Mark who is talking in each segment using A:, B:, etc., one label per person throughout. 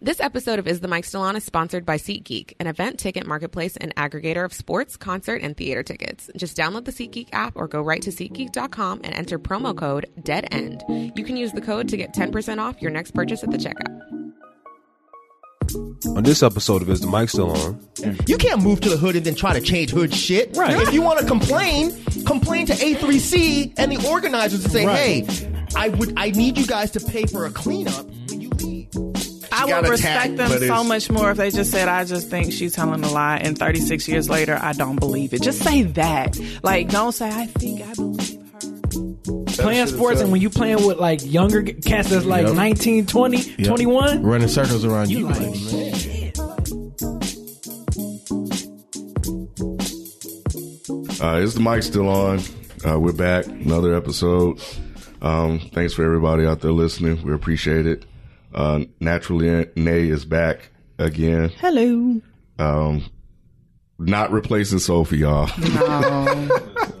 A: This episode of Is the Mic Still On is sponsored by SeatGeek, an event ticket marketplace and aggregator of sports, concert, and theater tickets. Just download the SeatGeek app or go right to SeatGeek.com and enter promo code DEADEND. You can use the code to get 10% off your next purchase at the checkout.
B: On this episode of Is the Mic Still On?
C: You can't move to the hood and then try to change hood shit.
D: Right.
C: If you want to complain, complain to A3C and the organizers and say,
D: Right.
C: hey, I would I need you guys to pay for a cleanup when you leave.
E: I
F: got
E: would respect
F: attacked,
E: them
F: but
E: so
F: it's-
E: much more if they just said, I just think she's telling a lie, and 36 years later, I don't believe it. Just say that. Like, don't say, I think I believe her.
D: playing sports and when you playing with like younger g- cats that's like
F: Yep.
D: 19 20 21
F: running circles around you.
D: you like
F: Uh, is the mic still on? Uh, we're back. Another episode. Um, thanks for everybody out there listening. We appreciate it. Uh, Naturally, Nay is back again.
E: Hello.
F: Um, not replacing Sophie, y'all.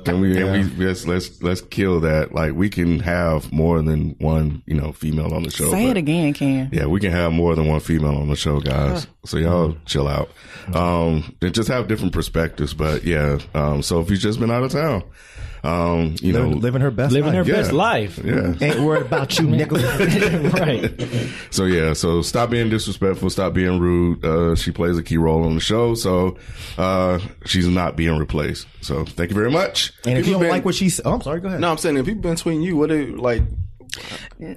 F: can we? Can we let's, let's let's kill that. Like we can have more than one, you know, female on the show.
E: Say it
F: but-
E: again, Ken.
F: Yeah, we can have more than one female on the show, guys. So y'all chill out. Um, and just have different perspectives. But yeah, um, Sophie's just been out of town. Um, you know,
G: Living- living her best
D: living her
G: life.
F: yeah.
D: best life
F: Yeah.
C: Ain't worried about you, nigga.
D: right
F: So yeah, so stop being disrespectful, stop being rude. Uh, she plays a key role on the show, so uh, she's not being replaced. So thank you very much.
G: And if you
F: People
G: don't
F: been-
G: like what she said, oh, I'm sorry, go ahead.
H: No, I'm saying if people been tweeting you, what they like?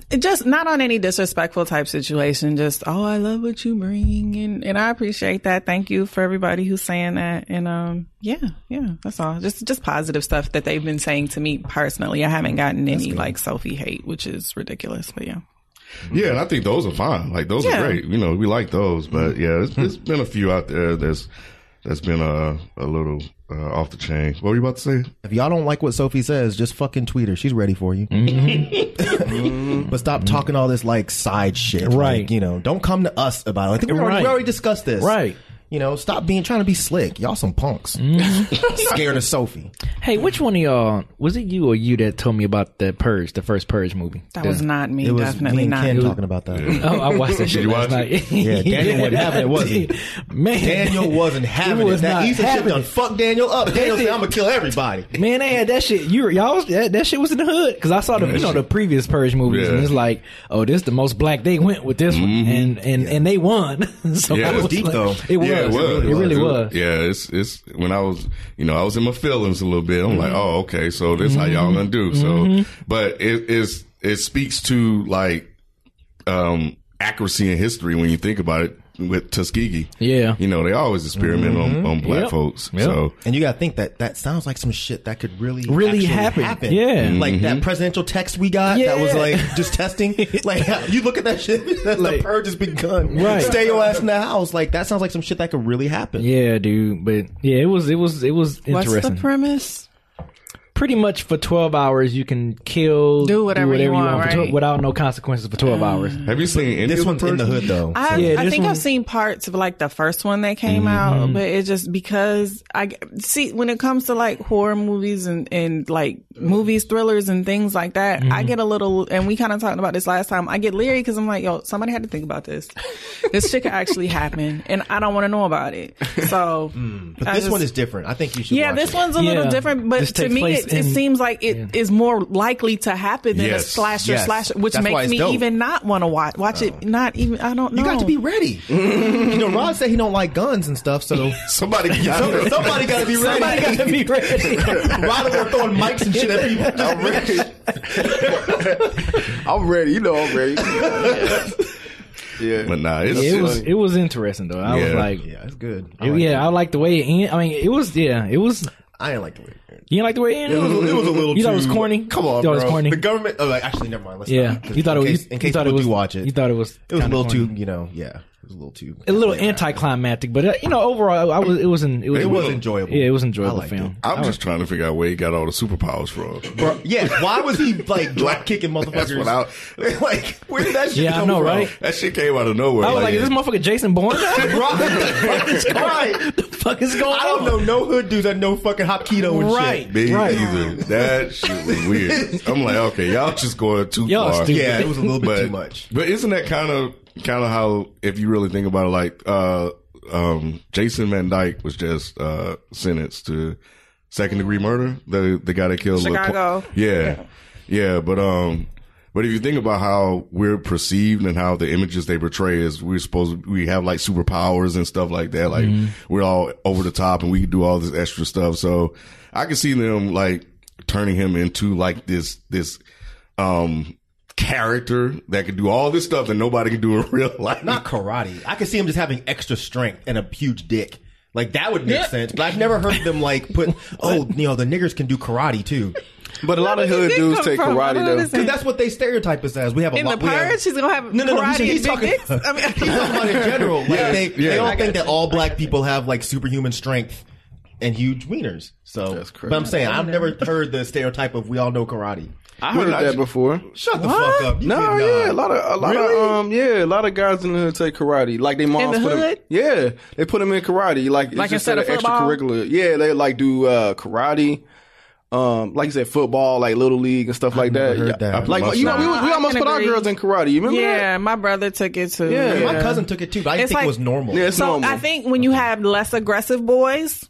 E: It Just not on any disrespectful type situation. Just, oh, I love what you bring. And, and I appreciate that. Thank you for everybody who's saying that. And, um, yeah, yeah, that's all. Just, just positive stuff that they've been saying to me personally. I haven't gotten any like Sophie hate, which is ridiculous, but yeah.
F: Yeah, and I think those are fine. Like those
E: Yeah.
F: are great. You know, we like those. But yeah, it's, it's been a few out there that's that's been a a little uh, off the chain. What were you about to say?
G: If y'all don't like what Sophie says, just fucking tweet her. She's ready for you. but stop talking all this like side shit. Like,
D: Mm-hmm. Right.
G: you know, don't come to us about it. I think we already,
D: Right.
G: we already discussed this.
D: Right.
G: You know, stop being trying to be slick. Y'all some punks.
D: Mm-hmm.
G: Scared of Sophie.
D: hey which one of y'all was it you or you that told me about the purge the first purge movie
E: That
D: The-
E: was not me.
G: It was
E: Definitely
G: me and
E: not.
G: Ken talking about that.
D: Oh, I watched that shit
F: you
D: last
F: watch it?
D: night.
G: Yeah, Daniel wasn't having it, was he?
D: Man,
G: Daniel wasn't having it.
D: was
G: That
D: not
G: Ethan shit
D: having
G: done
D: it.
G: fuck Daniel up. Daniel said, I'm gonna kill everybody.
D: Man, they had that shit. You were- y'all was, that, that shit was in the hood because I saw the you know the previous Purge movies
F: Yeah.
D: and it's like, oh, this the most black they went with this one and and and they won. so
F: Yeah.
D: I
F: It was
D: was
F: deep,
D: like-
G: though.
D: It was.
F: Yeah, it was.
D: It really
F: Dude,
D: was.
F: Yeah, it's it's when I was you know I was in my feelings a little bit. I'm
D: Mm-hmm.
F: like, oh, okay, so this how y'all gonna do. So, but it is it speaks to like um accuracy in history when you think about it with Tuskegee.
D: Yeah. Mm-hmm.
F: you know they always experiment on, on black
D: Yep.
F: folks.
D: Yep.
F: So
G: And you gotta think that that sounds like some shit that could really
D: Really
G: actually
D: happen. Yeah.
G: like that presidential text we got that was
D: Yeah.
G: like just testing. like you look at that shit, that
D: Like-
G: the purge has begun.
D: Right.
G: stay your ass in the house. Like that sounds like some shit that could really happen.
D: Yeah, dude. But yeah, it was it was it was
E: What's the
D: interesting.
E: premise?
D: Pretty much for twelve hours, you can kill,
E: Do whatever you want,
D: for 12
E: right? Mm.
D: without no consequences for twelve hours.
F: have you seen any
G: This
F: of
G: one's in the
F: Purge?
G: hood though.
E: I,
D: Yeah,
E: I
D: this
E: think
D: one-
E: I've seen parts of like the first one that came
G: Mm-hmm.
E: out, but it just because I see when it comes to like horror movies and, and like movies, thrillers and things like that, I
G: Mm-hmm.
E: get a little, and we kind of talked about this last time. I get leery because I'm like, yo, somebody had to think about this. this shit could actually happen and I don't want to know about it. So
G: but
E: I
G: this
E: just-
G: one is different. I think you should.
E: Yeah,
G: Mm, watch
E: this
G: it.
E: one's a little
D: Yeah.
E: different, but
D: This
E: to
D: takes
E: me,
D: place
E: it, it
D: in-
E: seems like it is more likely to happen than
F: Yes.
E: a slasher
G: Yes.
E: slasher, which
G: That's why
E: makes
G: it's
E: me
G: dope.
E: even not want to watch watch it.
G: Oh.
E: Not even I don't know.
G: You got to be ready. you know, Rod said he don't like guns and stuff, so.
F: Somebody,
G: Some- Somebody got to be ready.
D: Somebody gotta be ready.
G: Rod over throwing mics and shit at people.
H: I'm ready. I'm ready. You know I'm ready. Yeah.
F: but nah, it's,
D: Yeah, it was
F: it's-
D: it was interesting though. I was
F: Yeah.
D: like,
G: Yeah, it's good. I
D: yeah,
G: like it.
D: I like the way it ended. I mean, it was yeah, it was.
G: I ain't like the way. it ended.
D: You didn't like the way it ended?
G: It was, it was a little.
D: You thought it was
G: too-
D: corny?
G: Come on,
D: You thought it was
G: bro.
D: corny?
G: The government. Oh, like, actually, never mind. Let's
D: Yeah,
G: not-
D: you thought
G: in
D: it was.
G: Case,
D: you
G: in case
D: thought it
G: people
D: was.
G: do watch it,
D: You thought it was.
G: it was a
D: kinda
G: little
D: corny.
G: too. You know, yeah. was a little too
D: a little anticlimactic, but uh, you know, overall, I was it was an, it was,
G: It was enjoyable.
D: Yeah, it was
G: I
D: enjoyable
G: liked
D: film.
F: I'm just trying to figure out where he got all the superpowers from.
G: Bro, yeah, why was he like drop kicking motherfuckers?
F: That's what I
G: like, where did that shit
D: Yeah, I
G: come
D: know,
G: from?
D: right?
F: that shit came out of nowhere.
D: I was like, is this motherfucker Jason Bourne?
G: Bro, what the fuck is right? The fuck is going I don't know no hood dudes that know fucking hop keto and
D: Right.
G: shit.
F: me
D: Right.
F: either. That shit was weird. I'm like, okay, y'all just going too
D: Y'all
F: far.
D: stupid.
G: Yeah, it was a little bit
F: but,
G: too much.
F: But isn't that kind of kind of how if you really think about it, like uh um Jason Van Dyke was just uh sentenced to second degree murder. The the guy that killed Lil Pump.
E: Chicago.
F: yeah. Yeah, but um but if you think about how we're perceived and how the images they portray is we're supposed we have like superpowers and stuff like that. Like
H: Mm-hmm.
F: we're all over the top and we can do all this extra stuff. So I can see them like turning him into like this this um character that can do all this stuff that nobody can do in real life.
G: Not karate. I could see him just having extra strength and a huge dick. Like that would make sense, but I've never heard them like put. Oh, you know the niggers can do karate too.
H: But a lot of
E: Where
H: hood
E: did it
H: dudes
E: come
H: take
E: from?
H: karate
E: What
H: though.
E: is
G: Because
E: it?
G: that's what they stereotype us as. We have a
E: in the
G: lot. we have-
E: pirates, she's gonna have
G: Oh, No, no, no,
E: karate
G: he's- he's
E: and
G: talking-
E: big dicks. I mean,
G: He's talking about in general. Like
F: Yeah,
G: they,
F: yeah.
G: they all think that all black people have like superhuman strength and huge wieners. So,
H: That's crazy.
G: but I'm saying I've never heard the stereotype of we all know karate.
H: I heard that before.
G: Shut the fuck up. You
H: No,
G: did not.
H: yeah, a lot of a lot of um, yeah, a lot of guys in the hood take karate. Like they moms
E: the
H: put 'em-
E: hood?
H: yeah, they put them in karate. Like, it's
E: Like
H: just
E: instead
H: an
E: of football?
H: extracurricular. Yeah, they like do uh, karate. Um, like you said, football, like little league and stuff like that.
G: heard
H: Yeah.
G: that.
H: Like
F: Must
H: you know, we,
E: not.
H: we
E: I
H: almost
E: can
H: put our
E: agree.
H: girls in karate. You remember that?
E: yeah, my brother took it too.
H: Yeah.
G: My cousin took it too, but I didn't
E: It's
G: think
E: like-
G: it was normal.
H: Yeah, it's
E: So
H: normal.
E: I think when you have less aggressive boys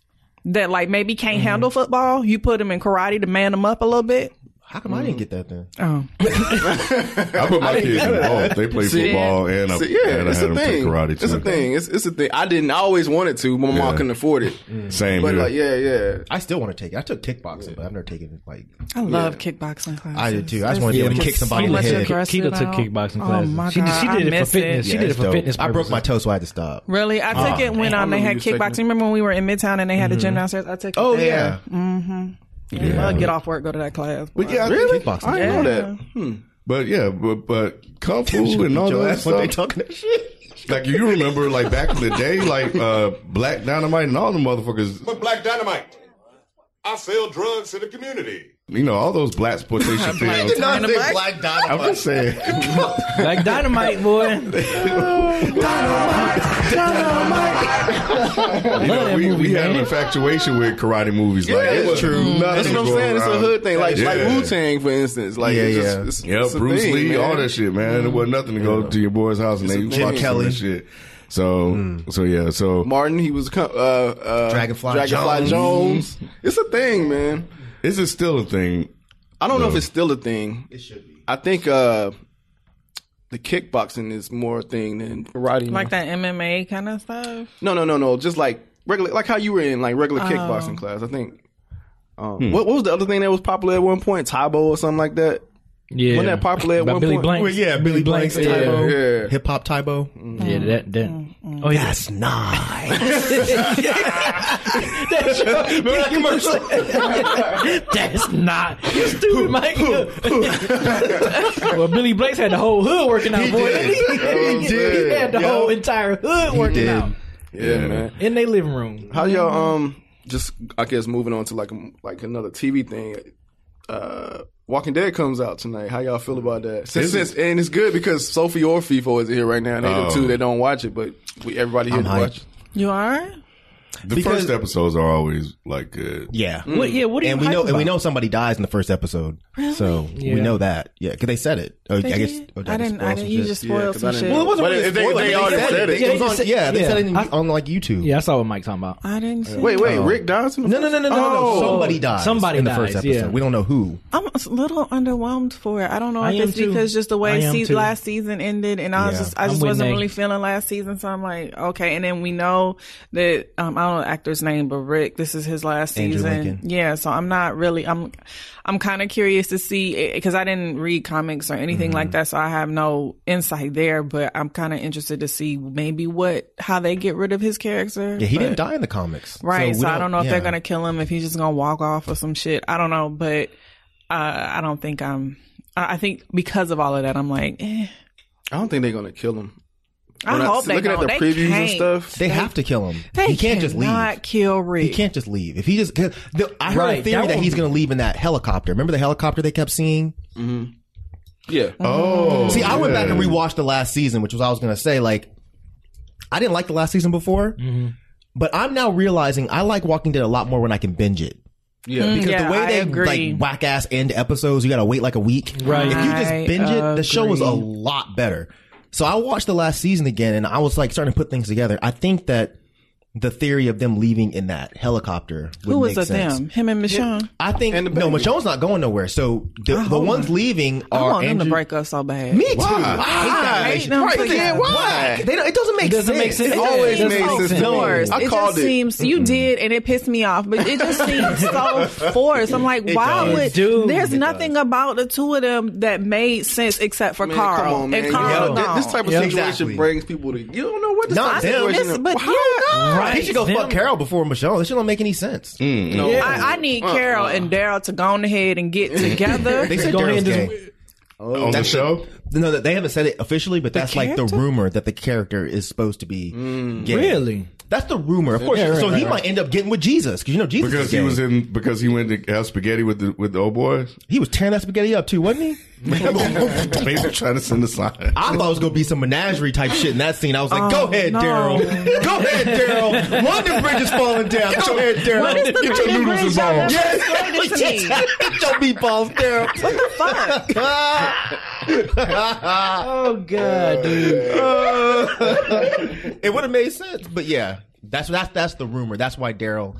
E: that like maybe can't handle football, you put them in karate to man them up a little bit.
G: How come I didn't get that then?
E: Oh,
F: I put my kids in both. They play football and I,
H: So, yeah,
F: and I
H: it's
F: had
H: a
F: them take
H: thing.
F: karate too.
H: It's a thing. It's, it's a thing. I didn't. I always wanted to, but my
F: Yeah. Mm.
H: mom couldn't afford it.
F: Same
H: But
F: here.
H: like, yeah, yeah.
G: I still want to take it. I took kickboxing, but I've never taken it. Like
E: I love kickboxing classes.
G: I did too. I just want to be able to kick somebody in the
E: much
G: head.
E: aggressive.
D: Keto took
E: out.
D: kickboxing
E: Oh
D: classes.
E: my
D: she, did-
E: God,
D: she
E: I
D: did it for
E: miss it.
D: fitness. She
G: Yeah, Ah.
D: did it
G: it's
D: for
G: dope.
D: fitness.
G: I broke
D: purposes.
G: my toe, so I had to stop.
E: Really, I took it when um, they
H: remember
E: had
H: you taking
E: kickboxing.
H: it.
E: Remember when we were in Midtown and they had a gym downstairs? I took. It
G: Mm-hmm. Oh
E: there.
G: yeah,
E: I'll get off work, go to that class.
F: But yeah, I think-
H: Really?
G: kickboxing.
H: I didn't know that.
F: but yeah, but but kung fu and all
G: Joe,
F: that
G: that's what they
F: stuff.
G: talking that shit.
F: like you remember, like back in the day, like uh, Black Dynamite and all the motherfuckers.
I: But Black Dynamite, I sell drugs to the community.
F: You know, all those blacks put their shit down.
G: Did not say
E: Dynamite?
G: black
F: I'm
G: dynamite.
F: just saying.
D: like dynamite boy.
F: You know,
D: that
F: we,
D: movie,
F: we have an
D: man.
F: infatuation with karate movies. like, it
H: it's
F: was
H: true.
F: nothing
H: That's what I'm
F: going
H: saying. It's a
F: around.
H: hood thing. Like
F: Yeah.
H: like Wu Tang, for instance. Like
G: Yeah,
H: it's just,
G: yeah.
H: It's,
F: Yeah,
H: it's a
F: Bruce
H: thing,
F: Lee,
H: man.
F: all that shit, man. It wasn't nothing to go to your boy's house and they
H: a
F: watch
G: thing.
F: Kelly
G: Kelly.
F: that shit. So, so yeah, so
H: Martin, he was co- uh, uh,
G: Dragonfly
H: Dragonfly
G: Jones.
H: Jones. It's a thing, man.
F: this is still a thing.
H: I don't know if it's still a thing. It should be. I think uh, the kickboxing is more a thing than karate.
E: Like
H: Like
E: that MMA kind of stuff.
H: no, no, no, no. Just like regular, like how you were in like regular kickboxing class. I think. Um, what, what was the other thing that was popular at one point? Taibo or something like that.
D: Yeah,
H: Wasn't that popular at
D: By
H: one
D: Billy
H: point?
D: Blanks.
G: Well, yeah, Billy Blanks,
D: Yeah,
G: Tybo,
H: Yeah.
G: hip hop Tybo.
D: yeah, that that. Oh yeah,
G: That's nice.
D: remember that commercial? That's not you stupid, Mike. well, Billy Blake's had the whole hood working out, boy.
H: did.
D: He He had the
H: Yeah.
D: whole entire hood working
G: did.
D: out
H: Yeah, man.
D: in their living room.
H: How y'all um just I guess moving on to like a, like another TV thing. Uh Walking Dead comes out tonight. How y'all feel about that? Since,
F: Is it-
H: since and it's good because Sophie or FIFO is here right now. And they
F: Oh.
H: the two that don't watch it, but we everybody here
G: I'm
H: to
G: hyped.
H: watch. it.
E: You are.
F: The
G: Because-
F: first episodes are always like good.
G: Yeah.
D: What, yeah, Mm. what are you
G: and we know
D: hype
G: and we
D: about?
G: know somebody dies in the first episode. So we
D: Yeah.
G: know that. Yeah, because they said it. Oh, I guess. Oh, did
E: I
G: just
E: didn't.
G: spoil some
E: I didn't. You
G: shit?
E: just
H: Yeah,
E: spoiled
H: 'cause
E: some
H: I didn't-
E: shit.
G: Well, it wasn't
H: But
G: really
H: if they-
G: spoiled.
H: they already
G: said It
H: said it.
G: was
D: Yeah,
G: on-
D: they
G: yeah, they
D: said-
G: said it in-
D: yeah.
G: on like YouTube.
D: Yeah, I saw what Mike's talking about.
E: I didn't. See
H: Wait, wait, Rick dies? in the
G: No, no,
H: first-
G: no, no, no, no.
H: Oh.
G: Somebody dies.
D: Somebody
G: in the
D: dies,
G: first episode.
D: yeah.
G: We don't know who.
E: I'm a little underwhelmed for it. I don't know
D: I
E: if
D: am
E: it's
D: too.
E: because just the
D: I
E: way
D: am
E: se-
D: too.
E: last season ended, and I was
G: Yeah.
E: just I
D: I'm
E: just
D: with
E: wasn't
D: Nate.
E: really feeling last season. So I'm like, okay. And then we know that um, I don't know the actor's name, but Rick, this is his last
G: Andrew
E: season.
G: Lincoln.
E: Yeah. So I'm not really. I'm I'm kind of curious to see because I didn't read comics or anything
G: Mm-hmm.
E: like that, so I have no insight there. But I'm kind of interested to see maybe what how they get rid of his character.
G: Yeah, he
E: But-
G: didn't die in the comics.
E: Right.
G: we
E: So, I don't know if
G: yeah.
E: they're gonna kill him, if he's just gonna walk off or some shit. I don't know, but uh, I don't think I'm. I I think because of all of that, I'm like, eh.
H: I don't think they're gonna kill him.
E: I
H: When
E: hope
H: see-
E: they
H: looking
E: don't.
H: at the
E: They
H: previews
E: can't.
H: and stuff.
G: They have to kill him.
E: They
G: he can't just leave.
E: cannot kill Rick.
G: He can't just leave. If he just, 'cause the, I heard a
D: Right,
G: theory
D: that
G: that,
D: one-
G: he's going to leave in that helicopter. Remember the helicopter they kept seeing?
H: Yeah,
F: Oh,
G: See, I went
F: yeah.
G: back and rewatched the last season, which was I was going to say like I didn't like the last season before, but I'm now realizing I like Walking Dead a lot more when I can binge it.
H: yeah.
G: Because
E: Yeah,
G: the way
E: I
G: they
E: agree.
G: like whack ass end episodes, you got to wait like a week.
D: Right.
G: If you just
E: I
G: binge it, the show was a
E: agree.
G: lot better. So I watched the last season again, and I was like starting to put things together. I think that the theory of them leaving in that helicopter would
E: Who was
G: make
E: a
G: sense.
E: them? Him and Michonne.
G: I think
H: And the
G: no,
H: baby.
G: Michonne's not going nowhere. So the, the ones leaving
E: Oh, I
G: are
E: want them to
G: Andrew-
E: break up so bad.
G: Me too.
H: Why?
G: I hate that relationship.
E: Right, then
H: why?
G: They don't, it doesn't make
D: Doesn't
G: sense.
D: make sense.
H: It always
E: seems
H: made
E: so
H: sense to me.
E: forced.
H: I
E: it
H: called
E: just
H: it. Mm-hmm.
E: seems you did, and it pissed me off. But it just seems so forced. I'm like, why
G: does.
E: would?
D: Dude.
E: there's nothing about the two of them that made sense except for
H: Man,
E: Carl.
H: come on, man.
E: And Carl,
H: You
E: gone.
H: know, this type of
D: Yeah.
H: situation
G: Exactly.
H: brings people to. You don't know what this
G: Not
H: type of
G: them.
H: situation.
E: This-
H: is.
E: but
H: Why?
E: you know.
G: He should go
D: Them.
G: fuck Carol before Michelle. This shit don't make any sense.
H: No.
E: I, I need
H: Uh-uh.
E: Carol and Daryl to go on ahead and get together.
G: They said
D: Go ahead
G: Daryl's
D: and just-
G: gay.
F: on the show.
G: No, that- they haven't said it officially, but that's like the
E: character?
G: rumor that the character is supposed to be gay.
D: Really?
G: That's the rumor. Of course.
D: Yeah, right,
G: so he
D: right,
G: might end up getting with Jesus because you know Jesus
F: Because
G: is gay.
F: he was in because he went to have spaghetti with the with the old boys.
G: He was tearing that spaghetti up too, wasn't he?
F: Basically trying to send a sign.
G: I thought it was gonna be some menagerie type shit in that scene. I was like, "Go ahead,
E: Oh, no.
G: Daryl. Go ahead, Daryl. London Bridge is falling down. Go ahead, Daryl.
E: What is the
G: Get your
E: London
G: noodles
E: Bridge
G: is on.
E: y'all
G: Yes.
E: explaining to me?
G: Get your meatballs, Daryl. What the fuck?
D: Oh god, dude.
G: it would have made sense, but yeah, that's that's that's the rumor. That's why Daryl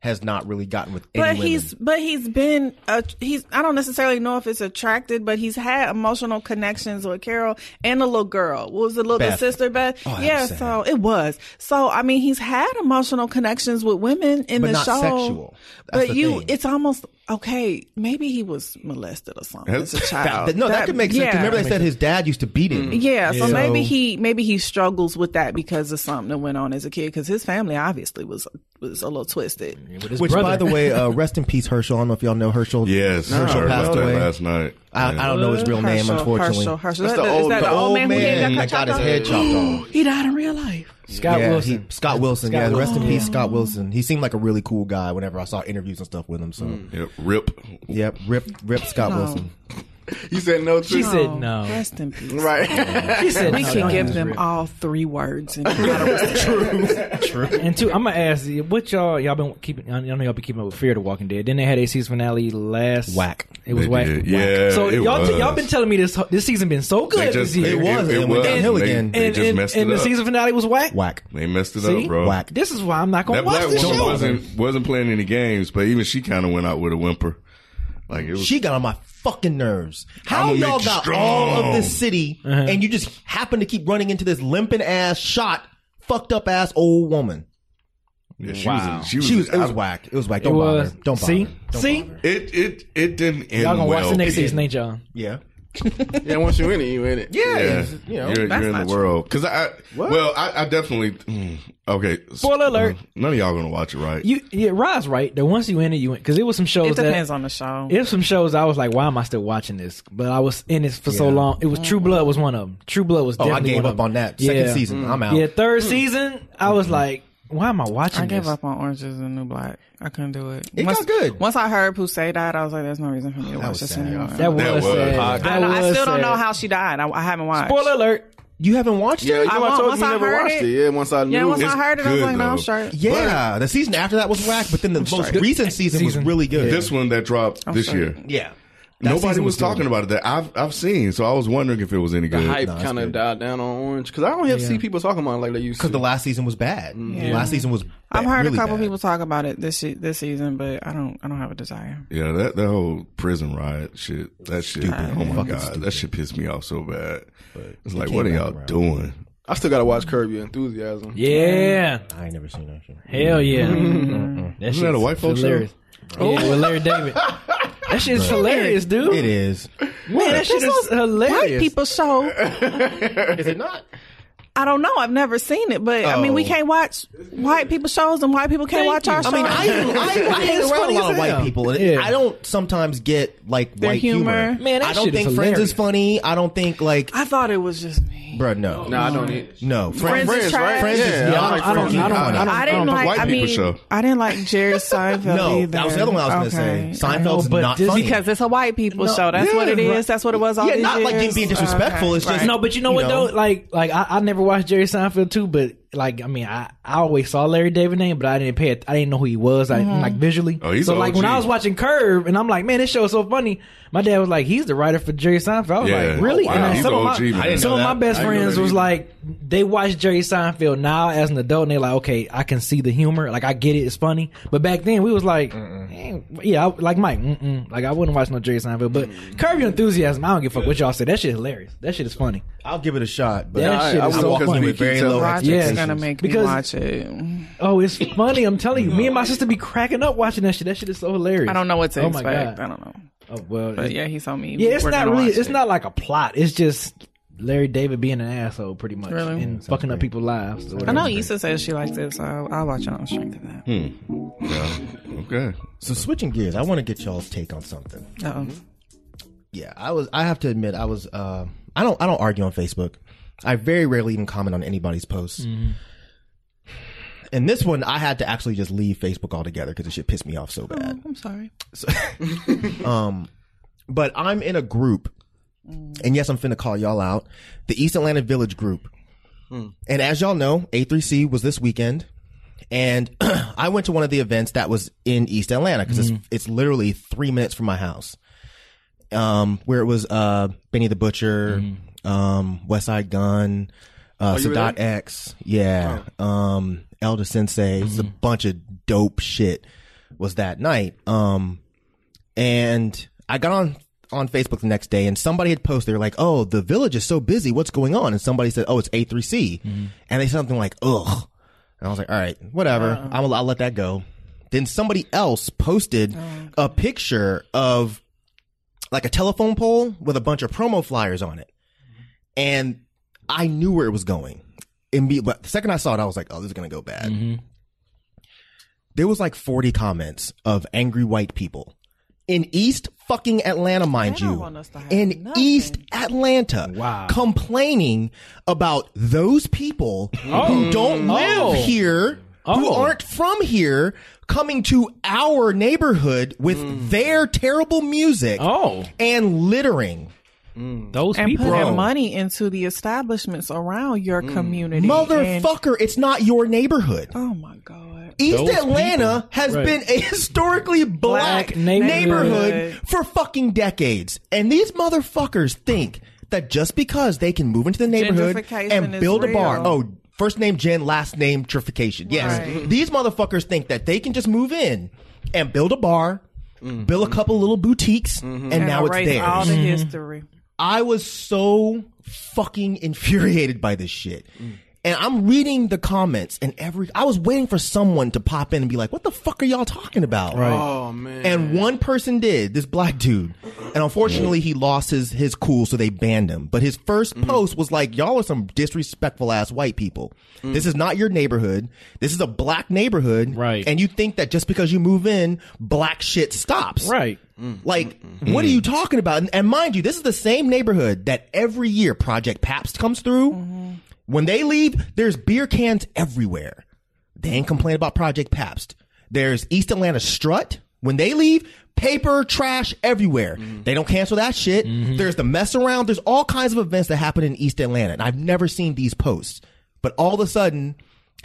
G: has not really gotten with any
E: But
G: women.
E: he's but he's been uh, he's I don't necessarily know if it's attracted, but he's had emotional connections with Carol and the little girl. What was the little the
G: Beth. Oh,
E: sister Beth?
G: that
E: yeah,
G: was sad.
E: so it was. So I mean, he's had emotional connections with women in
G: But
E: the
G: not
E: show,
G: sexual. That's
E: but
G: the
E: you,
G: thing.
E: it's almost okay. Maybe he was molested or something as a
G: that,
E: child.
G: that- no, that, could make sense. 'cause Remember, they said his dad used to beat him.
E: Mm-hmm. Yeah, so
G: So-
E: maybe he maybe he struggles with that because of something that went on as a kid. Because his family obviously was was a little twisted.
G: Which, by the way, uh, rest in peace, Herschel. I don't know if y'all know Herschel.
F: Yes, I
G: Herschel
F: heard
G: passed
F: about that
G: away.
F: last night.
G: I, I don't know his real name,
E: Herschel,
G: unfortunately.
E: Herschel, Herschel.
H: That's
E: Is that
H: the
E: the, is
H: old-
E: that the
H: the
E: old man, who
G: man
E: got
G: that got
E: chopped
G: his
E: off?
G: head chopped off.
E: He died in real life.
D: Scott
G: yeah,
D: Wilson.
G: He, Scott Wilson.
D: Scott
G: yeah, rest in
D: Wilson.
G: peace, Scott Wilson. He seemed like a really cool guy. Whenever I saw interviews and stuff with him, so
E: Mm.
F: Yeah, rip.
G: yep, rip, rip Scott Wilson.
H: You said no to.
D: She said
E: Oh,
D: no.
E: Rest in peace.
H: Right.
D: She said
E: We
D: no,
E: could
D: no,
E: give
D: no.
E: them all three words. And true.
D: And two, I'm gonna ask you, what y'all y'all been keeping? I know y'all been keeping up with Fear the Walking Dead. Then they had a season finale last
G: Whack.
D: It was
F: They
D: whack.
F: did.
D: Whack.
F: Yeah,
D: So
F: it
D: y'all y'all
F: was.
D: been telling me this ho- this season been so good
F: They
D: this
F: just,
D: year.
F: they-
G: It was,
F: It,
G: and it went
F: was.
G: downhill
F: they,
G: again.
F: They
D: and,
F: just
D: and-
F: messed it
D: and the
F: up.
D: season finale was whack.
G: Whack.
F: They messed it
D: See?
F: up, bro.
G: Whack.
D: This is why I'm not gonna
F: That
D: watch
F: black
D: this
F: woman
D: show.
F: wasn't wasn't playing any games, but even she kind of went out with a whimper. Like it was.
G: She got on my fucking nerves. How
F: I'ma make
G: y'all
F: you
G: got
F: strong.
G: all of this city
D: Uh-huh.
G: and you just happen to keep running into this limping ass, shot, fucked up ass old woman?
F: yeah, she was. She was.
G: She was. It was
F: I-
G: whack. It was whack.
D: It
G: Don't bother.
D: was.
G: Don't bother.
D: See,
G: Don't
D: see,
G: bother.
F: It it it didn't end
D: y'all gonna
F: well.
D: watch the next
F: Pete.
D: season, ain't y'all?
G: Yeah.
H: yeah, once you in it, you in it.
G: Yeah.
F: Yeah,
G: You
F: you
G: know,
F: are
G: that's
F: in the
G: not true.
F: world. Because I, well, I, I definitely. mm, Okay, Uh,
D: Spoiler alert.
F: None of y'all gonna watch it, right?
D: You, yeah, Rod's right. That once you in it, you in. Because it was some shows
E: It depends
D: that.
E: on the show.
D: If some shows I was like, why am I still watching this? But I was in it for so long. It was True Blood was one of them. True Blood was.
G: Oh, I
D: definitely
G: gave
D: one of
G: up
D: them.
G: on that second
D: Yeah.
G: season.
E: Mm.
G: Mm-hmm. I'm out.
D: Yeah, third season, I was like, why am I watching
E: I gave
D: this?
E: up on Orange is the New Black. I couldn't do it.
G: It
E: once,
G: got good.
E: Once I heard Pusey died, I was like, "There's no reason for me to watch
G: was
E: this
G: sad.
E: anymore."
D: That was,
F: That was
D: sad.
F: hot.
D: That
E: I, don't- I
D: was
E: still don't
D: sad.
E: know how she died. I, I haven't watched.
D: Spoiler alert.
G: You haven't watched
H: Yeah,
G: it?
H: you
E: I
H: know,
E: won't-
H: I told
E: once
H: you
E: I
H: you never
E: heard
H: watched
E: it-
H: it. Yeah, once I knew.
E: Yeah, once
F: It's
E: I heard it, I was
F: good,
E: like, "No,
F: though.
E: sure."
G: Yeah, the season after that was whack, but then the most recent season,
D: Season.
G: was really good.
F: This one that dropped this
E: sorry.
F: year.
G: yeah,
F: Nobody was talking about it that I've I've seen, so I was wondering if it was any
H: the
F: good.
H: hype kind of died down on Orange because I don't have see people talking about it like they used to.
G: because the last season was bad. Last season was.
E: I've
G: bad-
E: heard
G: really
E: a couple
G: bad.
E: people talk about it this se- this season, but I don't. I don't have a desire.
F: Yeah, that, that whole prison riot shit, that shit, oh my god, that shit pissed me off so bad. It's like, what are y'all doing?
H: I still gotta watch Curb Your Enthusiasm.
D: Yeah.
G: I ain't never seen that. Shit.
D: Hell yeah.
G: Mm-hmm.
D: Mm-hmm. That
F: Isn't that a white folks show?
D: hilarious. Yeah, with Larry David. That shit's hilarious, dude.
G: It is.
D: Man, that shit is hilarious.
E: White people show.
G: Is it not?
E: I don't know. I've never seen it, but I mean, we
G: Oh.
E: can't watch white people shows and white people can't watch our
G: I
E: shows.
G: mean, I I, I hang
E: It's
G: around a
E: funny
G: lot
E: as
G: of white
E: hell.
G: people, and
D: Yeah.
G: I don't sometimes get like
E: Their
G: white humor.
E: humor.
D: Man, that
G: I don't
D: shit is
G: think Friends
D: hilarious.
G: is funny. I don't think like,
E: I thought it was just me.
G: bruh, no,
H: No, I don't. Need,
G: no.
E: Friends is trash.
G: Friends is
H: yeah,
G: not
H: I
D: I
H: don't.
D: don't,
H: Like
D: I
H: Friends.
D: don't, I don't,
E: I
D: I
E: didn't
D: don't
E: like.
H: white
E: I
H: people
E: mean,
H: show.
E: I didn't like Jerry Seinfeld.
G: No,
E: either.
G: that was the other one I was
E: Okay.
G: gonna say. Seinfeld's
D: but
G: not
D: this-
G: funny.
E: because it's a white people show. That's
D: Yeah,
E: what it is.
D: right.
E: That's what it was. All
G: yeah,
E: these
G: not
E: years.
G: like him being disrespectful.
E: Okay.
G: It's just
E: Right.
D: No, but you know what though? Like, like I, I never watched Jerry Seinfeld too, but like, I mean, I, I always saw Larry David name, but I didn't pay. It, I didn't know who he was, like, like visually.
F: Oh, he's
D: so
F: an
D: like when
F: OG.
D: I was watching Curve, and I'm like, man, this show is so funny. My dad was like, he's the writer for Jerry Seinfeld. I was
F: Yeah.
D: like, really?
F: Oh, wow.
D: And then
F: He's
D: some
F: an
D: of
F: OG,
D: my,
F: man.
D: some of
F: I
D: my
F: didn't know
D: best
F: that
D: friends was
F: either.
D: like, they watch Jerry Seinfeld now as an adult, and they're like, okay, I can see the humor, like I get it, it's funny. But back then, we was like, eh, yeah, I, like Mike, mm-mm. like I wouldn't watch no Jerry Seinfeld, but Curve Your Enthusiasm, I don't give a fuck what y'all say. That shit hilarious. That shit is funny.
G: I'll give it a shot, but
D: That
G: I-
D: shit
G: I
D: is
G: would
D: so
G: walk in
D: funny.
G: with very low
E: Roger's
D: Yes.
E: gonna make
D: Because-
E: me watch it.
D: Oh, it's funny. I'm telling you. Me and my sister be cracking up watching that shit. That shit is so hilarious.
E: I don't know what to
D: oh
E: expect.
D: My God.
E: I don't know.
D: Oh well.
E: But
D: it-
E: yeah, he told me.
D: yeah, it's
E: we're
D: not
E: gonna
D: really.
E: watch
D: It's
E: it.
D: not like a plot. It's just Larry David being an asshole, pretty much,
E: Really?
F: Mm,
D: and fucking up people's lives. or
E: I
D: whatever.
E: know Issa says she likes it, so I'll watch it on the strength of that.
F: Okay.
G: So switching gears, I want to get y'all's take on something.
E: Uh-oh.
G: Yeah, I was. I have to admit, I was. Uh, I don't. I don't argue on Facebook. I very rarely even comment on anybody's posts. And this one, I had to actually just leave Facebook altogether because it shit pissed me off so bad.
E: I'm sorry.
G: But I'm in a group,
H: Mm.
G: and yes, I'm finna call y'all out. The East Atlanta Village group.
H: Hmm.
G: And as y'all know, A3C was this weekend, and I went to one of the events that was in East Atlanta because
H: Hmm.
G: it's it's literally three minutes from my house. Um, where it was uh Benny the Butcher, um, West Side Gun, uh,
H: Hmm. Oh, you were Oh.
G: Sadat X, yeah, um, Elder Sensei, it's a
H: Hmm.
G: bunch of dope shit was that night. Um, and I got on on Facebook the next day, and somebody had posted, they were like, "Oh, the village is so busy. What's going on?" And somebody said, "Oh, it's A3C," and they said something like, "Ugh," and I was like, "All right, whatever.
E: Uh-huh.
G: I'm, I'll let that go." Then somebody else posted
E: Oh,
G: a picture of like a telephone pole with a bunch of promo flyers on it, and I knew where it was going. And be, but the second I saw it, I was like, "Oh, this is gonna go bad."
E: Mm-hmm.
G: There was like 40 comments of angry white people in East fucking Atlanta, mind
E: They don't
G: you,
E: want us to have
G: in
E: nothing.
G: East Atlanta,
D: Wow.
G: complaining about those people who don't live
D: Oh.
G: here. Who
D: Oh.
G: aren't from here coming to our neighborhood with their terrible music
D: Mm. Oh,
G: and littering.
D: those
E: And
D: people.
E: putting
G: Bro.
E: money into the establishments around your community. and-
G: Motherfucker, it's not your neighborhood.
E: oh my God.
G: East
D: Those
G: Atlanta
D: people.
G: has
D: Right.
G: been a historically black,
D: Black
G: neighborhood.
D: neighborhood.
G: for fucking decades. And these motherfuckers think that just because they can move into the neighborhood
E: Gentrification
G: and
E: is
G: build a bar.
E: real.
G: Oh, first name Jen, last name Trification. Yes.
E: Right.
G: These motherfuckers think that they can just move in and build a bar,
E: Mm-hmm.
G: build a couple little boutiques, and, now it's
E: erase
G: theirs. Mm-hmm.
E: all the history.
G: I was so fucking infuriated by this shit. And I'm reading the comments and every I was waiting for someone to pop in and be like, "What the fuck are y'all talking about?"
H: Oh man.
G: And one person did, this black dude. And unfortunately, he lost his his cool, so they banned him. But his 1st post was like, "Y'all are some disrespectful ass white people. This is not your neighborhood. This is a black neighborhood,
D: Right.
G: And you think that just because you move in, black shit stops,
D: Right.
G: like,
H: Mm-hmm.
G: what are you talking about? And, and mind you, this is the same neighborhood that every year Project Pabst comes through. When they leave, there's beer cans everywhere. They ain't complain about Project Pabst. There's East Atlanta Strut. When they leave, paper, trash everywhere.
H: Mm-hmm.
G: They don't cancel that shit. There's the mess around. There's all kinds of events that happen in East Atlanta. And I've never seen these posts. But all of a sudden,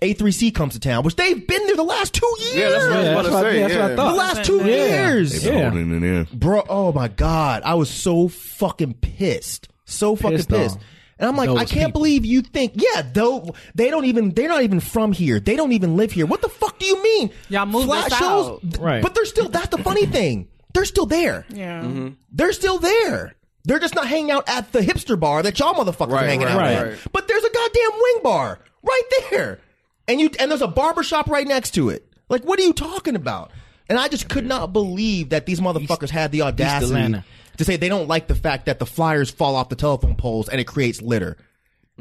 G: A3C comes to town, which they've been there the last two years.
H: yeah, that's what I
D: Yeah,
H: was
D: that's,
H: about
D: what,
H: to say.
D: that's what I
H: yeah.
D: thought.
G: the last two years
F: They've been
D: Yeah.
F: holding it in.
G: bro oh my god i was so fucking pissed so fucking pissed,
D: Pissed off.
G: and i'm like
D: Those
G: i can't
D: people.
G: believe you think yeah though they don't even they're not even from here they don't even live here what the fuck do you mean
E: Y'all moved
G: flat
E: us
G: shows
E: out.
G: th-
D: Right.
G: but they're still that's the funny thing they're still there
E: Yeah.
G: they're still there they're just not hanging out at the hipster bar that y'all motherfuckers are
H: Right,
G: hanging out
H: right,
G: at.
H: right.
G: But there's a goddamn wing bar right there. And you and there's a barber shop right next to it. Like what are you talking about? And I just could not believe that these motherfuckers had the audacity
D: Atlanta.
G: to say they don't like the fact that the flyers fall off the telephone poles and it creates litter.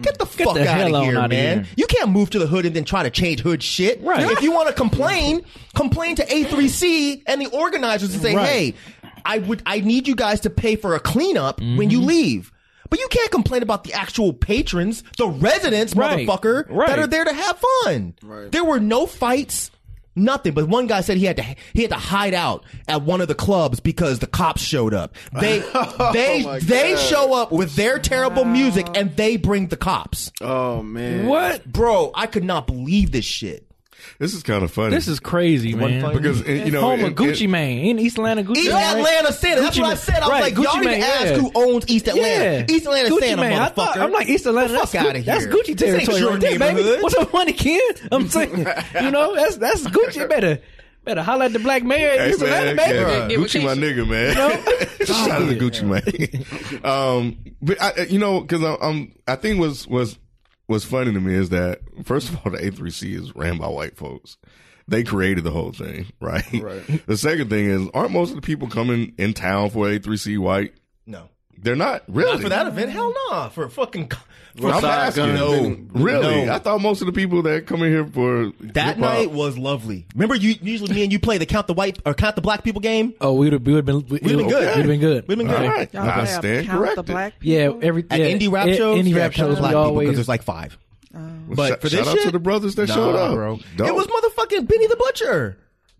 G: Get the fuck
D: Mm. the
G: out
D: hell
G: of
D: on
G: here,
D: outta
G: man.
D: here.
G: You can't move to the hood and then try to change hood shit.
D: Right.
G: If you want to complain, complain to A3C and the organizers and say,
D: Right.
G: hey, I would I need you guys to pay for a cleanup when
D: Mm-hmm.
G: you leave. But you can't complain about the actual patrons, the residents,
D: Right.
G: motherfucker,
D: Right.
G: that are there to have fun.
H: Right.
G: There were no fights, nothing. But one guy said he had to he had to hide out at one of the clubs because the cops showed up. They they
H: Oh my
G: they
H: God.
G: show up with their terrible music and they bring the cops.
H: Oh man.
D: What?
G: Bro, I could not believe this shit.
F: This is kind of funny.
D: This is crazy, man.
F: because it- you know
D: Home of
F: it-
D: Gucci
F: it-
D: Mane in East Atlanta. Gucci
G: East
D: Mane.
G: Atlanta Santa. That's
D: Gucci
G: what I
D: Mane.
G: said. I was
D: Right,
G: like, y'all
D: Gucci
G: need to
D: Mane,
G: ask
D: yeah.
G: who owns East Atlanta.
D: Yeah.
G: East Atlanta
D: Gucci
G: Santa,
D: Mane. I
G: motherfucker.
D: thought, I'm like East Atlanta.
G: The
D: That's,
G: fuck
D: Gu-
G: outta here.
D: that's Gucci
G: This ain't
D: territory
G: your
D: right there, baby.
G: neighborhood.
D: What's up, money, kid? I'm saying, you know, that's that's Gucci. Better better holler at the black mayor. in
F: Hey,
D: East Atlanta,
F: man,
D: baby.
F: yeah,
A: Get with
F: Gucci, my nigga, man. Shout out to Gucci, man. um, but I, you know, because I'm, I think was was was funny to me is that first of all, the A3C is ran by white folks. They created the whole thing, right? Right. The second thing is, aren't most of the people coming in town for A3C white?
G: No.
F: They're not really
G: Not for that event? Hell no. For a fucking. For
F: I'm
G: side
F: asking.
G: gun.
F: really?
G: No.
F: I thought most of the people that come in here for
G: That
F: hip-hop-
G: night was lovely. Remember, you usually me and you play the count the white or count the black people game.
D: Oh, we would have been we would
G: We've been good.
D: We'd have been good.
G: We've been
F: All
G: good.
F: right.
E: Y'all
F: I
E: play up
F: stand
E: Count
F: corrected.
E: the black
D: Yeah,
E: people?
D: every
G: At
D: yeah,
G: indie rap
D: i-
G: shows,
D: indie
G: yeah,
D: rap
G: count the
D: shows,
G: black
D: we
G: people because
D: always
G: there's like five.
F: Sh-
G: But
F: shout,
G: for this
F: out
G: shit,
F: to the brothers that showed
G: Nah,
F: up,
G: bro. It
F: Dope.
G: was motherfucking Benny the Butcher.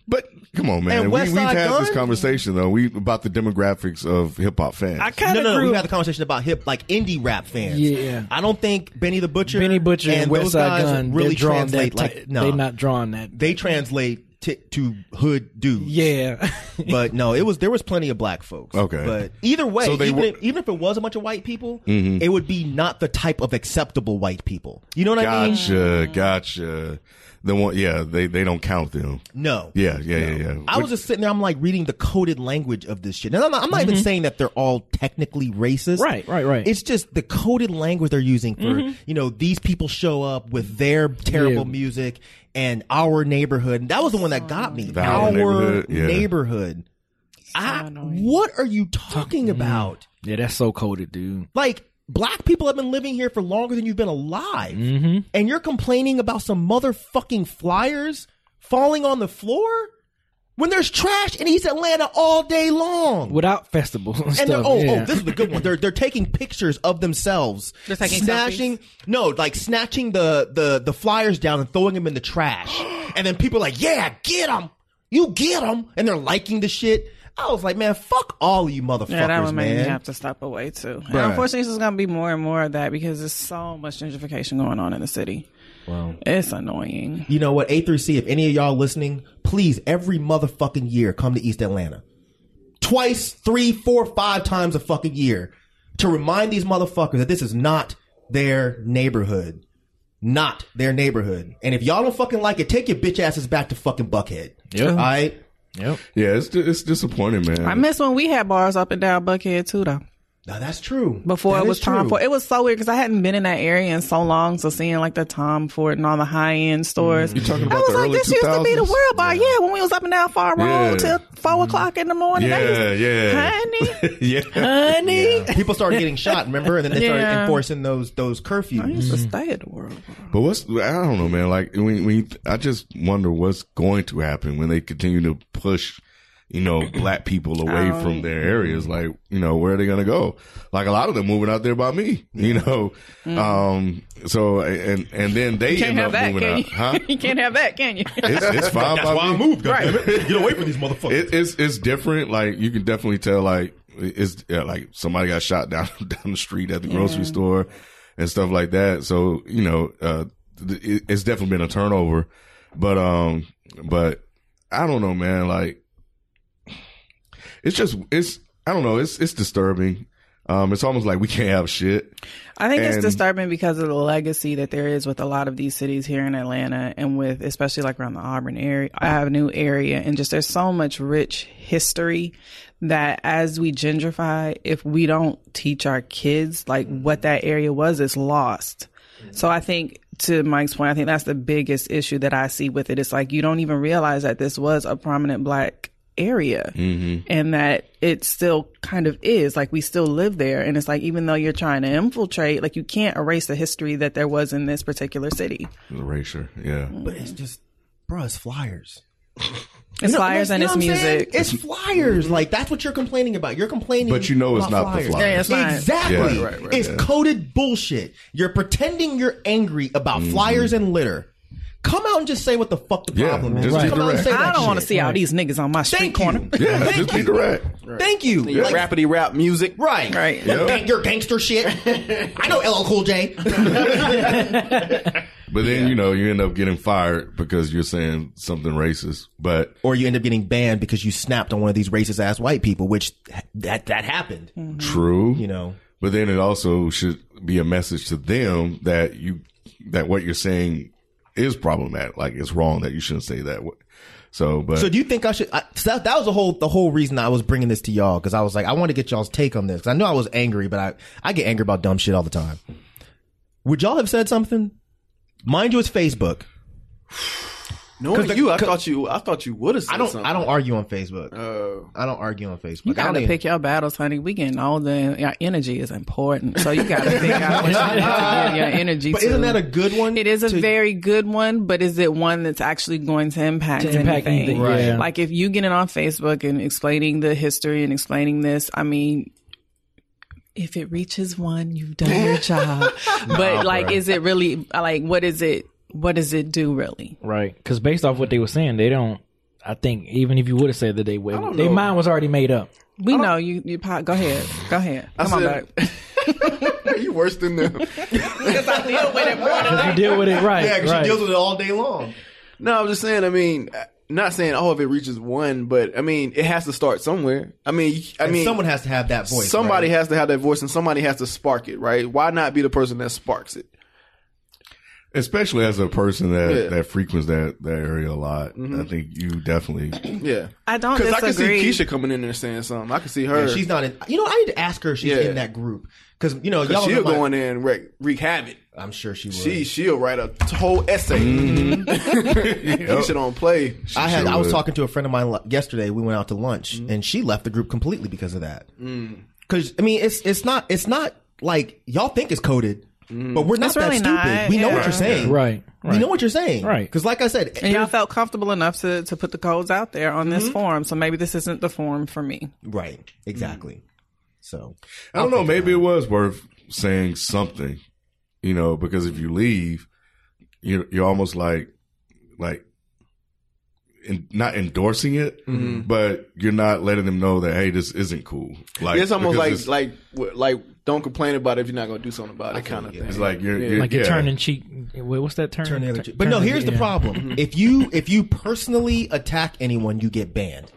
F: But come on, man.
G: And
F: We,
G: West
F: we've
G: Side
F: had
G: Gun?
F: this conversation though. We about the demographics of hip hop fans.
D: I kind
G: no,
D: of
G: no, no,
D: grew.
G: we had the conversation about hip like indie rap fans.
D: Yeah.
G: I don't think Benny the Butcher,
D: Benny Butcher and
G: those
D: West Side
G: guys
D: Gun
G: really
D: they're drawing
G: translate
D: that.
G: like
D: type-
G: no,
D: They not drawing that.
G: they translate t- to hood dudes.
D: Yeah,
G: but no, it was there was plenty of black folks.
F: Okay.
G: but either way,
F: So they
G: even,
F: were- Mm-hmm.
G: if, even if it was a bunch of white people, it would be not the type of acceptable white people. You know what I mean?
F: gotcha, gotcha. The one, yeah, they they don't count them.
G: No.
F: Yeah, yeah, yeah, yeah.
G: I was just sitting there. I'm like reading the coded language of this shit. And I'm not, I'm not even saying that they're all technically racist.
D: Right, right, right.
G: It's just the coded language they're using for you know these people show up with their terrible music and our neighborhood. And that was the one that got me.
F: Our neighborhood, yeah.
G: neighborhood. I, what are you talking about?
D: yeah, that's so coded, dude.
G: Like black people have been living here for longer than you've been alive, and you're complaining about some motherfucking flyers falling on the floor when there's trash in East Atlanta all day long.
D: Without festivals and,
G: and
D: stuff.
G: they're, oh,
D: yeah.
G: oh, this is the good one. They're they're taking pictures of themselves,
A: They're taking
G: snatching no, like snatching the the the flyers down and throwing them in the trash, and then people are like, yeah, get them, you get them, and they're liking the shit. I was like, man, fuck all you motherfuckers,
E: Yeah, that would make
G: man.
E: me have to step away too. And unfortunately, there's going to be more and more of that because there's so much gentrification going on in the city. Wow, it's annoying.
G: You know what? A through C, if any of y'all listening, please every motherfucking year come to East Atlanta. Twice, three, four, five times a fucking year to remind these motherfuckers that this is not their neighborhood. Not their neighborhood. And if y'all don't fucking like it, take your bitch asses back to fucking Buckhead.
D: Yeah.
G: All right?
F: yeah, it's it's disappointing, man.
E: I miss when we had bars up and down Buckhead too, though.
G: Now that's true.
E: Before
G: That
E: it
G: is
E: was Tom
G: true.
E: Ford, it was so weird because I hadn't been in that area in so long. So seeing like the Tom Ford and all the high end
G: Mm.
E: stores,
F: You're talking
E: I
F: about
E: was
F: the
E: like,
F: early
E: this used to be the
F: 2000s?
E: world bar. Yeah, when we was up and down Far Road
F: Yeah. Mm-hmm.
E: till four o'clock in the morning. That
F: Yeah,
E: used-
F: yeah.
E: honey.
F: yeah,
D: honey.
G: People started getting shot, remember? And then they started
E: Yeah.
G: enforcing those those
E: I
G: curfews.
E: used to stay at the world. Bar.
F: but what's I don't know, man. Like when when you, I just wonder what's going to happen when they continue to push. You know, black people away
E: Oh,
F: from their areas. Like, you know, where are they gonna go? Like a lot of them moving out there by me. You know, um. So and and then they
E: Mm-hmm. Can't
F: end
E: have
F: up
E: that,
F: moving
E: can
F: out,
E: you?
F: huh?
E: you can't have that, can you?
F: It's, it's fine by me.
G: goddammit. Get away from these motherfuckers.
F: it, it's it's different. Like you can definitely tell. Like it's yeah, like somebody got shot down down the street at the grocery store and stuff like that. So you know, uh, th- it, it's definitely been a turnover. But um, but I don't know, man. Like it's just it's I don't know. It's it's disturbing. Um, it's almost like we can't have shit.
E: I think it's
F: And-
E: disturbing because of the legacy that there is with a lot of these cities here in Atlanta and with especially like around the Auburn area Avenue area and just there's so much rich history that as we gentrify, if we don't teach our kids like what that area was, it's lost. So I think to Mike's point, I think that's the biggest issue that I see with it. It's like you don't even realize that this was a prominent black area and that it still kind of is like we still live there and it's like even though you're trying to infiltrate like you can't erase the history that there was in this particular city
F: Erasure. Yeah.
G: But it's just, bro, it's flyers.
E: it's flyers
G: You
E: and
G: know
E: it's
G: what I'm saying?
E: music
G: It's flyers. Like that's what you're complaining about. You're complaining,
F: Mm-hmm. But you know it's
G: about
F: not
G: flyers.
F: the flyers. Yeah,
E: it's not.
G: Exactly.
F: Yeah. Right, right, right,
G: it's
F: yeah.
G: coded bullshit. You're pretending you're angry about flyers and litter. Come out and just say what the fuck the
F: Mm-hmm. Yeah,
G: problem is.
F: just be
G: Come out and
F: direct.
G: say
E: i
G: that
E: don't
G: shit.
E: want to see all these niggas on my street
G: Thank
E: corner
G: you.
F: Yeah,
G: Thank
F: just be
G: you.
F: direct.
G: Thank you.
H: Your
G: Like,
H: rapidy rap music.
G: Right.
E: Right.
G: Your,
F: Yeah.
G: gang- your gangster shit. I know LL Cool J.
F: But then you know you end up getting fired because you're saying something racist. But
G: or you end up getting banned because you snapped on one of these racist ass white people, which that that happened.
E: Mm-hmm.
F: true,
G: You know.
F: But then it also should be a message to them that you that what you're saying is problematic. Like it's wrong that you shouldn't say that. So, but
G: So do you think I should? I, so that, that was the whole the whole reason I was bringing this to y'all because I was like I want to get y'all's take on this because I know I was angry, but I I get angry about dumb shit all the time. Would y'all have said something? Mind you, it's Facebook.
H: Knowing
G: the-
H: you, I
G: cause-
H: thought you, I thought you would have said
G: I don't
H: something.
G: I don't argue on Facebook.
H: Uh,
G: I don't argue on Facebook.
E: You
G: I don't
E: gotta
G: even-
E: pick your battles, honey. We getting all the your energy is important, so you gotta figure out what you need to give your energy.
G: But
E: to.
G: isn't that a good one?
E: It is a
G: to-
E: very good one, but is it one that's actually going to impact,
D: To impact
E: anything?
D: anything, Right. yeah.
E: Like if you get it on Facebook and explaining the history and explaining this, I mean, if it reaches one, you've done your job. but like, is it really like what is it? What does it do really?
G: oh,
D: Right. Because based off what they were saying, they don't. I think even if you would have said that they would, their
H: know.
D: mind was already made up.
E: We know you. You po- go ahead. Go ahead.
H: I
E: Come on
H: said-
E: back.
H: you worse than them.
D: If you deal with it right,
G: Yeah, 'cause
D: right.
G: she deals with it all day long.
H: No, I'm just saying. I mean, uh, not saying all of it reaches one, but I mean, it has to start somewhere. I mean, you- I
G: And
H: mean,
G: someone has to have that voice.
H: somebody
G: right?
H: has to have that voice, and somebody has to spark it, right? Why not be the person that sparks it?
F: especially as a person that
H: Yeah.
F: that frequents that that area a lot,
G: Mm-hmm.
F: I think you definitely
H: Yeah,
E: I don't
H: because I can see
E: disagree.
H: Keisha coming in there saying something. I can see her.
G: Yeah, she's not in. You know, I need to ask her if she's
H: Yeah.
G: in that group because you know y'all. know
H: she'll
G: my- Oh,
H: go in there and wreak, wreak havoc.
G: I'm sure she would.
H: She she'll write a t- whole essay.
G: Mm-hmm.
H: Keisha don't play.
G: I had I was
F: would.
G: talking to a friend of mine lo- yesterday. We went out to lunch, and she left the group completely because of that. Because I mean, it's it's not it's not like y'all think it's coded, but we're not
E: It's
G: that
E: really
G: stupid.
E: not,
G: We know what
E: yeah.
G: you're saying,
D: Right,
G: We
D: right.
G: know what you're saying,
D: Right.
G: Because like I said,
E: And y'all felt comfortable enough to, to put the codes out there on this
D: Mm-hmm.
E: forum, so maybe this isn't the forum for me.
G: right, exactly. So
F: I don't know. Maybe it was worth saying something, you know, because if you leave, you're, you're almost like, like, in, not endorsing it,
H: Mm-hmm.
F: but you're not letting them know that hey, this isn't cool. Like
H: It's almost
F: because
H: like
F: it's,
H: like w- like don't complain about it if you're not gonna do something about it kind of thing.
F: it's like you're, you're
D: like
F: yeah.
D: you turn and cheek. Wait, what's that term?
G: turn the other.
D: Tur-
G: cheek. But no,
D: turn
G: here's the
D: yeah.
H: Mm-hmm.
G: problem: if you if you personally attack anyone, you get banned.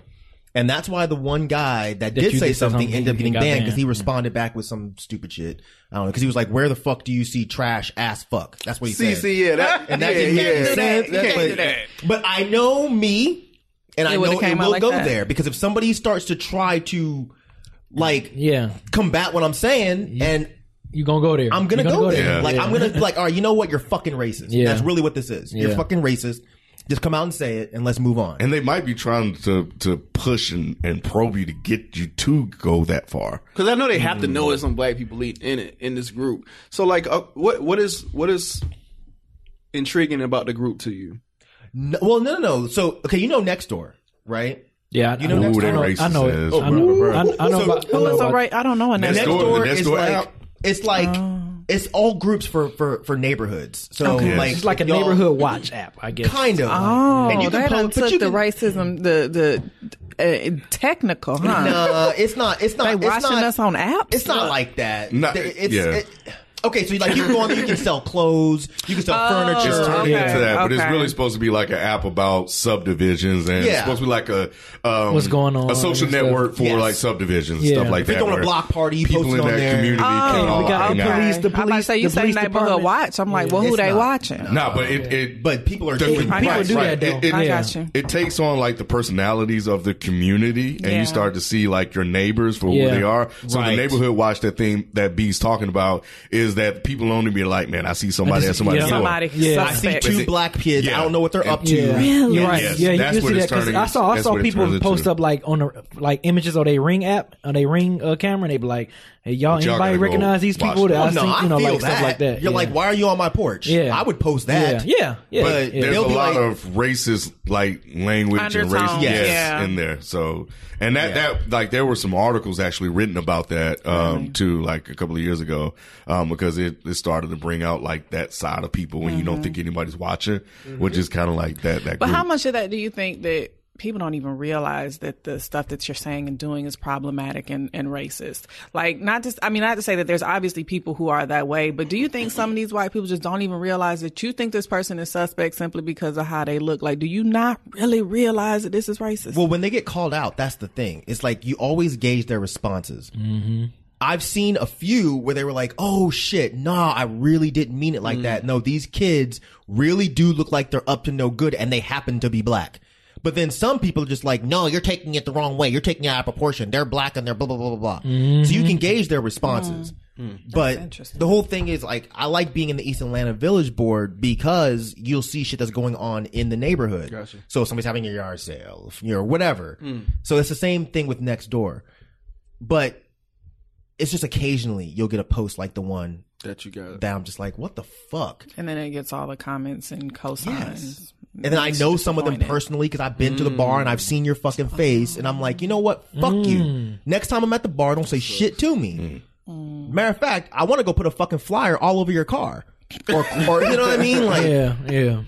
G: And that's why the one guy that,
D: That
G: did
D: you
G: say
D: did say
G: something
D: something,
G: ended up
D: he
G: getting
D: got
G: banned because
D: banned.
G: he responded back with some stupid shit. I don't know because he was like, "Where the fuck do you see trash ass fuck?" That's what he
H: See,
G: said.
H: see, yeah, that,
G: and that
H: yeah,
G: didn't make
H: yeah.
G: any sense.
H: You can't
G: but,
H: do that.
G: but I know me, and I
E: would've
G: know it
E: came out
G: will
E: like
G: go
E: that.
G: there because if somebody starts to try to like
D: Yeah,
G: combat what I'm saying, and
D: you gonna go there.
G: I'm gonna,
D: You
G: go, there. Like
D: Yeah.
G: I'm gonna be like, all right, you know what? You're fucking racist.
D: Yeah.
G: That's really what this is. You're
D: Yeah.
G: fucking racist. Just come out and say it, and let's move on.
F: and they might be trying to to push and, and probe you to get you to go that far.
H: Because I know they have to know
G: Mm.
H: there's some black people lead in it in this group. So like, uh, what what is what is intriguing about the group to you?
G: No- well, no, no, no. So okay, you know next door, right?
D: yeah, I-
G: You know
D: I
G: Ooh,
D: I
G: that
D: know, I know
F: racist
D: it.
F: ass.
D: I know,
F: Ooh.
D: I, I know
G: So-
D: about. Oh, I
G: well,
D: know
E: Well, it's
D: about-
E: all right. I don't know. And
F: Next
G: Next
E: that's-
F: door-
G: door
F: the next
G: is
F: door
G: like
F: app.
G: it's like it's all groups for for for neighborhoods. So
E: Okay.
G: like
D: It's like a
G: y'all-
D: neighborhood watch app, I guess.
G: kind of.
E: Oh,
G: and you
E: they
G: can
E: done
G: post, but
E: took
G: you
E: the
G: can,
E: racism, the the uh, technical, huh?
G: Nah, it's not. It's not.
E: They
G: it's
E: watching
G: not,
E: us on apps?
G: It's not like that.
F: Not-
G: There- it's,
F: yeah.
G: it- okay, so like you go on, there, you can sell clothes, you can sell furniture.
F: It's turning
E: okay,
F: into that, but it's
E: okay.
F: really supposed to be like an app about subdivisions, and it's
G: Yeah.
F: supposed to be like a um,
D: What's going on
F: a social
D: and stuff.
F: network for
G: Yes.
F: like subdivisions and
D: Yeah.
F: stuff like
D: If
F: that.
G: you're throwing a
F: where
G: block party, you
F: people
G: post it
F: in
G: on
F: that
D: there.
F: community can all
D: we got
F: hang
D: the
F: out.
D: police, the
E: I'm about to
D: police,
E: Oh, say you
D: the
E: say
D: police
E: neighborhood
D: department.
E: watch. I'm like, well, who
G: It's
E: they
G: not.
E: watching?
F: No, but it, it
G: But people are
F: the-
G: taking
F: right,
D: People do
F: right.
D: that, though.
F: It, it-
E: I
D: Yeah.
E: got you.
F: it takes on like the personalities of the community, and
E: Yeah.
F: you start to see like your neighbors for who
D: Yeah.
F: they are. So the
G: Right.
F: neighborhood watch that thing that B's talking about is is that people only be like, man, I see somebody
D: just-
F: at somebody's
D: yeah.
F: door.
E: Somebody
D: Yeah.
G: I see
E: suspect.
F: But
G: two
F: it-
G: black kids.
F: yeah.
G: I don't know what they're up to.
D: Yeah, you're right.
F: Yes,
D: yeah, you
F: that's
D: can
F: what
D: see
F: it's
D: that 'cause
F: turning-
D: I saw I
F: that's
D: saw
F: what it turns
D: people
F: into.
D: post up like on the like images of their ring app, or their ring uh, camera, and they be like, "Hey, y'all,
F: But y'all
D: anybody
F: gotta go
D: recognize these
F: watch
D: people
F: them.
D: that
G: Oh,
D: I
G: no,
D: seen?
G: I
D: You know,
G: feel
D: like
G: that.
D: stuff like that.
G: You're
D: Yeah.
G: like, why are you on my porch?
D: Yeah.
G: I would post that.
D: yeah, yeah, yeah.
G: But
D: yeah.
F: There's
G: They'll
F: a
G: be
F: lot
G: like-
F: of racist like language
E: Undertones,
F: and racist yes,
E: yeah.
F: in there. So and that that like there were some articles actually written about that um too like a couple of years ago um because it, it started to bring out like that side of people when you don't think anybody's watching,
G: Mm-hmm.
F: which is kind of like that that.
E: Mm-hmm. But
F: group.
E: how much of that do you think that people don't even realize that the stuff that you're saying and doing is problematic and, and racist? Like, not just, I mean, not to say that there's obviously people who are that way, but do you think some of these white people just don't even realize that you think this person is suspect simply because of how they look? Like, do you not really realize that this is racist?
G: Well, when they get called out, that's the thing. It's like you always gauge their responses. Mm-hmm. I've seen a few where they were like, "Oh shit, nah, I really didn't mean it like that." No, these kids really do look like they're up to no good, and they happen to be black. But then some people are just like, "No, you're taking it the wrong way. You're taking it out of proportion. They're black and they're blah blah blah blah blah." So you can gauge their responses. But the whole thing is like, I like being in the East Atlanta Village Board because you'll see shit that's going on in the neighborhood. So if somebody's having a yard sale, if you're whatever. So it's the same thing with next door, but it's just occasionally you'll get a post like the one
H: that you got.
G: that I'm just like, what the fuck.
E: and then it gets all the comments and cosigns.
G: And then I know some of them personally because I've been to the bar and I've seen your fucking face, and I'm like, you know what? Fuck you. Next time I'm at the bar, don't say shit to
F: Mm.
G: me. Matter of fact, I want to go put a fucking flyer all over your car, or, or you know what I mean, like
D: yeah, yeah.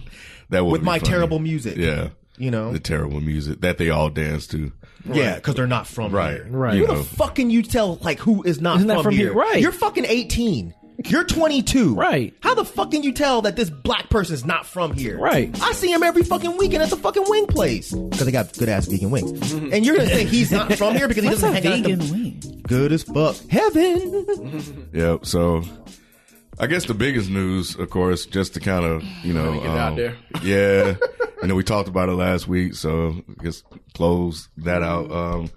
F: that would
G: with
F: be
G: my
F: funny.
G: terrible music.
F: yeah
G: you know,
F: the terrible music that they all dance to
G: yeah, because they're not from
F: right
G: here.
D: Right.
F: you
G: Who
F: know.
G: the fuck can you tell like who is not,
D: Isn't that
G: from,
D: from
G: here?
D: here? Right.
G: You're fucking 18. You're 22.
D: Right.
G: How the fuck can you tell that this black person's not from here?
D: Right.
G: I see him every fucking weekend at the fucking wing place because they got good ass vegan wings. And you're gonna say he's not from here because he doesn't hang out at the- good as fuck heaven.
F: Yep. So, I guess the biggest news, of course, just to kind of you know um,
H: Get it out there.
F: Yeah, I know we talked about it last week, so I guess close that out.
H: Mm-hmm.
F: Um,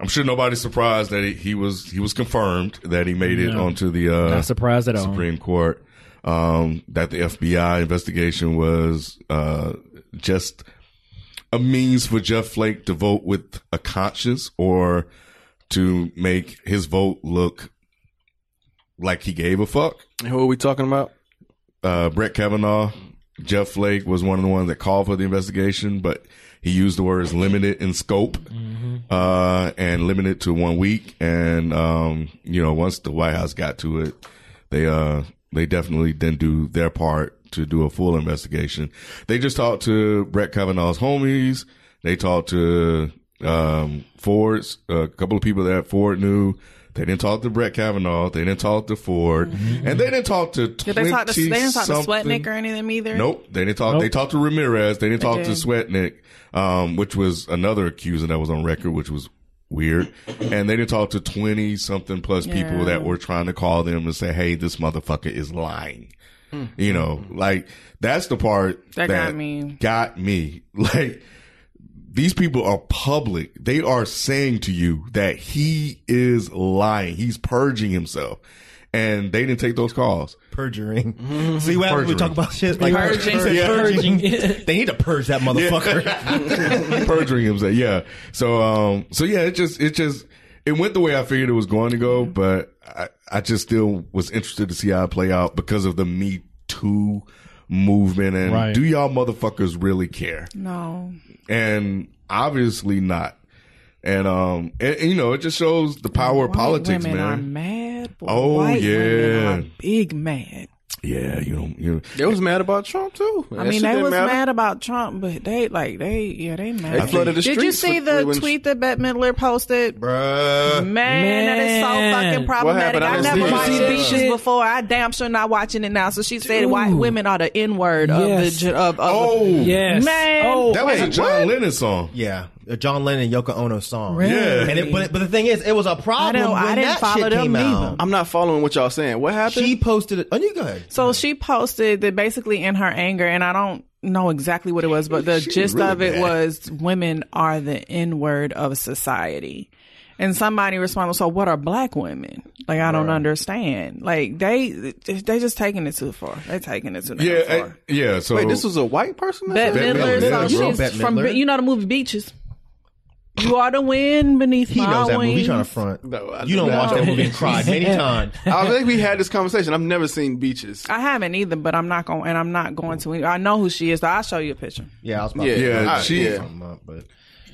F: I'm sure nobody's surprised that he, he was he was confirmed that he made it onto the uh,
D: Not surprised at all.
F: Supreme Court. Um, that the FBI investigation was uh, just a means for Jeff Flake to vote with a conscience or to make his vote look like he gave a fuck.
H: And who are we talking about?
F: Uh, Brett Kavanaugh, Jeff Flake was one of the ones that called for the investigation, but he used the words limited in scope uh, and limited to one week. And um, you know, once the White House got to it, they uh they definitely didn't do their part to do a full investigation. They just talked to Brett Kavanaugh's homies. They talked to um, Ford's a couple of people that Ford knew. They didn't talk to Brett Kavanaugh. They didn't talk to Ford, and they didn't talk to.
E: Mm-hmm. Did they talk to, they didn't talk to
F: 20-something
E: Sweatnick or any of them either?
F: Nope, they didn't talk. They talked to Ramirez. They didn't talk to Sweatnick, um, which was another accuser that was on record, which was weird. And they didn't talk to twenty something plus people that were trying to call them and say, "Hey, this motherfucker is lying." You know, like that's the part
E: That got me.
F: Got me. Like these people are public. They are saying to you that he is lying. He's purging himself, and they didn't take those calls.
G: Perjuring. See what happens when we
F: Perjuring.
G: talk about shit like
E: Purging.
G: Said
F: Yeah.
G: purging. they need to purge that motherfucker.
F: perjuring himself. Yeah. So um so yeah, it just it just it went the way I figured it was going to go, but I, I just still was interested to see how it play out because of the Me Too movement and
D: Right.
F: do y'all motherfuckers really care?
E: No.
F: And obviously not. And um and, and, you know, it just shows the power of
E: White
F: politics,
E: women Are
F: man.
E: mad. Boy,
F: Oh,
E: White Women
F: yeah.
E: are big mad.
F: Yeah, you don't you
H: They was mad about Trump too.
E: I
H: That
E: mean,
H: shit
E: they
H: didn't
E: was
H: matter.
E: mad about Trump, but they like they yeah they mad.
H: They flooded the
E: Did you
H: streets
E: see
H: with-
E: the
H: when she-
E: tweet that Bette Midler posted?
F: Bruh.
E: Man, that is so
D: Man.
E: fucking
H: happened?
E: problematic.
H: I
E: I,
H: didn't see
E: never
H: that.
E: watched
H: You see that
E: speeches
D: shit?
E: before. I damn sure not watching it now. So she said white women are the N word
D: Yes.
E: of the of, of
F: Oh
D: Yes.
E: Man.
D: Oh,
F: that was a
D: wait.
F: John Lennon song.
G: Yeah, a John Lennon and Yoko Ono song.
E: Really?
F: Yeah.
G: And it, but it- but the thing is, it was a problem
E: I know,
G: when
E: I didn't
G: that
E: follow
G: shit
E: them
G: came
E: neither.
G: out.
H: I'm not following what y'all saying. What happened?
G: She posted it. Oh, you go ahead.
E: So she posted that basically in her anger, and I don't know exactly what it was, but the gist of it was women are the N word of society. And somebody responded, "So what are black women? Like I don't understand. Like they they just taking it too far. They taking it too damn
F: Yeah,
E: far."
F: eh, yeah. So
H: Wait, this was a white person. that
E: Bette
H: said that?
E: Midler,
F: Midler,
E: so
F: bro.
E: she's
G: Bette
E: from
G: Midler.
E: you know the movie Beaches. You are the wind beneath
G: He
E: my
G: knows that
E: wings.
G: movie. He trying to front.
H: No, I
G: you don't
H: don't
G: watch that
H: know.
G: movie and cry many times.
H: I think we had this conversation. I've never seen beaches.
E: I haven't either, but I'm not going, and I'm not going to. I know who she is. So I'll show you a picture.
G: Yeah, I was about
H: Yeah,
G: to
F: yeah,
G: I-
F: she-
G: something up, but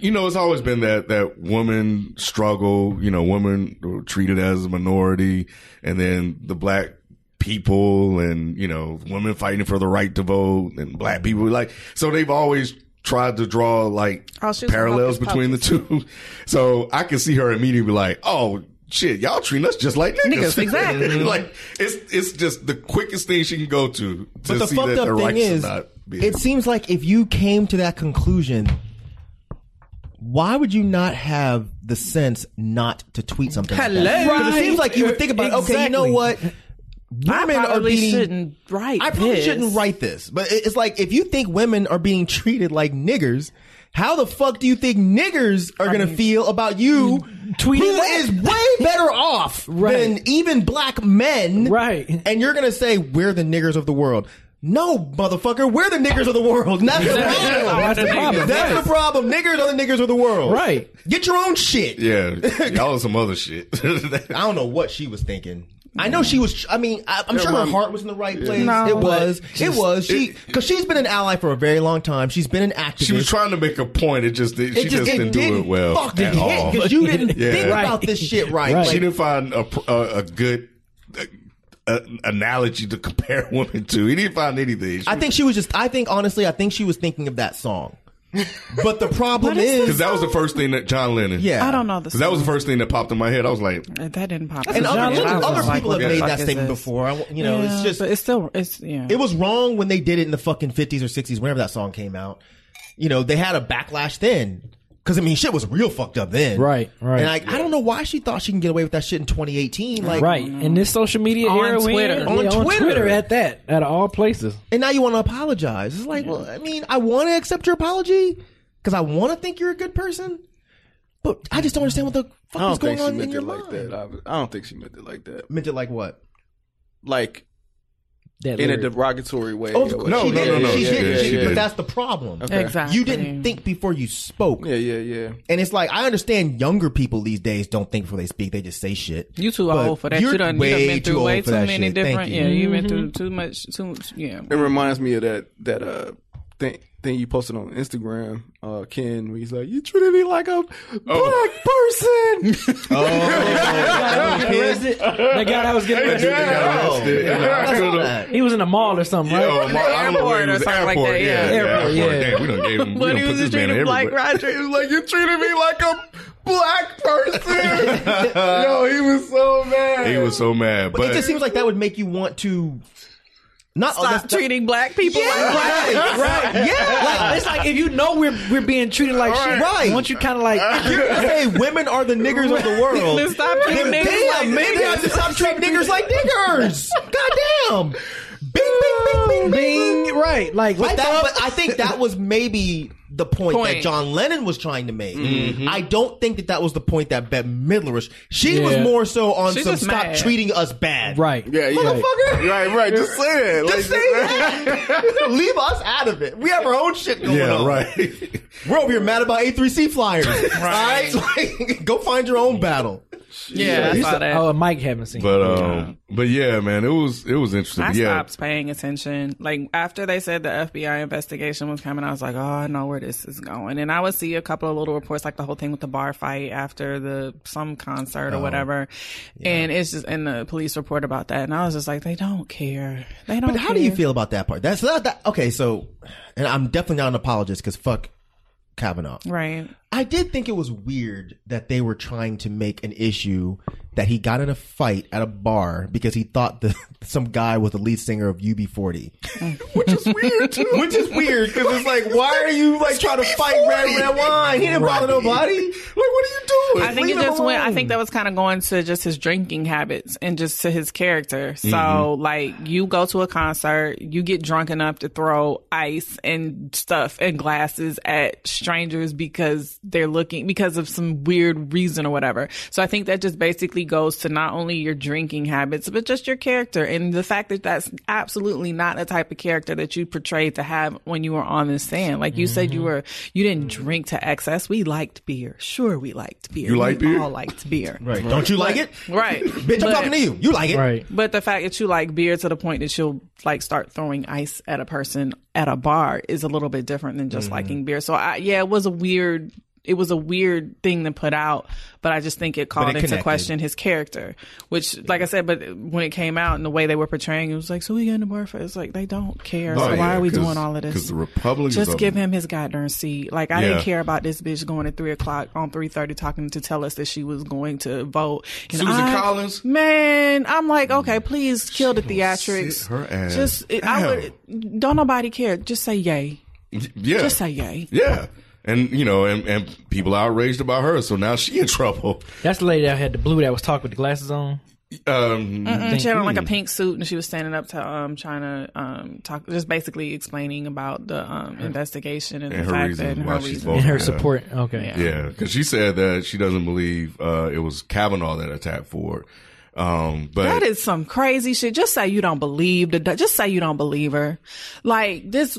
F: you know, it's always been that that woman struggle. You know, women were treated as a minority, and then the black people, and you know, women fighting for the right to vote, and black people like so they've always tried to draw like
E: Oh, she was in
F: parallels
E: Hocus
F: between the two. So I can see her immediately be like, oh. Shit, y'all treating us just like niggas.
E: Niggas, exactly.
F: like it's it's just the quickest thing she can go to to
G: but the
F: see
G: fucked
F: that
G: up
F: their
G: thing
F: rights are
G: is,
F: not being-
G: it seems like if you came to that conclusion, why would you not have the sense not to tweet something? like that?
E: Hello.
G: 'Cause It seems like you would think about, it, okay, you know
D: Exactly.
G: what? Women
E: I
G: are
E: probably
G: being
E: shouldn't write.
G: I probably
E: this.
G: shouldn't write this, but it- it's like if you think women are being treated like niggers, how the fuck do you think niggers are gonna feel about you?
D: tweeted
G: who
D: that.
G: is way better off
D: Right.
G: than even black men,
D: Right.
G: And you're gonna say we're the niggers of the world. No, motherfucker, we're the niggers of the world. Not the problem.
D: Oh, That's the problem.
G: That's the problem. Niggers are the niggers of the world.
D: Right.
G: Get your own shit.
F: yeah, y'all are some other shit.
G: I don't know what she was thinking. I know she was. I mean, I, I'm sure her
H: mom-
G: heart was in the right place.
E: No.
G: it was. it was. She
F: it-
G: because she's been an ally for a very long time. She's been an activist.
F: She was trying to make a point. It just it, she just, didn't do it well
G: Fucking
F: at all.
G: because you didn't
F: Yeah.
G: think
F: Right.
G: about this shit right.
D: Right.
F: she
G: Like,
F: didn't find a pr- a, a good uh, uh, analogy to compare women to. He didn't find anything.
G: I think she was just. I think honestly, I think she was thinking of that song. But the problem
E: What is
G: is,
F: because that was the first thing that John Lennon.
G: yeah,
E: I don't know the.
F: 'Cause that was the first thing that popped in my head. I was like,
E: That didn't pop.
G: And
E: up.
G: other,
D: John Lennon
G: other
D: song.
G: people have
F: Like,
G: made that
F: what the
E: fuck is
G: statement
E: this?
G: before. I, you know,
E: Yeah,
G: it's just
E: but it's still. It's yeah.
G: it was wrong when they did it in the fucking 50s or 60s whenever that song came out you know they had a backlash then because i mean shit was real fucked up then
D: Right, right.
G: and like i don't know why she thought she can get away with that shit in 2018 like
D: Right. In this social media
E: On
D: era, we in-
E: Twitter.
D: yeah,
G: On
D: on
G: Twitter.
D: Twitter at that, at all places.
G: and now you want to apologize it's like well i mean i want to accept your apology because i want to think you're a good person but i just don't understand what the
H: I
G: fuck is going
H: don't think she
G: on in
H: meant
G: your
H: it like
G: mind
H: that. I, I don't think she meant it like that.
G: meant it like what
H: Like
D: That
H: in a
D: lyric.
H: derogatory way.
G: oh
H: or
G: no no
F: she
H: whatever.
G: no
F: did.
G: no
F: She
G: she
F: did.
G: did,
F: She
G: but
F: did.
G: that's the problem
E: Exactly.
G: you didn't think before you spoke
H: Yeah, yeah, yeah.
G: And it's like I understand younger people these days don't think before they speak; they just say shit.
E: You too
G: But
E: old for that.
G: you're
E: You done, you done
G: way
E: been
G: too
E: through
G: old
E: way
G: for
E: too
G: that
E: many
G: shit. Thank
E: different.
G: you. Mm-hmm.
E: Yeah, you been through too much. Too much. Yeah.
H: It reminds me of that that uh thing thing you posted on Instagram, uh Ken, where he's like, You treated me like a black person.
G: Oh,
D: Arrested. That guy that was getting arrested.
F: They got arrested. I could've-
D: He was in a mall or something,
F: Yeah,
D: right?
F: oh, my- I don't know where he
E: Airport or
F: was.
E: something like
F: Airport,
E: that,
F: yeah,
E: yeah.
F: yeah, airport.
D: Airport, yeah.
F: Damn, we don't gave him. we
E: But
F: done
E: he
F: put
E: was
F: this
E: just
F: man
E: treated
F: in
E: like
F: everywhere.
E: Roger. He was like,
H: you treated me like a black person.
G: Oh,
H: Yo, he was so mad.
F: He was so mad, but,
G: But, it just seems like that would make you want to not
E: Stop
G: that's-
E: treating black people like black.
G: right, right, yeah.
D: Like, it's like if you know we're we're being treated like shit,
G: Right.
D: Once you kind of like,
G: If you're gonna say women are the niggers of the world.
E: Let's stop treating
G: then
E: niggas
G: damn,
E: like
G: maybe I
E: niggas.
G: have to stop treating niggers like niggers. Goddamn. Bing, bing, bing, bing, bing.
D: right, like
G: But,
D: lights
G: that,
D: up.
G: but I think that was maybe the point, that
E: Point.
G: John Lennon was trying to make. I don't think that that was the point that Bette Midler was. She was
D: Yeah.
G: more so on
E: She's
G: some
E: just
G: stop
E: mad.
G: treating us bad.
D: right,
H: yeah, yeah.
G: Motherfucker.
H: Right, right. Just say that.
G: Just say that. Leave us out of it. We have our own shit going
F: yeah,
G: on.
F: right.
G: We're over here mad about A3C flyers. right. Like, go find your own battle.
E: Yeah, I saw that.
D: Oh, and Mike haven't seen.
F: But um, but yeah, man, it was it was interesting.
E: I
F: yeah,
E: stopped paying attention. Like after they said the FBI investigation was coming, I was like, oh, I know where this is going. And I would see a couple of little reports, like the whole thing with the bar fight after the some
G: Oh.
E: concert or whatever. And it's just in the police report about that. And I was just like, they don't care. They don't.
G: But how do you
E: care.
G: feel about that part? That's not that. Okay, so, and I'm definitely not an apologist because fuck Kavanaugh.
E: Right.
G: I did think it was weird that they were trying to make an issue that he got in a fight at a bar because he thought that some guy was the lead singer of UB40, which is weird too. Which is weird because it's like, why are you like trying to fight Red Red Wine? He didn't bother nobody. Like, what are you
E: I think it
C: Leave him
E: just went. I
C: alone.
E: think that was kind of going to just his drinking habits and just to his character. So like, you go to a concert, you get drunk enough to throw ice and stuff and glasses at strangers because they're looking because of some weird reason or whatever. So I think that just basically goes to not only your drinking habits but just your character and the fact that that's absolutely not the type of character that you portrayed to have when you were on the stand. Like you said,
G: Mm-hmm.
E: you were you didn't drink to excess. We liked beer. Sure, we liked beer.
F: You like
E: We
F: beer?
E: All liked beer.
G: Right. Don't you like it?
E: Right.
G: Bitch, I'm
E: But-
G: talking to you. You like it.
D: Right.
E: But the fact that you like beer to the point that you'll like start throwing ice at a person at a bar is a little bit different than just liking beer. So I, yeah, it was a weird, it was a weird thing to put out, but I just think it called
G: it
E: into
G: connected.
E: question his character, which like I said, but when it came out and the way they were portraying, it it was like, so we got in the bar for it's like they don't
F: Oh,
E: care. so why are we doing all of
F: Because
E: this?
F: the Republicans
E: Just
F: are-
E: give him his goddamn seat. Like I
F: Yeah.
E: didn't care about this bitch going at three o'clock on three thirty talking to tell us that she was going to vote. And
F: Susan
E: I-
F: Collins? Mm.
E: man, I'm like, okay, please kill the
F: sit
E: theatrics.
F: her ass
E: Just, it, I
F: down.
E: would, don't nobody care. Just say yay.
F: Yeah.
E: Just say yay.
F: yeah. And you know, and, and people are outraged about her, so now she in trouble.
D: That's the lady that had the blue that was talking with the glasses on.
F: Um,
E: And she had on like a pink suit, and she was standing up to um trying to um talk, just basically explaining about the um investigation and,
F: And
E: the
F: her
E: fact
F: reasons
E: that and
F: why
E: her
F: she's
E: reasons.
J: Oh,
F: voting.
D: And her
F: Yeah.
D: support. Okay.
F: Yeah, because she said that she doesn't believe uh, it was Kavanaugh that attacked Ford. Um, but
E: That is some crazy shit. Just say you don't believe the. Just say you don't believe her. Like this.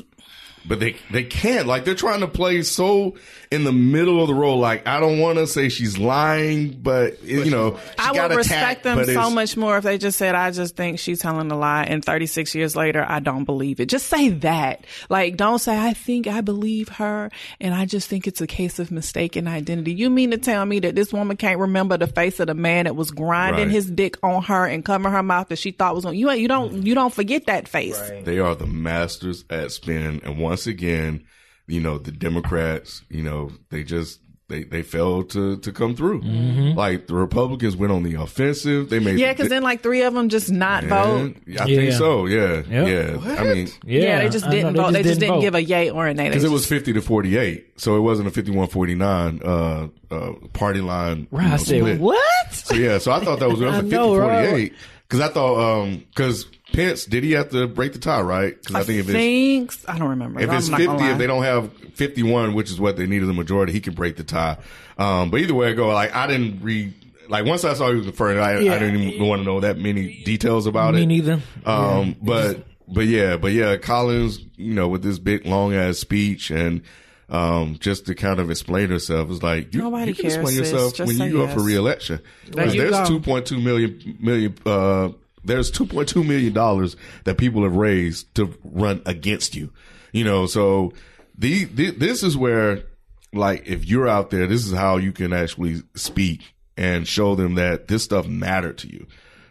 F: but they they can't like they're trying to play so in the middle of the role. Like I don't want to say she's lying, but you know she
E: I
F: got
E: would
F: attacked,
E: respect them
F: but
E: so
F: it's-
E: much more if they just said, "I just think she's telling a lie," and 36 years later, I don't believe it. Just say that. Like, don't say, "I think I believe her," and I just think it's a case of mistaken identity. You mean to tell me that this woman can't remember the face of the man that was grinding
F: Right.
E: his dick on her and covering her mouth that she thought was on you? ain't- You don't. You don't forget that face.
F: They are the masters at spin, and once again, you know the Democrats. You know they just they they failed to to come through.
D: Mm-hmm.
F: Like the Republicans went on the offensive. They made
E: Yeah, because then like three of them just not vote.
F: I think
D: Yeah.
F: so. Yeah, yeah. I mean,
D: Yeah.
E: Yeah, they just
D: I know,
E: didn't vote. They just didn't
D: vote.
E: give a yay or a nay. They
F: Because it
E: just-
F: was 50 to 48. So it wasn't a 51 49 uh, uh, party line. you
D: Right, I
F: know,
D: said
F: split.
D: what?
F: So, yeah, so I thought that was, that was a 50
D: know, right?
F: 48. Because I thought, because Pence, did he have to break the tie, right? Because I think if it's.
E: Thanks. I don't remember.
F: If
E: I'm
F: it's
E: not gonna
F: 50, if
E: lie.
F: they don't have 51, which is what they need as a majority, he can break the tie. Um, but either way I go, like, I didn't read, like, once I saw he was the first, I, I
E: Yeah.
F: didn't even want to know that many details about
D: Me
F: it.
D: neither.
F: Um, but but yeah, but yeah, Collins, you know, with this big long ass speech and um, just to kind of explain herself, it's like you,
E: Nobody
F: you can
E: cares,
F: explain
E: sis.
F: yourself
E: Just
F: when
E: say
F: you go up for
E: yes.
F: reelection.
E: There
F: Because
E: you
F: there's
E: go.
F: two point two million million uh, there's two point two million dollars that people have raised to run against you. You know, so the, the this is where like if you're out there, this is how you can actually speak and show them that this stuff mattered to you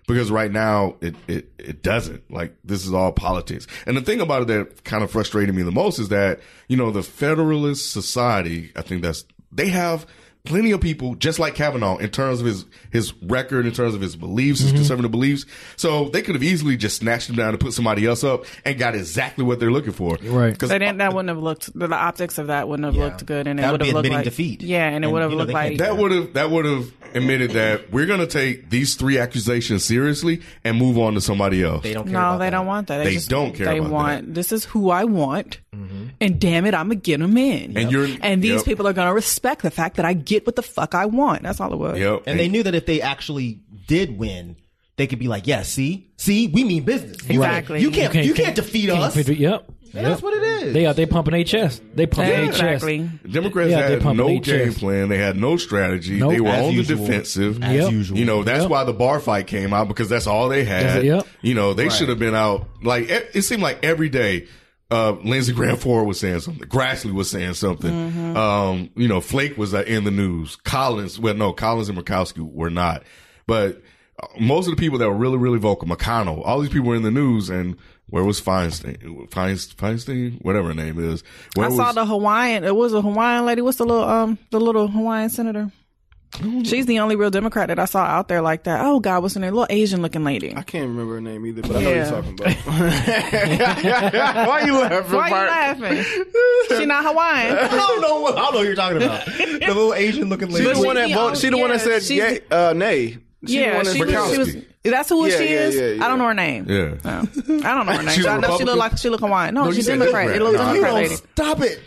F: because right now it, it it doesn't like this is all politics and the thing about it that kind of frustrated me the most is that you know the federalist society i think that's they have plenty of people just like kavanaugh in terms of his his record in terms of his beliefs his conservative beliefs so they could have easily just snatched him down and put somebody else up and got exactly what they're looking for
D: Right.
F: because
E: They didn't. That wouldn't have looked. The optics of that wouldn't have looked good, and it
G: That
E: would
G: would
E: have
G: be
E: looked
G: admitting
E: like
G: defeat.
E: Yeah, and it
G: And,
E: would have
G: you know,
E: looked
G: they can't
E: like
G: do
F: that would have that would have admitted that we're going to take these three accusations seriously and move on to somebody else
G: They don't care.
E: no,
G: about
E: they
G: that.
E: don't want that. They,
F: They
E: just,
F: don't care
E: They
F: about
E: want this is who I want,
G: Mm-hmm.
E: and damn it, I'm gonna get them in.
F: And you're-
E: and these
F: yep.
E: people are gonna respect the fact that I get what the fuck I want. That's all it was.
F: yep
G: And they knew that if they actually did win, they could be like, "Yeah, see, see, we mean business. You can't-
E: Exactly.
G: You can't, you can't, defeat
D: can't
G: us.
D: defeat- Yep.
G: That's what it is.
D: They out there pumping their chest. They pumping their chest.
E: Exactly.
F: Democrats
D: Mm-hmm. Yeah, they
F: had
D: pumping
F: no
D: their
F: game
D: chest.
F: plan. They had no strategy.
D: Nope.
F: They were
G: As
F: on
G: usual.
F: the defensive.
G: As Yep. usual.
F: You know, that's
D: Yep.
F: why the bar fight came out because that's all they
D: That's
F: had.
D: it, yep.
F: You know, they should have been out. Like, e, it, it seemed like every day, uh, Lindsey Graham Ford was saying something. Grassley was saying something.
D: Mm-hmm.
F: Um, you know, Flake was uh, in the news. Collins, well, no, Collins and Murkowski were not. But uh, most of the people that were really, really vocal, McConnell, all these people were in the news and where was Feinstein? Feinst- Feinstein? Whatever her name is. Where
E: I
F: was,
E: saw the Hawaiian. It was a Hawaiian lady. What's the little um the little Hawaiian senator? She's the only real Democrat that I saw out there like that. Oh God, what's her name? Little Asian looking lady.
H: I can't remember her name either, but I know
E: Yeah.
H: what you're talking about. Why you laughing,
E: Why are you
H: Mark?
E: laughing? She not Hawaiian.
G: I don't know what I don't know what you're talking about. The little Asian looking
H: She
G: lady.
H: the one that
E: the
H: voted.
E: only-
H: She the one that
E: yeah,
H: said
E: she's
H: yay, uh, nay. She the
E: yeah,
H: one
E: she
H: that-
E: was, she was. That's who
H: Yeah,
E: she
H: yeah,
E: is.
H: yeah, yeah.
E: I don't know her name.
F: Yeah.
E: No. I don't know her name.
F: She's a
E: I know she
F: Republican?
E: look like she look Hawaiian. No, she's
F: said
E: Democrat.
F: Democrat.
E: It looks
F: No, I
E: Democrat
F: don't-
E: lady.
G: Stop it.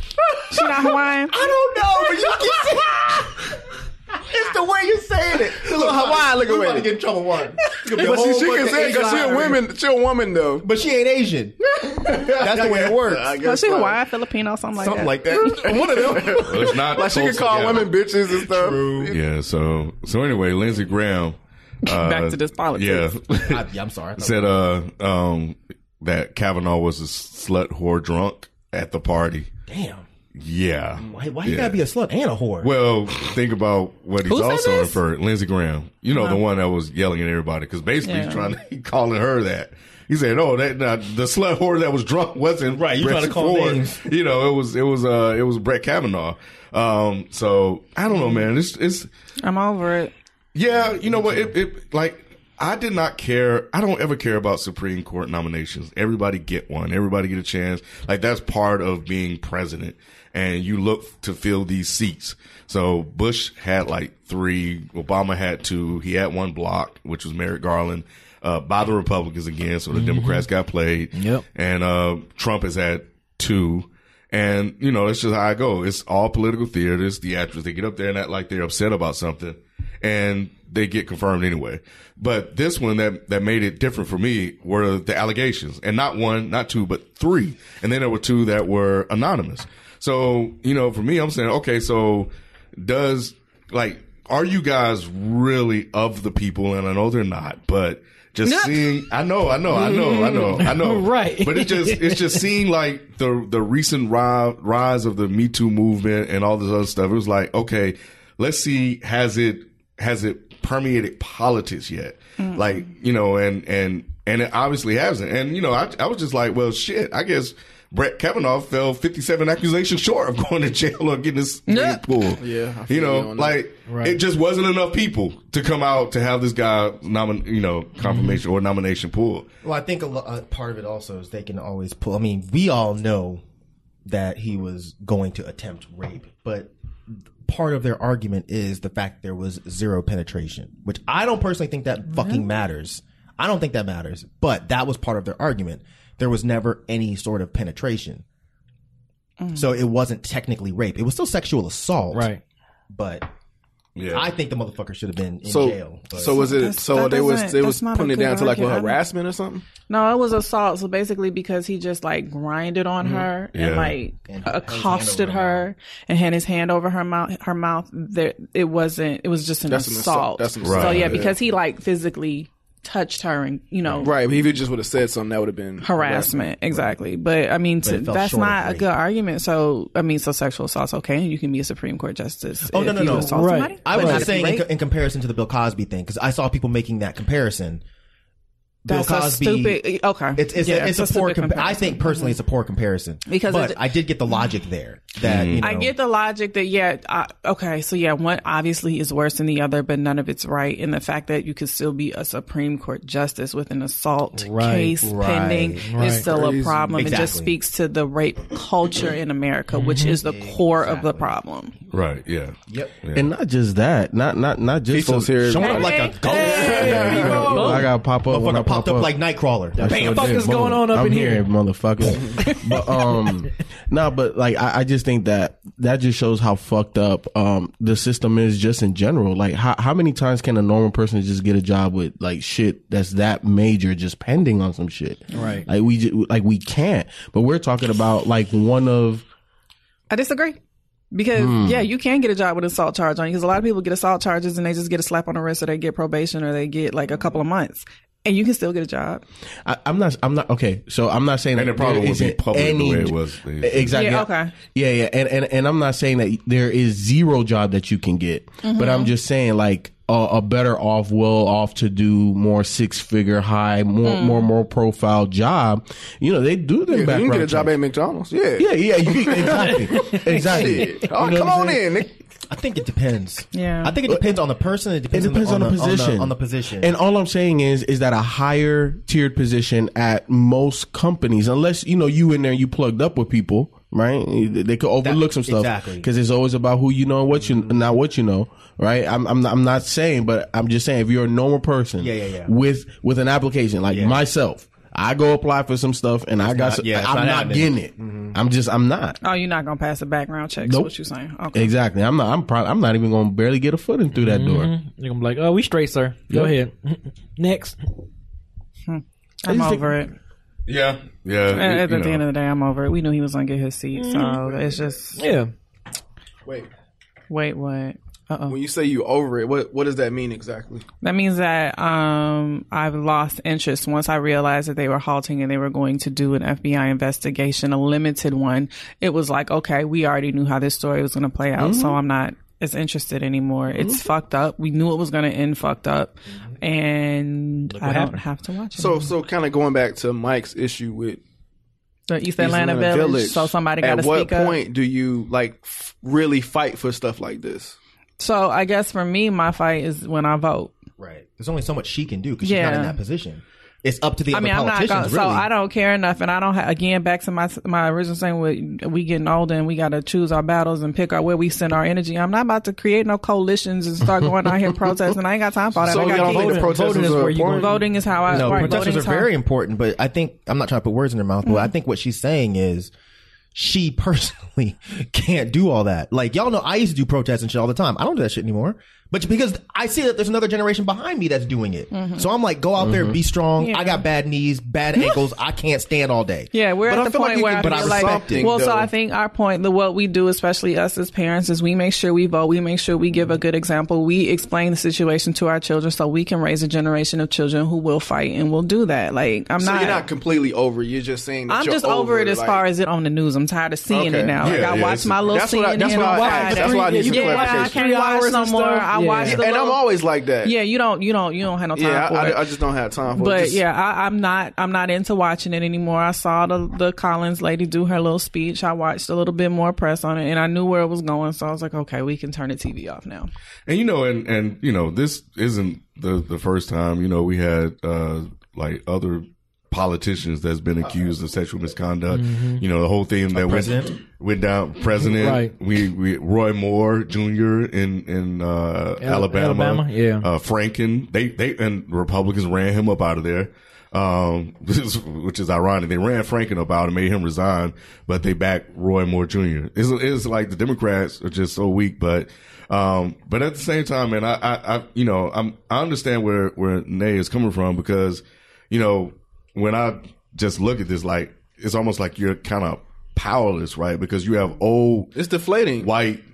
E: She not Hawaiian.
G: I don't know, but you keep saying It's the way you're saying it. The little Hawaiian looking
H: We
G: way.
H: about to get
G: in trouble one.
H: But she, she can say because she a woman. She a woman though.
G: But she ain't Asian. That's the way it works.
H: I
E: No,
H: guess
E: she
H: so.
E: Hawaiian, Filipino, something like
G: Something
E: that.
G: like that. One of them.
F: Well, it's not
H: Like she can
F: close
H: call
F: together.
H: women bitches and stuff.
F: Yeah. So so anyway, Lindsey Graham. uh,
E: Back to this politics.
F: Yeah.
G: I, am sorry.
F: said uh um that Kavanaugh was a slut whore drunk at the party.
G: Damn.
F: Yeah.
G: Why, why you gotta be a slut and a whore?
F: Well, think about what he's
G: Who said
F: also
G: this? Uh-huh.
F: inferred. Lindsey Graham, you know, the one that was yelling at everybody because basically he's trying to he calling her that. He said, "Oh, that now, the slut whore that was drunk wasn't
G: Right, you
F: Brett
G: trying to call
F: Ford.
G: names.
F: You know, it was it was uh it was Brett Kavanaugh. Um, so I don't know, man. It's it's
E: I'm over it.
F: yeah, you know what? It, it like I did not care. I don't ever care about Supreme Court nominations. Everybody get one. Everybody get a chance. Like that's part of being president, and you look to fill these seats. So Bush had like three. Obama had two. He had one block, which was Merrick Garland. Uh, by the Republicans again, so the Democrats got played.
D: Yep.
F: And uh, Trump has had two. And, you know, that's just how I go. It's all political theater. It's theatrics. They get up there and act like they're upset about something and they get confirmed anyway. But this one that, that made it different for me were the allegations and not one, not two, but three. And then there were two that were anonymous. So, you know, for me, I'm saying, okay, so does like, are you guys really of the people? And I know they're not, but just seeing, I know, I know, I know, I know, I know.
D: Right.
F: But it just, it's just seeing like the, the recent ri- rise of the Me Too movement and all this other stuff. It was like, okay, let's see, has it, has it permeated politics yet? Like, you know, and, and, and it obviously hasn't. And, you know, I, I was just like, well, shit, I guess Brett Kavanaugh fell 57 accusations short of going to jail or getting his yeah. pulled.
H: Yeah, I
F: You
H: feel you
F: know,
H: on that.
F: like, it just wasn't enough people to come out to have this guy, nomin- you know, confirmation or nomination pulled.
G: Well, I think a, lo- a part of it also is they can always pull. I mean, we all know that he was going to attempt rape, but part of their argument is the fact there was zero penetration, which I don't personally think that fucking matters. I don't think that matters, but that was part of their argument. There was never any sort of penetration. So it wasn't technically rape. It was still sexual assault.
D: Right.
G: But
F: Yeah.
G: I think the motherfucker should have been in
H: So,
G: jail. but-
H: so was it?
E: That's-
H: So
E: that
H: they was
E: doesn't-
H: they
E: that's
H: was
E: not a
H: putting it
E: good
H: down to like what
E: argument.
H: harassment or something.
E: No, it was assault. So basically, because he just like grinded on her
F: Mm-hmm. Yeah.
E: and like
G: And held his hand
E: accosted
G: over her
E: her and had his hand over her mouth, her mouth. There, it wasn't. It was just an
H: That's an assault.
E: assault.
H: That's an
F: Right.
E: So
H: assault.
E: yeah, because he like physically touched her and you know
H: Right, but if you just would have said something, that would have been
E: harassment exactly. But I mean, to,
G: it fell
E: that's
G: short of
E: not a
G: rape.
E: good argument. So I mean, so sexual assault's okay, and you can be a Supreme Court justice.
G: Oh, no,
E: if
G: no,
E: you
G: no.
E: assault
D: Right.
E: somebody,
G: I was
E: but not
G: just
E: if you
G: saying in,
E: rape.
G: co- in comparison to the Bill Cosby thing because I saw people making that comparison.
E: That's
G: Bill
E: a
G: Cosby,
E: stupid- okay.
G: It's it's,
E: Yeah,
G: a, it's
E: it's
G: a,
E: a
G: poor.
E: stupid
G: Compa- I think personally, it's a poor comparison
E: Because
G: but
E: it-
G: I did get the logic there that
J: Mm.
G: you know,
E: I get the logic that yeah, I, okay, so yeah, one obviously is worse than the other, but none of it's right. And the fact that you could still be a Supreme Court justice with an assault
D: Right,
E: case
G: right,
E: pending
D: right.
E: is still a problem. It
G: Exactly.
E: just
G: Mm-hmm.
E: speaks to the rape culture in America, which is the core of the problem.
F: Right. Yeah. Yep.
J: And not just that, not not not just
H: Pistols
J: for-
H: here.
G: showing up like a ghost.
J: Oh, I gotta pop up. when I
G: Motherfucker
J: pop
G: popped up like Nightcrawler.
J: I
D: Bam,
J: sure
D: fuck
J: did,
D: is
J: boom.
D: going on up
J: I'm
D: in here?
J: motherfucker. but um, nah, but like I, I just think that that just shows how fucked up um the system is just in general. Like how how many times can a normal person just get a job with like shit that's that major just pending on some shit? Right. Like we ju- like we can't. But we're talking about like one of.
E: I disagree. Because yeah, you can get a job with an assault charge on you. Because a lot of people get assault charges and they just get a slap on the wrist, or they get probation, or they get like a couple of months, and you can still get a job.
J: I, I'm not. I'm not okay. So I'm not saying
F: And
J: that
F: it probably
J: there
F: won't be
J: isn't
F: public the
J: any-
F: way it was.
J: Exactly.
E: Yeah, okay.
J: Yeah, yeah, and and and I'm not saying that there is zero job that you can get, but I'm just saying like a, a better off, well off to do more six figure high, more more more profile job. You know they do their
H: Yeah, you
J: background.
H: can get a job
J: checks.
H: at McDonald's. Yeah,
J: yeah, yeah, you can, exactly, exactly.
H: Shit. Oh,
J: You know
H: come
J: what I'm
H: on
J: saying?
H: in. Nick.
G: I think it depends.
E: Yeah.
G: I think it depends on the person. It
J: It
G: depends,
J: depends on,
G: on,
J: the, position,
G: on the, on the position.
J: And all I'm saying is, is that a higher tiered position at most companies, unless you know you in there, you plugged up with people. right? They could overlook some stuff
G: exactly.
J: because it's always about who you know and what you not what you know, right? I'm I'm not, I'm not saying, but I'm just saying if you're a normal person,
G: Yeah, yeah, yeah.
J: with with an application like myself. I go apply for some stuff and I got.
G: not-
J: some,
G: yeah, it's
J: I'm
G: not
J: not,
G: happening.
J: getting it.
D: Mm-hmm.
J: I'm just. I'm not.
E: Oh, you're not gonna pass the background check. So
J: Nope.
E: what you saying? Okay.
J: Exactly. I'm not. I'm probably. I'm not even going to barely get a foot in through that door.
D: You're gonna be like, oh, we straight, sir. Go
J: Yep.
D: ahead. Next.
E: I'm
J: just think-
E: over it.
F: Yeah, yeah.
E: At,
F: you
E: at the
F: know.
E: end of the day, I'm over it. We knew he was gonna get his seat, so it's just
D: Yeah.
H: Wait,
E: wait, what? Uh oh.
H: when you say you over it, what what does that mean exactly?
E: That means that um, I've lost interest once I realized that they were halting and they were going to do an FBI investigation, a limited one. It was like, okay, we already knew how this story was going to play out,
H: Mm-hmm.
E: so I'm not as interested anymore. It's fucked up. We knew it was going to end fucked up,
H: Mm-hmm.
E: and I don't have to watch it.
H: So so kind of going back to Mike's issue with
E: the East
H: East
E: Atlanta,
H: Atlanta
E: Village, So somebody got to
H: At what
E: speak up.
H: point do you like f- really fight for stuff like this?
E: So I guess for me, my fight is when I vote.
G: Right. There's only so much she can do because she's
E: Yeah.
G: not in that position. It's up to the
E: I
G: other
E: mean, I'm not
G: politicians.
E: going. to So
G: really.
E: I don't care enough, and I don't. Ha- again, back to my my original saying, with we getting older and we got to choose our battles and pick our where we send our energy. I'm not about to create no coalitions and start going out here protesting. I ain't got time for all Oh, that.
H: So
E: I
H: you
E: got
H: don't think
E: kids.
H: the protesters
D: voting is
H: are
D: where you
H: important?
D: gonna-
E: voting is how I.
G: No,
E: right,
G: protesters
E: voting
G: are
E: is Mm-hmm. how-
G: very important, but I think I'm not trying to put words in her mouth, but I think what she's saying is she personally can't do all that. Like y'all know I used to do protests and shit all the time. I don't do that shit anymore. But because I see that there's another generation behind me that's doing it.
E: Mm-hmm.
G: So I'm like, go out
J: Mm-hmm.
G: there, be strong. I got bad knees, bad ankles. I can't stand all day.
E: Yeah, we're at
H: But I
E: the
H: feel
E: point
H: like you
E: where
H: can-
E: I
H: but
E: feel
H: I
E: like,
H: something,
E: well, so
H: though.
E: I think our point, the what we do, especially us as parents, is we make sure we vote, we make sure we give a good example, we explain the situation to our children, so we can raise a generation of children who will fight and will do that. Like I'm
H: So you're not completely over. it. You're just saying. That
E: I'm
H: you're
E: just over it as
H: like-
E: far as it on the news. I'm tired of seeing
H: Okay.
E: it now. Like
F: Yeah,
E: I
F: yeah,
E: watch
F: it's-
E: my little
H: that's what I-
E: CNN
H: that's what
E: on
H: I-
E: Friday.
H: that's why I need some
E: Yeah, I
H: clarification.
E: can't
D: Three
E: watch
D: hours
E: no
D: and
E: more.
D: stuff.
E: I
D: Yeah.
E: watch the
H: and I'm
E: little-
H: always like that.
E: Yeah, you don't, you don't, you don't have no time
H: yeah.
E: for
H: I,
E: it.
H: I, I just don't have time for. it.
E: But
H: Just-
E: yeah, I, I'm not. I'm not into watching it anymore. I saw the the Collins lady do her little speech. I watched a little bit more press on it, and I knew where it was going. So I was like, okay, we can turn the TV off now.
F: And you know, and and you know, this isn't the the first time. You know, we had uh like other politicians that's been accused of sexual misconduct.
J: Mm-hmm.
F: You know, the whole thing that went
G: president?
F: went down. President,
D: Right.
F: We we Roy Moore Jr. in in uh, Alabama,
D: Alabama, yeah.
F: Uh, Franken, they they and Republicans ran him up out of there. Um, which is, which is ironic. They ran Franken up out and made him resign, but they backed Roy Moore Jr. It's, it's like the Democrats are just so weak, but, um, but at the same time, man, I, I, I you know, I'm, I understand where, where Nay is coming from because, you know, when I just look at this, like, it's almost like you're kind of powerless, right? Because you have old
H: it's deflating.
F: white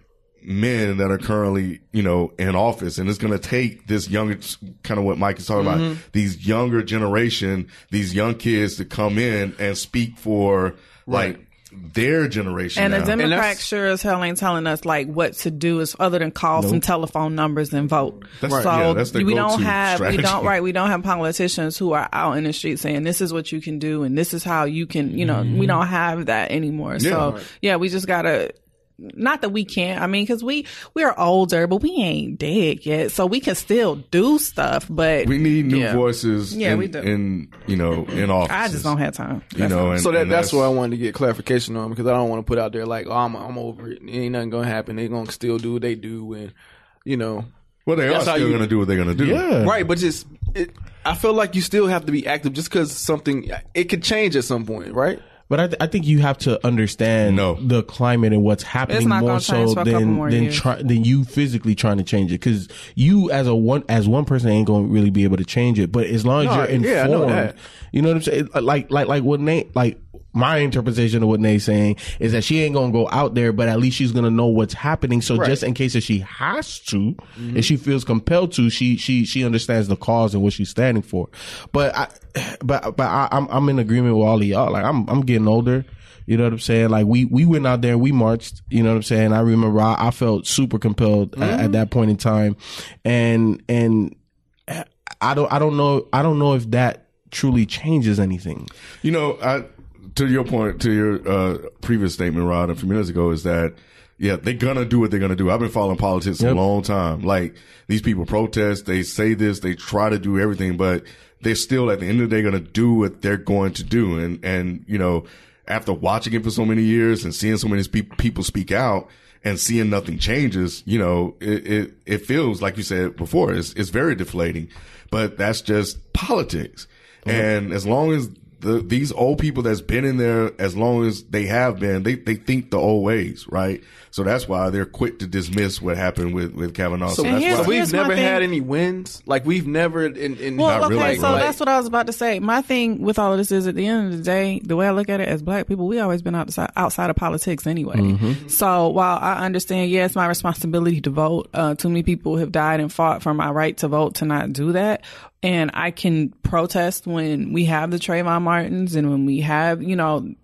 F: men that are currently, you know, in office. And it's going to take this younger, kind of what Mike is talking
E: Mm-hmm.
F: about, these younger generation, these young kids to come in and speak for like their generation.
E: And the
F: now.
E: Democrats
H: that's-
E: sure as hell ain't telling us like what to do is other than call some telephone numbers and vote.
F: That's
E: so
F: right. Yeah, that's their
E: we don't
F: go-to
E: have we don't
F: strategy.
E: right we don't have politicians who are out in the street saying this is what you can do and this is how you can you know
F: Mm-hmm.
E: we don't have that anymore. so yeah, we just gotta. Not that we can't. I mean, because we we are older, but we ain't dead yet, so we can still do stuff. But
F: we need new
E: yeah.
F: voices
E: Yeah,
F: in,
E: we do.
F: in, you know, in office.
E: I just don't have time.
F: you know, and,
H: so that,
F: and
H: that's, what I wanted to get clarification on because I don't want to put out there like, oh, I'm, I'm over it. Ain't nothing gonna happen. They gonna still do what they do, and you know,
F: Well, they are
H: that's how
F: still
H: you-
F: going to do what they're going to do.
J: Yeah.
H: right. But just, it, I feel like you still have to be active just because something it could change at some point, right?
J: But I, th- I think you have to understand
F: No.
J: the climate and what's happening
E: It's not
J: more
E: gonna change
J: so
E: for a couple
J: than
E: more
J: than,
E: years.
J: try, than you physically trying to change it because you as a one as one person ain't going to really be able to change it. But as long as
H: No,
J: you're informed,
H: yeah, I know that.
J: you know what I'm saying. Like like like what Nate like my interpretation of what Nate's saying is that she ain't gonna go out there, but at least she's gonna know what's happening. So just in case if she has to, if she feels compelled to, she she she understands the cause and what she's standing for. But I, but but I, I'm I'm in agreement with all of y'all. Like I'm I'm getting older. You know what I'm saying? Like we we went out there, we marched. You know what I'm saying? I remember I, I felt super compelled a-
H: Mm-hmm.
J: at, that point in time, and and I don't I don't know I don't know if that truly changes anything.
F: You know, I to your point, to your uh, previous statement, Rod, a few minutes ago, is that yeah, they're gonna do what they're gonna do. I've been following politics a long time. Like these people protest, they say this, they try to do everything, but they're still at the end of the day gonna do what they're going to do, and and you know. after watching it for so many years and seeing so many spe- people speak out and seeing nothing changes, you know, it, it, it feels like you said before, it's, it's very deflating, but that's just politics. And as long as the, these old people that's been in there as long as they have been, they, they think the old ways, right? So that's why they're quick to dismiss what happened with, with Kavanaugh. So,
H: Oh, So,
F: that's
E: here's-
F: why.
H: so we've
E: here's my
H: never had
E: thing.
H: any wins. Like we've never in, in
E: Well, okay,
F: really,
E: so
F: like-
E: that's what I was about to say. My thing with all of this is, at the end of the day, the way I look at it, as black people, we always been outside outside of politics anyway. So while I understand, yeah, it's my responsibility to vote. Uh, too many people have died and fought for my right to vote to not do that, and I can protest when we have the Trayvon Martins and when we have, you know,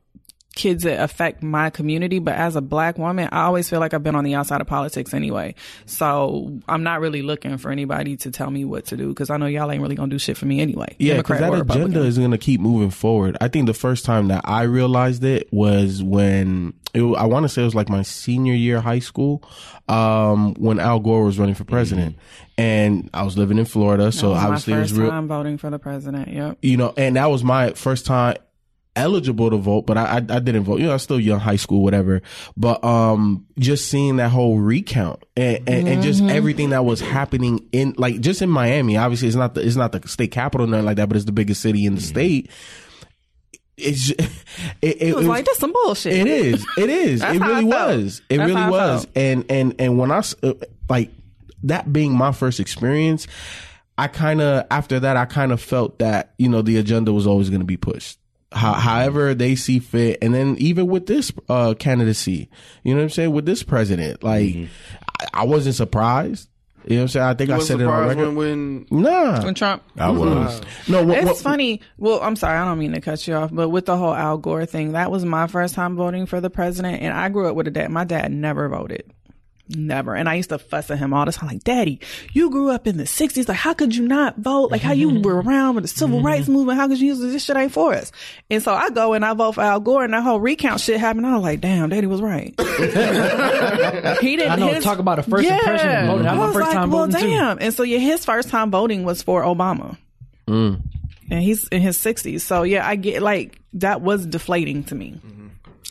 E: kids that affect my community, but as a black woman, I always feel like I've been on the outside of politics anyway. So I'm not really looking for anybody to tell me what to do because I know y'all ain't really gonna do shit for me anyway.
G: Yeah, because
E: Democrat
G: that
E: or
G: agenda
E: Republican.
G: is going to keep moving forward. I think the first time that I realized it was when it, wa- I want to say it was like my senior year of high school, um, when Al Gore was running for president, and I was living in Florida, so
E: Mm-hmm. That was
G: obviously
E: my
G: it
E: first
G: was real.
E: time voting for the president. Yep.
G: you know, and that was my first time eligible to vote, but I, I I didn't vote. You know, I was still young, high school, whatever. But um, just seeing that whole recount and and, and just everything that was happening in like just in Miami. Obviously, it's not the it's not the state capital, nothing like that, but it's the biggest city in the state. It's ju- it, it,
E: It was
G: it
E: like that's some bullshit.
G: it is. It is.
E: That's
G: it
E: how
G: really
E: I felt.
G: was. It
E: That's
G: really
E: how I
G: was.
E: felt.
G: And and and when I s- uh, like that being my first experience, I kind of after that I kind of felt that you know the agenda was always going to be pushed. How, however they see fit, and then even with this uh, candidacy, you know what I'm saying. With this president, like I, I wasn't surprised. You know what I'm saying. I think I
H: was
G: said it on
H: surprised
G: record.
H: when when
G: nah,
E: When Trump
F: I was.
G: no. What,
E: It's
G: what-
E: funny. Well, I'm sorry, I don't mean to cut you off, but with the whole Al Gore thing, that was my first time voting for the president, and I grew up with a dad. My dad never voted. Never. And I used to fuss at him all the time, like, Daddy, you grew up in the 60s. Like, how could you not vote? Like, how
D: Mm-hmm.
E: you were around with the civil rights movement? How could you use this? This shit ain't for us. And so I go and I vote for Al Gore, and that whole recount shit happened. I was like, damn, Daddy was right. he didn't
D: I know,
E: his-
D: talk about a first impression of voting. That was my
E: I was
D: first
E: like,
D: time
E: well,
D: voting, too.
E: damn. And so, yeah, his first time voting was for Obama
D: Mm.
E: and he's in his 60s. So yeah, I get like that was deflating to me.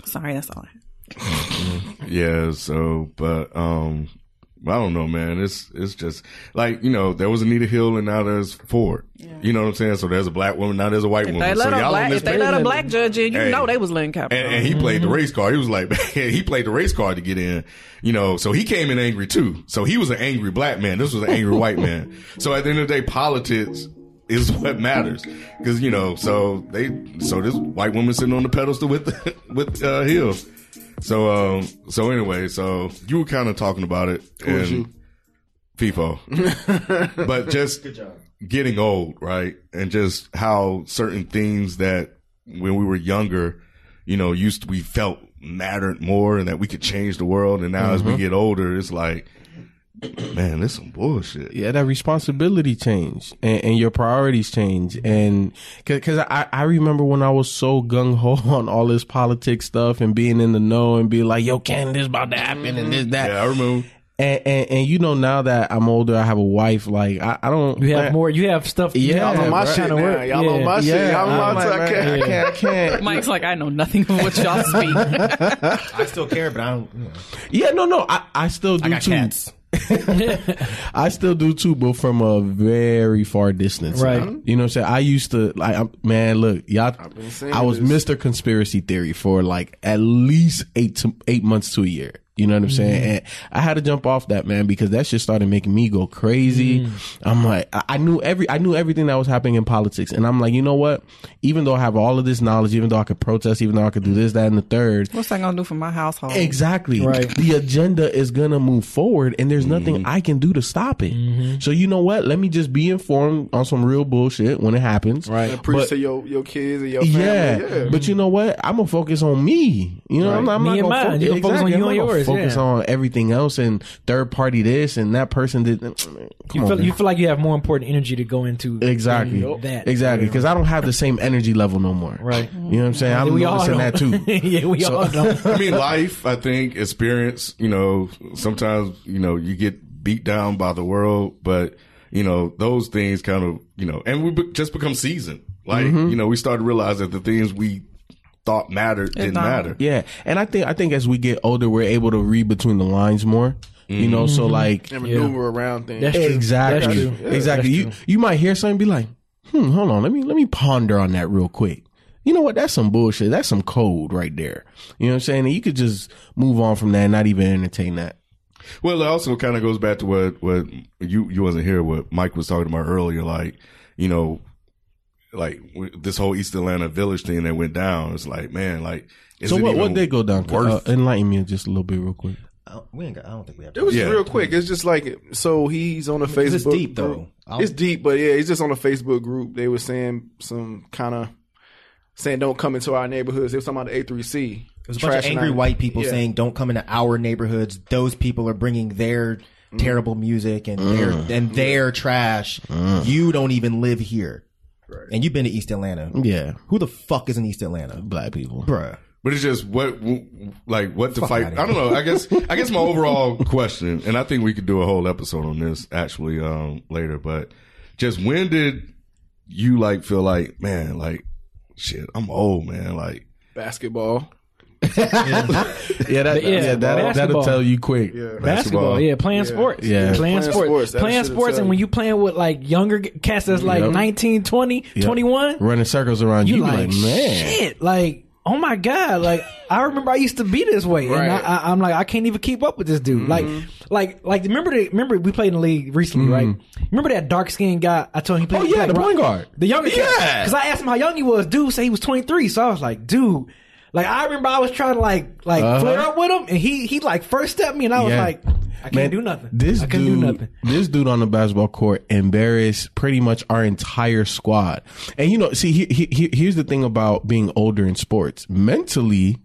E: Sorry, that's all.
F: Yeah, so but um I don't know, man. It's it's just like, you know, there was Anita Hill and now there's Ford. You know what I'm saying? So there's a black woman, now there's a white
E: If
F: woman.
E: they let
F: so
E: a
F: y'all on
E: black,
F: this
E: if they
F: page-
E: let a black judge in, you
F: Hey.
E: know they was letting capital.
F: and, and he played the race card. He was like, he played the race card to get in, you know. So he came in angry too. So he was an angry black man. This was an angry white man. So at the end of the day, politics is what matters because you know. So they, so this white woman sitting on the pedestal with with uh, heels. So um, so anyway, so you were kind of talking about it and FIFO, but just getting old, right? And just how certain things that when we were younger, you know, used to we felt mattered more and that we could change the world. And now as we get older, it's like, man, this some bullshit.
G: yeah, that responsibility changed and, and your priorities change. And because I, I remember when I was so gung ho on all this politics stuff and being in the know and be like, yo, can this about to happen and this, that.
F: Yeah, I remember.
G: And, and, and you know, now that I'm older, I have a wife, like, I, I don't.
D: You have
G: like,
D: more. You have stuff.
G: Yeah,
D: you
G: on
H: my
G: Bruh.
H: shit now.
D: Kinda
H: Y'all
D: work,
H: on
D: yeah.
H: my shit.
G: Yeah,
H: Y'all
G: I'm
H: on my
G: like, man,
H: I can't.
G: I can't, I can't.
E: Mike's like, I know nothing of what y'all speak.
K: I still care, but I don't. You know.
G: Yeah, no, no, I, I still do
K: I got
G: too.
K: cats.
G: I still do too, but from a very far distance.
D: Right.
G: now. You know what I'm saying? I used to like I'm, man, look, y'all I was Mr. Conspiracy Theory for like at least eight to eight months to a year. You know what I'm saying? And I had to jump off that man because that shit started making me go crazy. I'm like, I I knew every, I knew everything that was happening in politics, and I'm like, you know what? Even though I have all of this knowledge, even though I could protest, even though I could do this, that, and the third,
E: What's that gonna do for my household?
G: Exactly.
D: Right. Mm-hmm.
G: The agenda is gonna move forward, and there's nothing I can do to stop it. So you know what? Let me just be informed on some real bullshit when it happens. Right.
H: And preach to your your kids and your family.
G: yeah,
H: Yeah.
G: but you know what? I'm gonna focus on me. You know, I'm not, I'm
D: Me
G: not
D: and
G: gonna
D: mine. You can focus on
G: exactly.
D: you
G: I'm
D: and
G: not gonna
D: yours,
G: Focus
D: yeah.
G: on everything else and third party this and that person did. Come
D: You
G: on,
D: feel,
G: man.
D: you feel like you have more important energy to go into
G: Exactly.
D: than that.
G: Exactly. Because I don't have the same energy level no more.
D: Right.
G: You know what I'm saying? I'm
D: We all
G: noticing
D: don't.
G: that too.
D: yeah, we all don't.
F: I mean, life, I think, experience, you know, sometimes, you know, you get beat down by the world, but, you know, those things kind of, you know, and we be- just become seasoned. Like, you know, we start to realize that the things we thought mattered didn't
E: don't.
F: matter.
J: Yeah, and I think I think as we get older, we're able to read between the lines more. You know, so like
H: and maneuver around things.
D: Mm-hmm. That's true. That's
J: exactly,
D: true.
J: exactly. You you might hear something, be like, hmm, hold on, let me let me ponder on that real quick. You know what? That's some bullshit. That's some code right there. You know what I'm saying? And you could just move on from that, and not even entertain that.
F: Well, it also kind of goes back to what what you you wasn't here. What Mike was talking about earlier, like you know, like w- this whole East Atlanta Village thing that went down. It's like, man, like is
J: so
F: it
J: what
F: even
J: what did go down? Uh,
F: worth-
J: enlighten me just a little bit, real quick.
G: I, we ain't got, I don't think we have.
H: It was
F: Yeah.
H: real quick. It's just like so he's on a Facebook.
G: Because it's deep,
H: group.
G: though. I'll-
H: It's deep, but yeah, he's just on a Facebook group. They were saying some kind of saying don't come into our neighborhoods. They were talking about the A3C.
G: It was a bunch of angry white people
H: Yeah.
G: saying, "Don't come into our neighborhoods." Those people are bringing their terrible music and their and their trash. You don't even live here, and you've been to East Atlanta.
J: Yeah,
G: Who the fuck is in East Atlanta,
J: black people.
G: bruh?
F: But it's just what, w- like, what to fight.
G: outta
F: I don't know. I guess, I guess my overall question, and I think we could do a whole episode on this actually um, later. But just when did you like feel like, man, like, shit, I'm old, man. Like,
H: basketball.
J: Yeah, that,
D: Yeah,
J: yeah, that, that'll
D: basketball.
J: tell you quick.
D: Basketball,
F: Basketball.
D: yeah, playing sports,
J: Yeah.
D: playing,
H: Playing
D: sports,
H: sports, that
D: playing
H: shit'll
D: sports,
H: tell
D: and
H: you.
D: when you playing with like younger g- cats that's like
J: Yep.
D: 19, 20, 21,
J: Running circles around you,
D: you
J: you be
D: like,
J: like, man.
D: shit, like oh my god, like I remember I used to be this way, and I, I, I'm like I can't even keep up with this dude.
H: Mm-hmm.
D: Like, like, like remember the remember we played in the league recently, right? Remember that dark skinned guy I told him he played.
J: Mm-hmm. Oh, yeah,
D: like,
J: the
D: Ro-
J: point guard.
D: the younger cat.
J: Yeah.
D: Because I asked him how young he was, dude said he was 23, so I was like, dude. Like I remember, I was trying to like like flare up with him, and he he like first stepped me, and I was
J: Uh-huh. Yeah.
D: like, I can't
J: Man,
D: do nothing.
J: This
D: I couldn't
J: dude,
D: do nothing.
J: This dude on the basketball court embarrassed pretty much our entire squad. And you know, see, he, he, he- here's the thing about being older in sports. Mentally,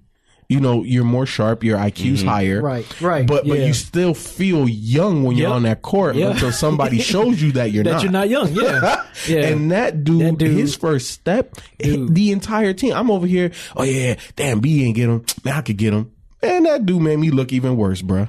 J: you know, you're more sharp, your IQ's higher,
D: Mm-hmm. Right, right,
J: But but
D: yeah.
J: you still feel young when you're
D: Yep.
J: on that court
D: Yeah.
J: until somebody shows you that you're
D: That
J: not.
D: you're not young, yeah, yeah.
J: And that dude,
D: That dude-
J: his first step, hit the entire team. I'm over here. Oh yeah, damn, B ain't get him. Man, I could get him. And that dude made me look even worse, bruh.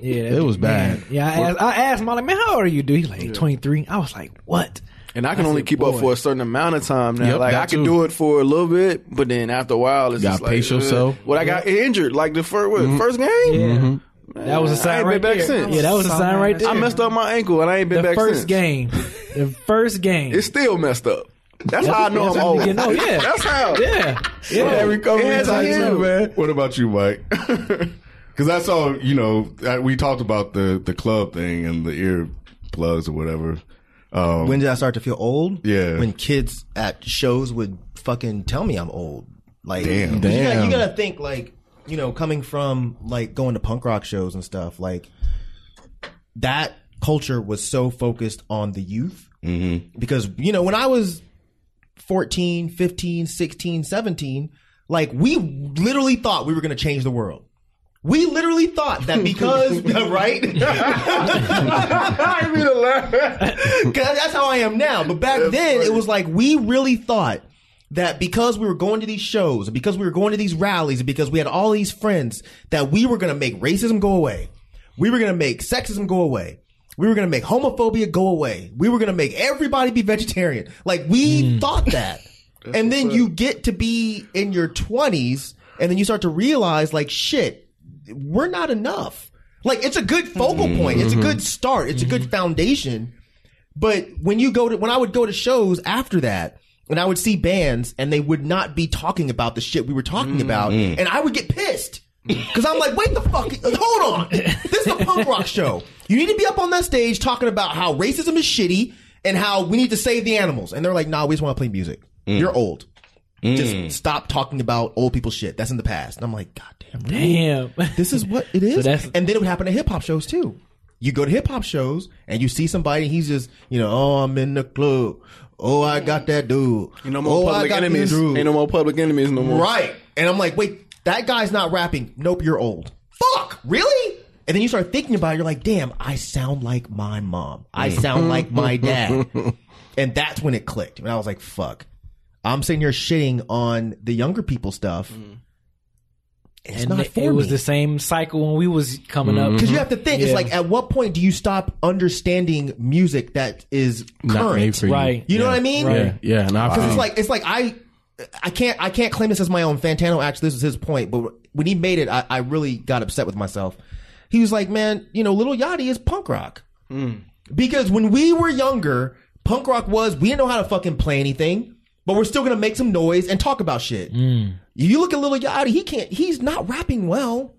D: yeah, that-
J: It was bad.
D: Yeah, I asked, I asked him, I'm like, man, how old are you, dude? He's like, 23. I was like, what?
H: And I can only keep up for a certain amount of time now.
J: Yep,
H: like
J: that
H: I can
J: too.
H: do it for a little bit, but then after a while, it's
J: Gotta
H: just like
J: pace
H: uh,
J: yourself.
H: What I got injured, like the first what, first game,
D: That was a sign
H: ain't
D: right
H: been back
D: there.
H: since.
D: Yeah, that was a sign right there.
H: I messed up my ankle and I ain't been
D: the
H: back
D: first
H: since.
D: game. The first game.
H: It's still messed up. That's how I know
D: That's
H: I'm
D: how you
H: old.
D: get- no, yeah.
H: That's how.
D: yeah, yeah.
H: Yeah,
F: recovery
H: it's you.
F: man. What about you, Mike? Because I saw, you know, I, we talked about the the club thing and the ear plugs or whatever. Um,
G: When did I start to feel old?
F: Yeah.
G: When kids at shows would fucking tell me I'm old. Like,
F: Damn.
G: 'cause You, gotta, you
J: Damn.
G: gotta think, like, you know, coming from, like, going to punk rock shows and stuff, like, that culture was so focused on the youth. Mm-hmm. Because, you know, when I was 14, 15, 16, 17, like, we literally thought we were gonna change the world. We literally thought that because, right?
H: I mean, a lot.
G: 'Cause that's how I am now. But back then, it was like we really thought that because we were going to these shows, and because we were going to these rallies, and because we had all these friends, that we were going to make racism go away. We were going to make sexism go away. We were going to make homophobia go away. We were going to make everybody be vegetarian. Like we thought that. and then you get to be in your 20s and then you start to realize like shit, we're not enough. Like it's a good focal point. It's a good start. It's a good foundation. But when you go to when I would go to shows after that, and I would see bands and they would not be talking about the shit we were talking about, and I would get pissed. Cause I'm like, wait the fuck, uh, hold on. This is a punk rock show. You need to be up on that stage talking about how racism is shitty and how we need to save the animals. And they're like, nah, we just want to play music. You're old. Just stop talking about old people shit. That's in the past. And I'm like, God damn. right."
D: Damn.
G: This is what it is.
D: that's-
G: and then it would happen to hip hop shows too. You go to hip hop shows and you see somebody, he's just, you know, oh, I'm in the club. Oh, I got that dude.
H: Ain't no more
G: oh,
H: public
G: this
H: enemies.
G: dude."
H: Ain't no more public enemies no more.
G: Right. And I'm like, wait, that guy's not rapping. Nope, you're old. Fuck, really? And then you start thinking about it. You're like, damn, I sound like my mom. I sound like my dad. and that's when it clicked. And I was like, fuck. I'm sitting here shitting on the younger people stuff. It's
D: Mm. And
G: not
D: it
G: for
D: was
G: me.
D: the same cycle when we was coming up.
J: Mm-hmm.
G: Because you have to think, it's like at what point do you stop understanding music that is
J: Not made
G: current?
J: for you.
D: Right.
G: You know
J: Yeah.
G: what I mean?
J: Yeah, yeah. And I
G: Because
J: feel-
G: it's like it's like I I can't I can't claim this as my own. Fantano actually this was his point, but when he made it, I, I really got upset with myself. He was like, Man, you know, Little Yachty is punk rock.
J: Hmm.
G: Because when we were younger, punk rock was we didn't know how to fucking play anything, but we're still gonna make some noise and talk about shit.
J: Hmm.
G: You look at Little Yachty, he can't he's not rapping well.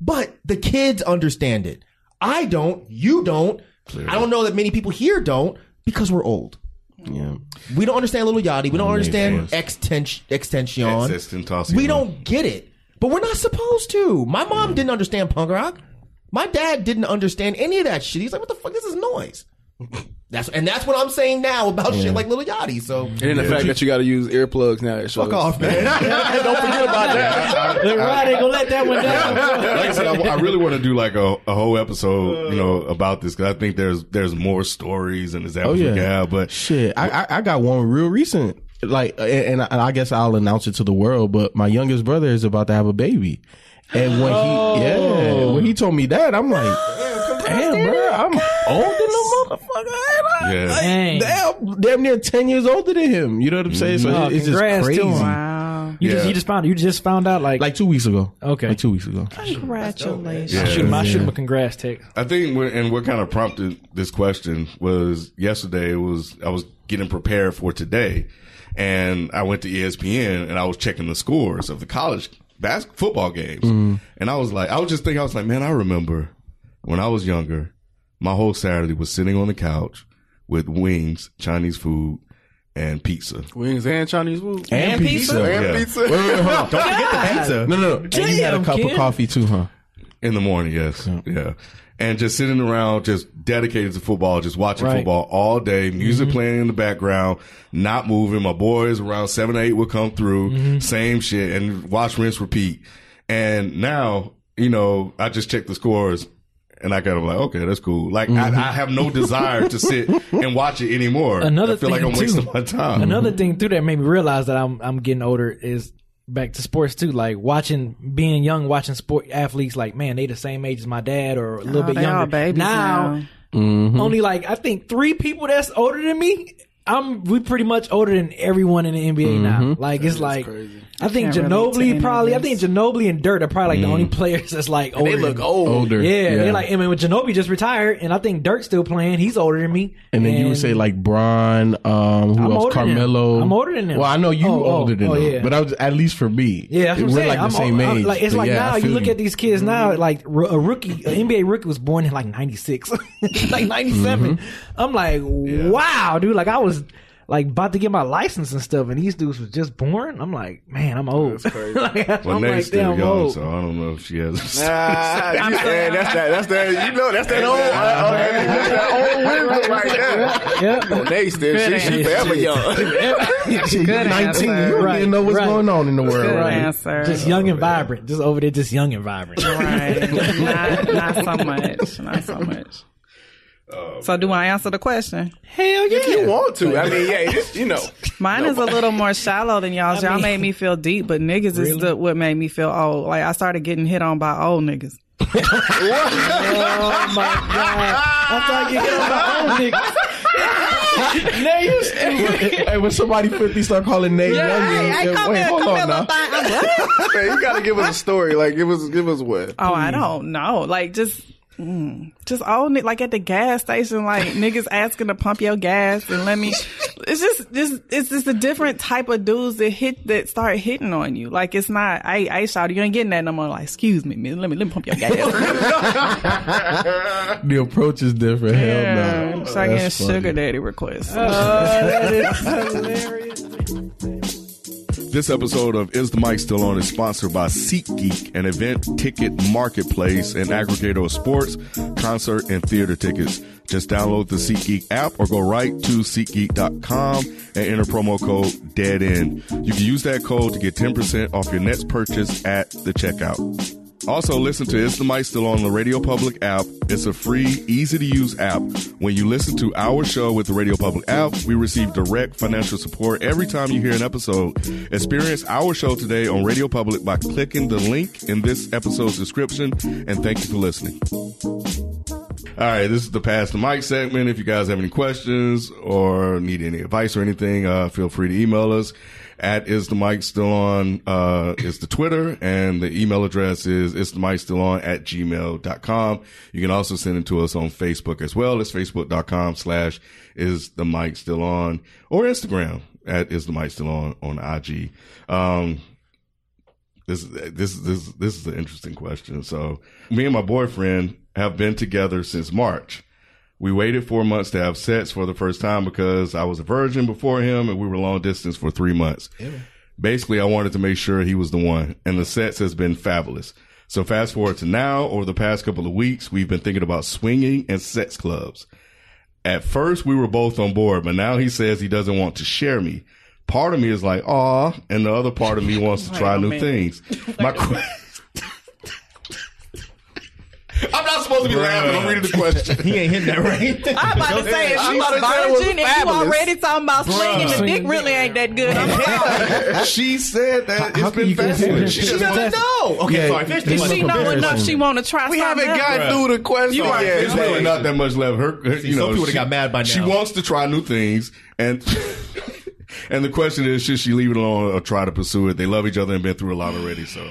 G: But the kids understand it. I don't, you don't. I don't know that many people here don't, because we're old.
F: Yeah.
G: We don't understand Little Yachty. We don't
F: Yeah,
G: understand
F: of
G: extension. extension.
F: Existential.
G: We don't get it, but we're not supposed to. My mom didn't understand punk rock. My dad didn't understand any of that shit. He's like, "What the fuck? This is noise." That's and that's what I'm saying now about shit like Little Yachty. So
H: And then the fact that you got to use earplugs now. That shows.
G: fuck off, man.
H: Don't forget about that.
D: Look, Rod ain't gonna let that one down.
F: like I said, I, I really want to do like a, a whole episode, you know, about this because I think there's there's more stories and
J: Oh
F: examples we can
J: yeah,
F: have. But
J: shit, I, I I got one real recent. Like, and, and I- and I guess I'll announce it to the world. But my youngest brother is about to have a baby, and when
G: Oh.
J: he yeah, when he told me that, I'm like, damn, bro, I'm older than a motherfucker. And I-
F: Yeah.
J: like,
D: Dang.
J: damn, damn near ten years older than him. You know what I'm saying? So
D: Oh,
J: it- it's just
D: congrats to
J: crazy.
D: him.
E: Wow.
D: You just
F: Yeah.
D: you just found you just found out like,
J: Like two weeks ago.
D: Okay.
J: like two weeks ago.
E: Congratulations.
F: Yeah. Mm-hmm.
D: shoot him I shoot him a congrats text.
F: I think, what- and what kind of prompted this question was yesterday was I was getting prepared for today, and I went to E ESPN and I was checking the scores of the college bas- football games, and I was like, I was just thinking, I was like, man, I remember when I was younger, my whole Saturday was sitting on the couch with wings, Chinese food, and pizza.
H: Wings and Chinese food.
J: And pizza.
H: And
F: Yeah.
H: pizza.
J: Don't forget the pizza. No, no, no. and you had a
D: Damn,
J: cup
D: kid.
J: of coffee too, huh?
F: In the morning, yes. Yeah. And just sitting around, just dedicated to football, just watching
D: Right. Mm-hmm.
F: football all day, music playing in the background, not moving. My boys around seven, eight would come through,
D: Mm-hmm.
F: same shit, and watch, rinse, repeat. And now, you know, I just check the scores and I kind of like, okay, that's cool. Like,
D: Mm-hmm.
F: I, I have no desire to sit and watch it anymore.
D: Another
F: I feel
D: thing,
F: like I'm wasting
D: too.
F: my time.
D: Another thing through that made me realize that I'm I'm getting older is back to sports too. Like watching being young, watching sport athletes like man, they the same age as my dad or a little
E: Oh,
D: bit
E: they all
D: younger.
E: babies now.
D: only like I think three people that's older than me. I'm we pretty much older than everyone in the NBA now. Like it's like I think
E: can't relate to any
D: Ginobili
E: of
D: probably. I
E: this.
D: think Ginobili and Dirt are probably like the only players that's like older.
H: They look
D: than-
H: old.
J: Older.
D: Yeah, they're like I mean, when Ginobili just retired, and I think Dirt's still playing. He's older than me.
J: And then you would say like Bron, um, who else?
D: I'm older than him.
J: Carmelo.
D: I'm older than him.
J: Well, I know you
D: Oh, oh,
J: older than
D: oh,
J: him,
D: yeah.
J: but I was at least for me.
D: Yeah, that's what I'm
J: we're
D: saying.
J: like the
D: I'm
J: same
D: old- I'm-
J: age.
D: like it's
J: but
D: like
J: yeah, I
D: now you
J: feel Mm-hmm.
D: look at these kids now, like r- a rookie, an NBA rookie was born in like '96, like '97.
J: Mm-hmm.
D: I'm like, wow, dude. Like I was like about to get my license and stuff, and these dudes was just born. I'm like, man, I'm old. Like,
F: well,
D: I'm
F: Nate's
D: like,
F: still
D: damn
F: young,
D: old.
F: so I don't know if she has.
H: Ah, you, yeah, that's that. That's that. You know, that's that old. Uh, that's that old wisdom right there.
D: Yeah.
H: Monet still, she, she forever young.
J: you 19, you don't
D: Right,
J: even know what's
D: right.
J: going on in the world.
E: Good
J: Right.
E: answer.
D: Just young and vibrant, just over there, just young and vibrant.
E: right. not, not so much. Not so much.
F: Um,
E: so do I answer the question?
D: Hell yeah!
H: you want to? I mean, yeah, it's, you know.
E: Mine is a little more shallow than y'all's. y'all made me feel deep, but niggas is the, what made me feel old. Like I started getting hit on by old niggas.
D: Oh my god! After I get hit on my own niggas. Now you
J: hey, when somebody 50 start calling Nate
E: Yeah,
J: young,
E: hey, hey,
J: yeah,
E: come
J: wait,
E: here,
J: hold
E: come
J: on
E: here,
J: now.
E: little thing. I'm- what?
H: Man, you got to give us a story. Like, give us, give us what?
E: Oh, I
J: Mm.
E: don't know. Like just. mm, Just old ni- like at the gas station, like niggas asking to pump your gas and let me. It's just, just it's just a different type of dudes that hit that start hitting on you. Like it's not, I, I shout, you ain't getting that no more. Like, excuse me, man, let me let me pump your gas.
J: The approach is different. Hell no.
E: Yeah, start getting
J: That's funny.
E: sugar daddy requests.
F: Uh, This episode of Is the Mic Still On is sponsored by SeatGeek, an event ticket marketplace and aggregator of sports, concert, and theater tickets. Just download the SeatGeek app or go right to SeatGeek.com and enter promo code Dead End. You can use that code to get 10% off your next purchase at the checkout. Also, listen to Is the Mic Still On the Radio Public app. It's a free, easy to use app. When you listen to our show with the Radio Public app, we receive direct financial support every time you hear an episode. Experience our show today on Radio Public by clicking the link in this episode's description, and thank you for listening. All right, this is the Pass the Mic segment. If you guys have any questions or need any advice or anything, uh, feel free to email us at is the mic still on, uh, is the Twitter and the email address is is the mic still on at gmail.com. You can also send it to us on Facebook as well. It's facebook.com slash is the mic still on or Instagram at is the mic still on on IG. Um, this this this this is an interesting question. So, me and my boyfriend have been together since March. We waited four months to have sex for the first time because I was a virgin before him, and we were long distance for three months. Basically, I wanted to make sure he was the one, and the sex has been fabulous. So, fast forward to now, over the past couple of weeks, we've been thinking about swinging and sex clubs. At first, we were both on board, but now he says he doesn't want to share me. Part of me is like, aw, and the other part of me wants to try new things. My que- I'm not supposed to be laughing. I'm reading the question.
G: He ain't hitting that right.
E: I'm about to say, if
F: I'm
E: she's
F: about to say it was
E: virgin and you
F: fabulous.
E: already talking about slinging, the dick really ain't that good. I'm sorry.
F: she said that it's
J: how can
F: been
J: you consider
F: fabulous.
J: it?
F: She
J: She
F: doesn't
J: doesn't
F: know. Okay, sorry. Finish
E: Did she know enough she want to try
F: We haven't
E: something else?
F: got through the question.
E: You are
F: yet. There's really
E: crazy.
F: not that much left. Her, her-
G: See,
F: you
G: some
F: know,
G: people would've
F: she-
G: got mad by
F: She
G: now.
F: wants to try new things, and and the question is, should she leave it alone or try to pursue it? They love each other and been through a lot already, so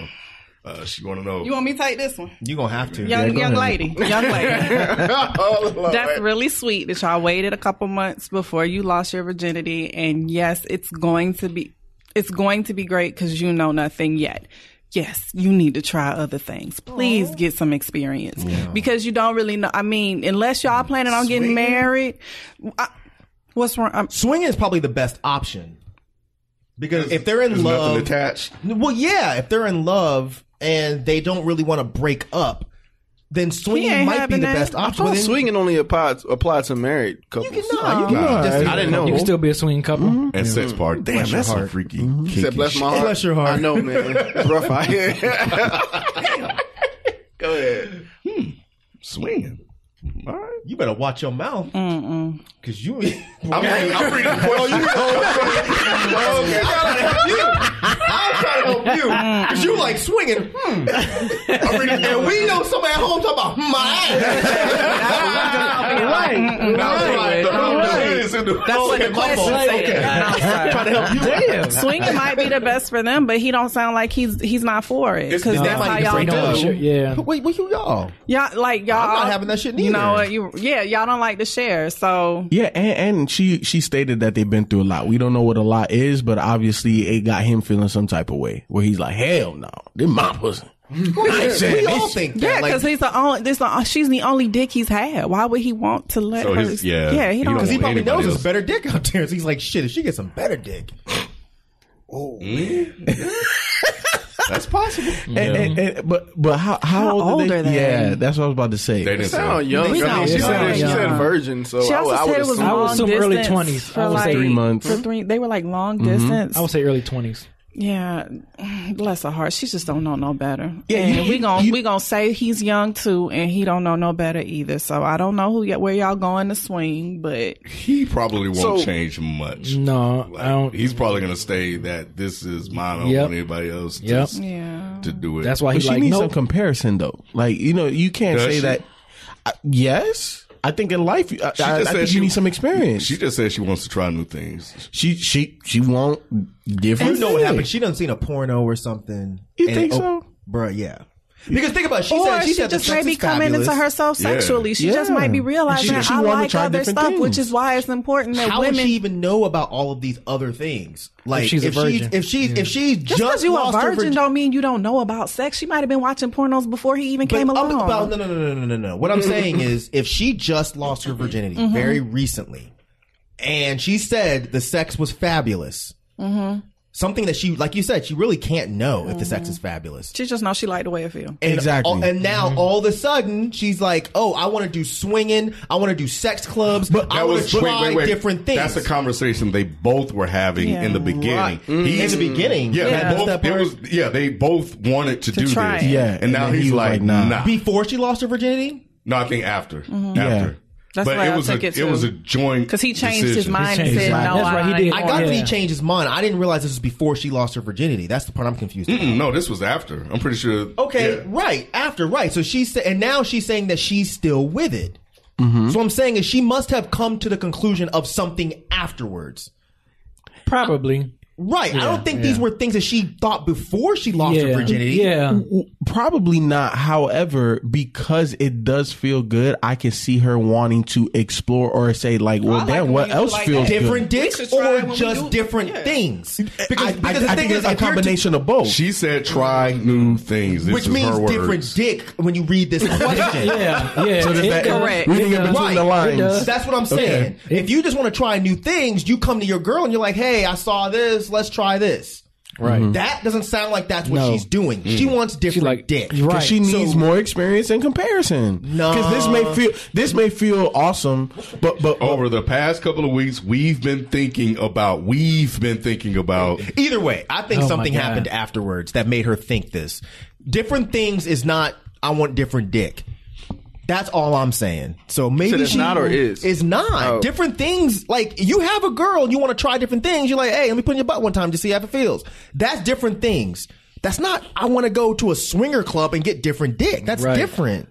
F: uh, she want to know.
E: You want me to take this one?
G: You gonna have to.
E: Young, young lady. Young lady.
F: Oh,
E: That's really sweet that y'all waited a couple months before you lost your virginity. And yes, it's going to be, it's going to be great because you know nothing yet. Yes, you need to try other things. Please get some experience because you don't really know. I mean, unless y'all planning on getting married, I, what's wrong? I'm,
G: Swing is probably the best option because if they're
F: There's
G: in love,
F: nothing attached.
G: well, yeah, if they're in love and they don't really want to break up, then
E: He
G: swinging
E: ain't
G: might be
E: having
G: the
E: that. Oh,
G: best
H: I
G: option.
H: thought
G: Well, then-
H: swinging only applied apply to married
G: You
H: couples.
G: can, nah, you can just,
H: I didn't know.
D: You can still be a swinging couple.
F: and sex party. Damn, that's some freaky.
H: He said,
F: kinky
H: "Bless my heart."
G: Bless your heart.
H: I know, man. It's rough out here. Go ahead.
F: shit. Hmm. swinging. All right.
G: You better watch your mouth because you.
F: I'm, I'm reading the question.
G: Okay, I'm trying to help you. I'm trying to help you because you like swinging. Hmm. and we know somebody at home talking about hmm, my.
F: Right. Right.
E: that's
F: Oh,
E: what the question said. I'm sorry.
G: Trying to help you. Damn.
E: swinging might be the best for them, but he don't sound like he's he's not for it because that's how y'all
G: Right
E: do.
G: now.
D: Sure, yeah.
G: Wait, what you y'all?
E: Y'all like y'all.
G: I'm not having that shit
E: You know
G: neither.
E: what? You yeah. Y'all don't like to share, so
J: Yeah, and, and she she stated that they've been through a lot. We don't know what a lot is, but obviously it got him feeling some type of way where he's like, "Hell no, this my pussy."
G: We all think that.
E: yeah.
G: like-
E: Because he's the only. This the, she's the only dick he's had. Why would he want to let
F: So
E: her?
F: his- yeah.
E: Yeah. He
F: He
E: don't.
F: don't
G: Because he
F: want
G: probably
F: anybody
G: knows there's
F: else.
G: better dick out there. So he's like, shit, if she gets some better dick.
F: That's possible.
J: And- and- and- but but how how, old,
E: old are
J: are
E: they?
J: they? Yeah, that's what I was about to say.
F: They didn't
H: Sound young. I
E: They
H: mean,
E: sound
H: she said
E: young.
H: she said
E: Yeah.
H: virgin, so
E: she
H: I,
E: also
H: would- I
E: said
H: would
E: it was
H: assume-
D: I would
E: long
D: assume early
E: distance
D: 20s.
E: For
D: I would
E: like,
D: say-
J: Three months.
E: For three, they were like long distance.
D: I would say early twenties.
E: Yeah, bless her heart. She just don't know no better.
J: Yeah,
E: and
J: you-
E: we gon'
J: you-
E: we gonna say he's young too, and he don't know no better either. So I don't know who y- where y'all going to swing, but
F: He probably won't
H: So-
F: change much.
D: No,
F: Like,
D: I don't.
F: he's probably gonna stay that this is mine. I don't
D: Yep.
F: want anybody else to,
D: Yep.
E: yeah,
F: to do it.
D: that's why
J: But
D: he's
J: she
D: like
J: needs
D: no.
J: some comparison though. Like you know, you can't
F: Does
J: say
F: she?
J: that. I, yes, I think in life, uh, I,
F: She
J: I, I
F: just said
J: think
F: she-
J: you need some experience.
F: She just said she wants to try new things.
J: she she she won't different.
G: You know what
J: thing.
G: happened? She done seen a porno or something. oh,
J: You think so?
G: Bruh, yeah. Because think about it. She
E: or
G: said
E: she,
G: she, said the
E: just
G: sex
E: may be
G: is
E: coming
G: fabulous.
E: into herself
F: Yeah.
E: sexually. She just
J: Yeah.
E: might be realizing
J: And she- she
E: I
J: wanna
E: like
J: try
E: other
J: different
E: stuff, which
J: things.
E: is why it's important that
G: How
E: women.
G: would she even know about all of these other things? Like
D: she's a
G: if
D: virgin.
G: she if she if she's
E: just because
G: just
E: you a
G: lost her
E: virgin
G: virgi-
E: don't mean you don't know about sex. She might have been watching pornos before he even
G: But
E: came
G: I'm
E: along.
G: about- no, no, no, no, no, no, no. What I'm saying is, if she just lost her virginity very recently, and she said the sex was fabulous, something that she, like you said, she really can't know if the sex is fabulous.
E: She just knows she liked the way it feel.
G: And
J: Exactly.
G: all- and now all of a sudden she's like, "Oh, I want to do swinging. I want to do sex clubs. But I
F: That
G: want to
F: was
G: try
F: wait, wait, wait.
G: different things."
F: That's a conversation they both were having
E: Yeah. Mm-hmm.
F: in the beginning. Mm-hmm.
G: Right. In the beginning,
F: yeah,
G: yeah.
F: They
G: That's
F: both,
G: that
F: it
G: part.
F: was, yeah, they both wanted to, do
E: try
F: this.
E: it.
J: Yeah,
F: and now
J: and
F: he's,
J: he was
F: like,
J: like, nah.
F: nah.
G: Before she lost her virginity,
F: No, I think after, after,
E: Mm-hmm. That's
F: but
E: why
F: it
E: I
F: was
E: took
F: a
E: it
F: it
E: too.
F: was a joint
E: 'Cause he changed his
F: decision.
E: mind and He changed his said, mind. "No, That's right, he I- did.
G: I got that he
E: Oh, Yeah.
G: changed his mind. I didn't realize this was before she lost her virginity. That's the part I'm confused. about.
F: Mm-mm, Mm, no, this was after. I'm pretty sure.
G: Okay,
F: yeah.
G: right after right. So she said, and now she's saying that she's still with it. So what I'm saying is she must have come to the conclusion of something afterwards.
D: Probably.
G: Right. I don't think these
D: yeah.
G: were things that she thought before she lost her
D: Yeah,
G: virginity.
D: Yeah.
E: Um,
J: W- Probably not. However, because it does feel good, I can see her wanting to explore or say like, "Well,
E: like it
J: damn,
E: when
J: what
E: you
J: else
E: like
J: feels
E: that.
G: Different
J: good?"
G: dicks
E: should try
G: or
E: when we
G: just
E: do-
G: different
E: yeah.
G: things.
F: I-
G: Because, because
F: I-
G: the
F: I
G: thing
F: think
G: is,
F: it's
G: if
F: a
G: you're to-
J: Combination of both.
F: She said, "Try new things." This
G: which
F: is
G: means
F: her words.
G: different dick when you read this question.
D: Yeah. Yeah.
J: So does
D: It
J: that-
D: does.
E: Correct.
J: Reading
D: It
J: in
D: does.
J: between the
G: Right.
J: lines.
D: It does.
G: That's what I'm saying. If you just want to try new things, you come to your girl and you're like, "Hey, I saw this. Let's try this."
D: Right.
G: That doesn't sound like that's what
D: No. Mm-hmm.
G: she's doing. She wants different
D: like-
G: dick.
D: You're right.
J: Cause she needs
G: So-
J: more experience and comparison.
G: Nah.
J: because this may feel this may feel awesome, but but
F: Over the past couple of weeks, we've been thinking about. We've been thinking about.
G: Either way, I think
D: Oh,
G: something
D: my God.
G: happened afterwards that made her think this. Different things is not. I want different dick. That's all I'm saying. So maybe
H: said it's
G: she
H: not or is?
G: It's not.
H: Oh.
G: Different things. Like you have a girl and you want to try different things. You're like, hey, let me put in your butt one time to see how it feels. That's different things. That's not. I want to go to a swinger club and get different dick. That's
D: Right.
G: different.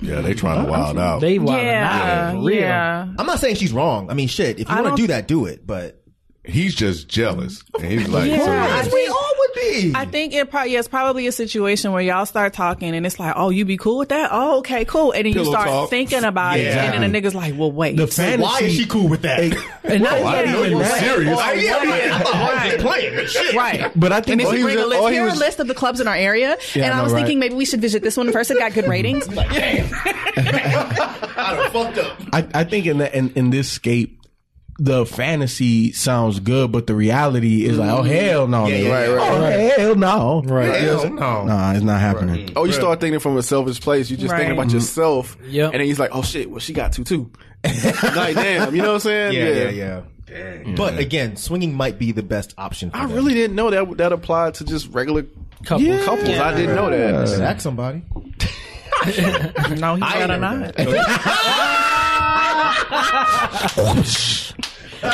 F: Yeah, they trying
G: Oh,
F: to wild out.
D: They wilding out.
E: yeah,
D: for real.
E: yeah.
G: I'm not saying she's wrong. I mean, shit. If you
E: I
G: want
E: don't-
G: to do that, do it. But
F: He's just jealous, and he's like,
E: Yeah.
F: so-
E: I
G: as we all would be.
E: I think it probably yeah, it's probably a situation where y'all start talking and it's like, oh, you be cool with that? Oh, okay, cool. And then you
F: Pillow
E: start
F: talk.
E: thinking about it,
G: Yeah.
E: and then the nigga's like, well, wait,
J: the fantasy.
G: Why is she cool with that?
J: And
G: Oh,
J: not
F: I didn't know you were
J: that.
F: serious.
G: I, Oh, yeah, I'm like, I thought I was just playing. Shit.
E: right?
J: But I think
E: and if
J: all
E: you
J: Oh, he was
E: bring a
J: at-
E: list,
J: all he
E: here are a
J: was-
E: list of the clubs in our area,
J: Yeah,
E: and
J: I
E: I
J: know,
E: was
J: right?
E: thinking maybe we should visit this one first. It got good ratings.
G: I done fucked up.
J: I, I think in that in, in this scape, the fantasy sounds good, but the reality is like, oh hell no,
G: Mm. Yeah, yeah,
J: nigga.
G: yeah.
J: oh hell no, right?
G: Hell no.
J: Nah, it's not happening.
H: Oh, you start thinking from a selfish place. You just
E: Right.
H: thinking
J: Mm-hmm.
H: about yourself.
D: Yep.
H: And then he's like, oh shit, well, she got two too. like, damn, you know what I'm saying?
G: But again, swinging might be the best option. For
H: I
G: them.
H: really didn't know that that applied to just regular
D: Couples.
H: couples. I didn't know that.
J: Uh,
G: Just ask somebody.
E: no, he's better not.
J: Keep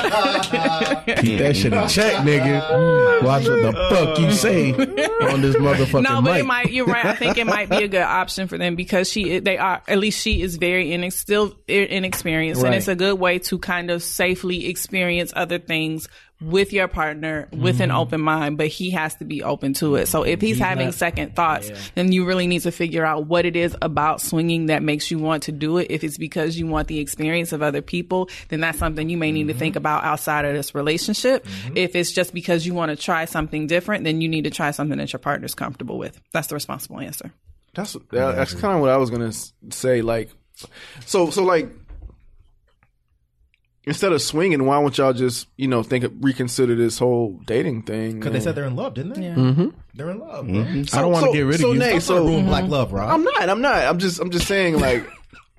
J: that shit in check, nigga. Watch what the fuck you say on this motherfucking
E: Mm. No, but
J: mic.
E: it might. You're right. I think it might be a good option for them because she, they are at least she is very inex- still i- inexperienced, and
D: Right.
E: it's a good way to kind of safely experience other things with your partner with
J: Mm-hmm.
E: an open mind. But he has to be open to it. So if he's, having second thoughts, then you really need to figure out what it is about swinging that makes you want to do it. If it's because you want the experience of other people, then that's something you may need to think about outside of this relationship. If it's just because you want to try something different, then you need to try something that your partner's comfortable with. That's the responsible answer.
H: That's that, that's kind of what I was gonna s- say. Like, so so like, instead of swinging, why won't y'all just you know think of, reconsider this whole dating thing?
G: Because they said they're in love, didn't they? Mm-hmm. They're in love. bro.
J: Mm-hmm. I don't want to
H: so-
J: get rid of
H: so
J: you.
H: Nay,
G: It's not a
H: so
G: rule of black love, Rob.
H: I'm not. I'm not. I'm just. I'm just saying. Like,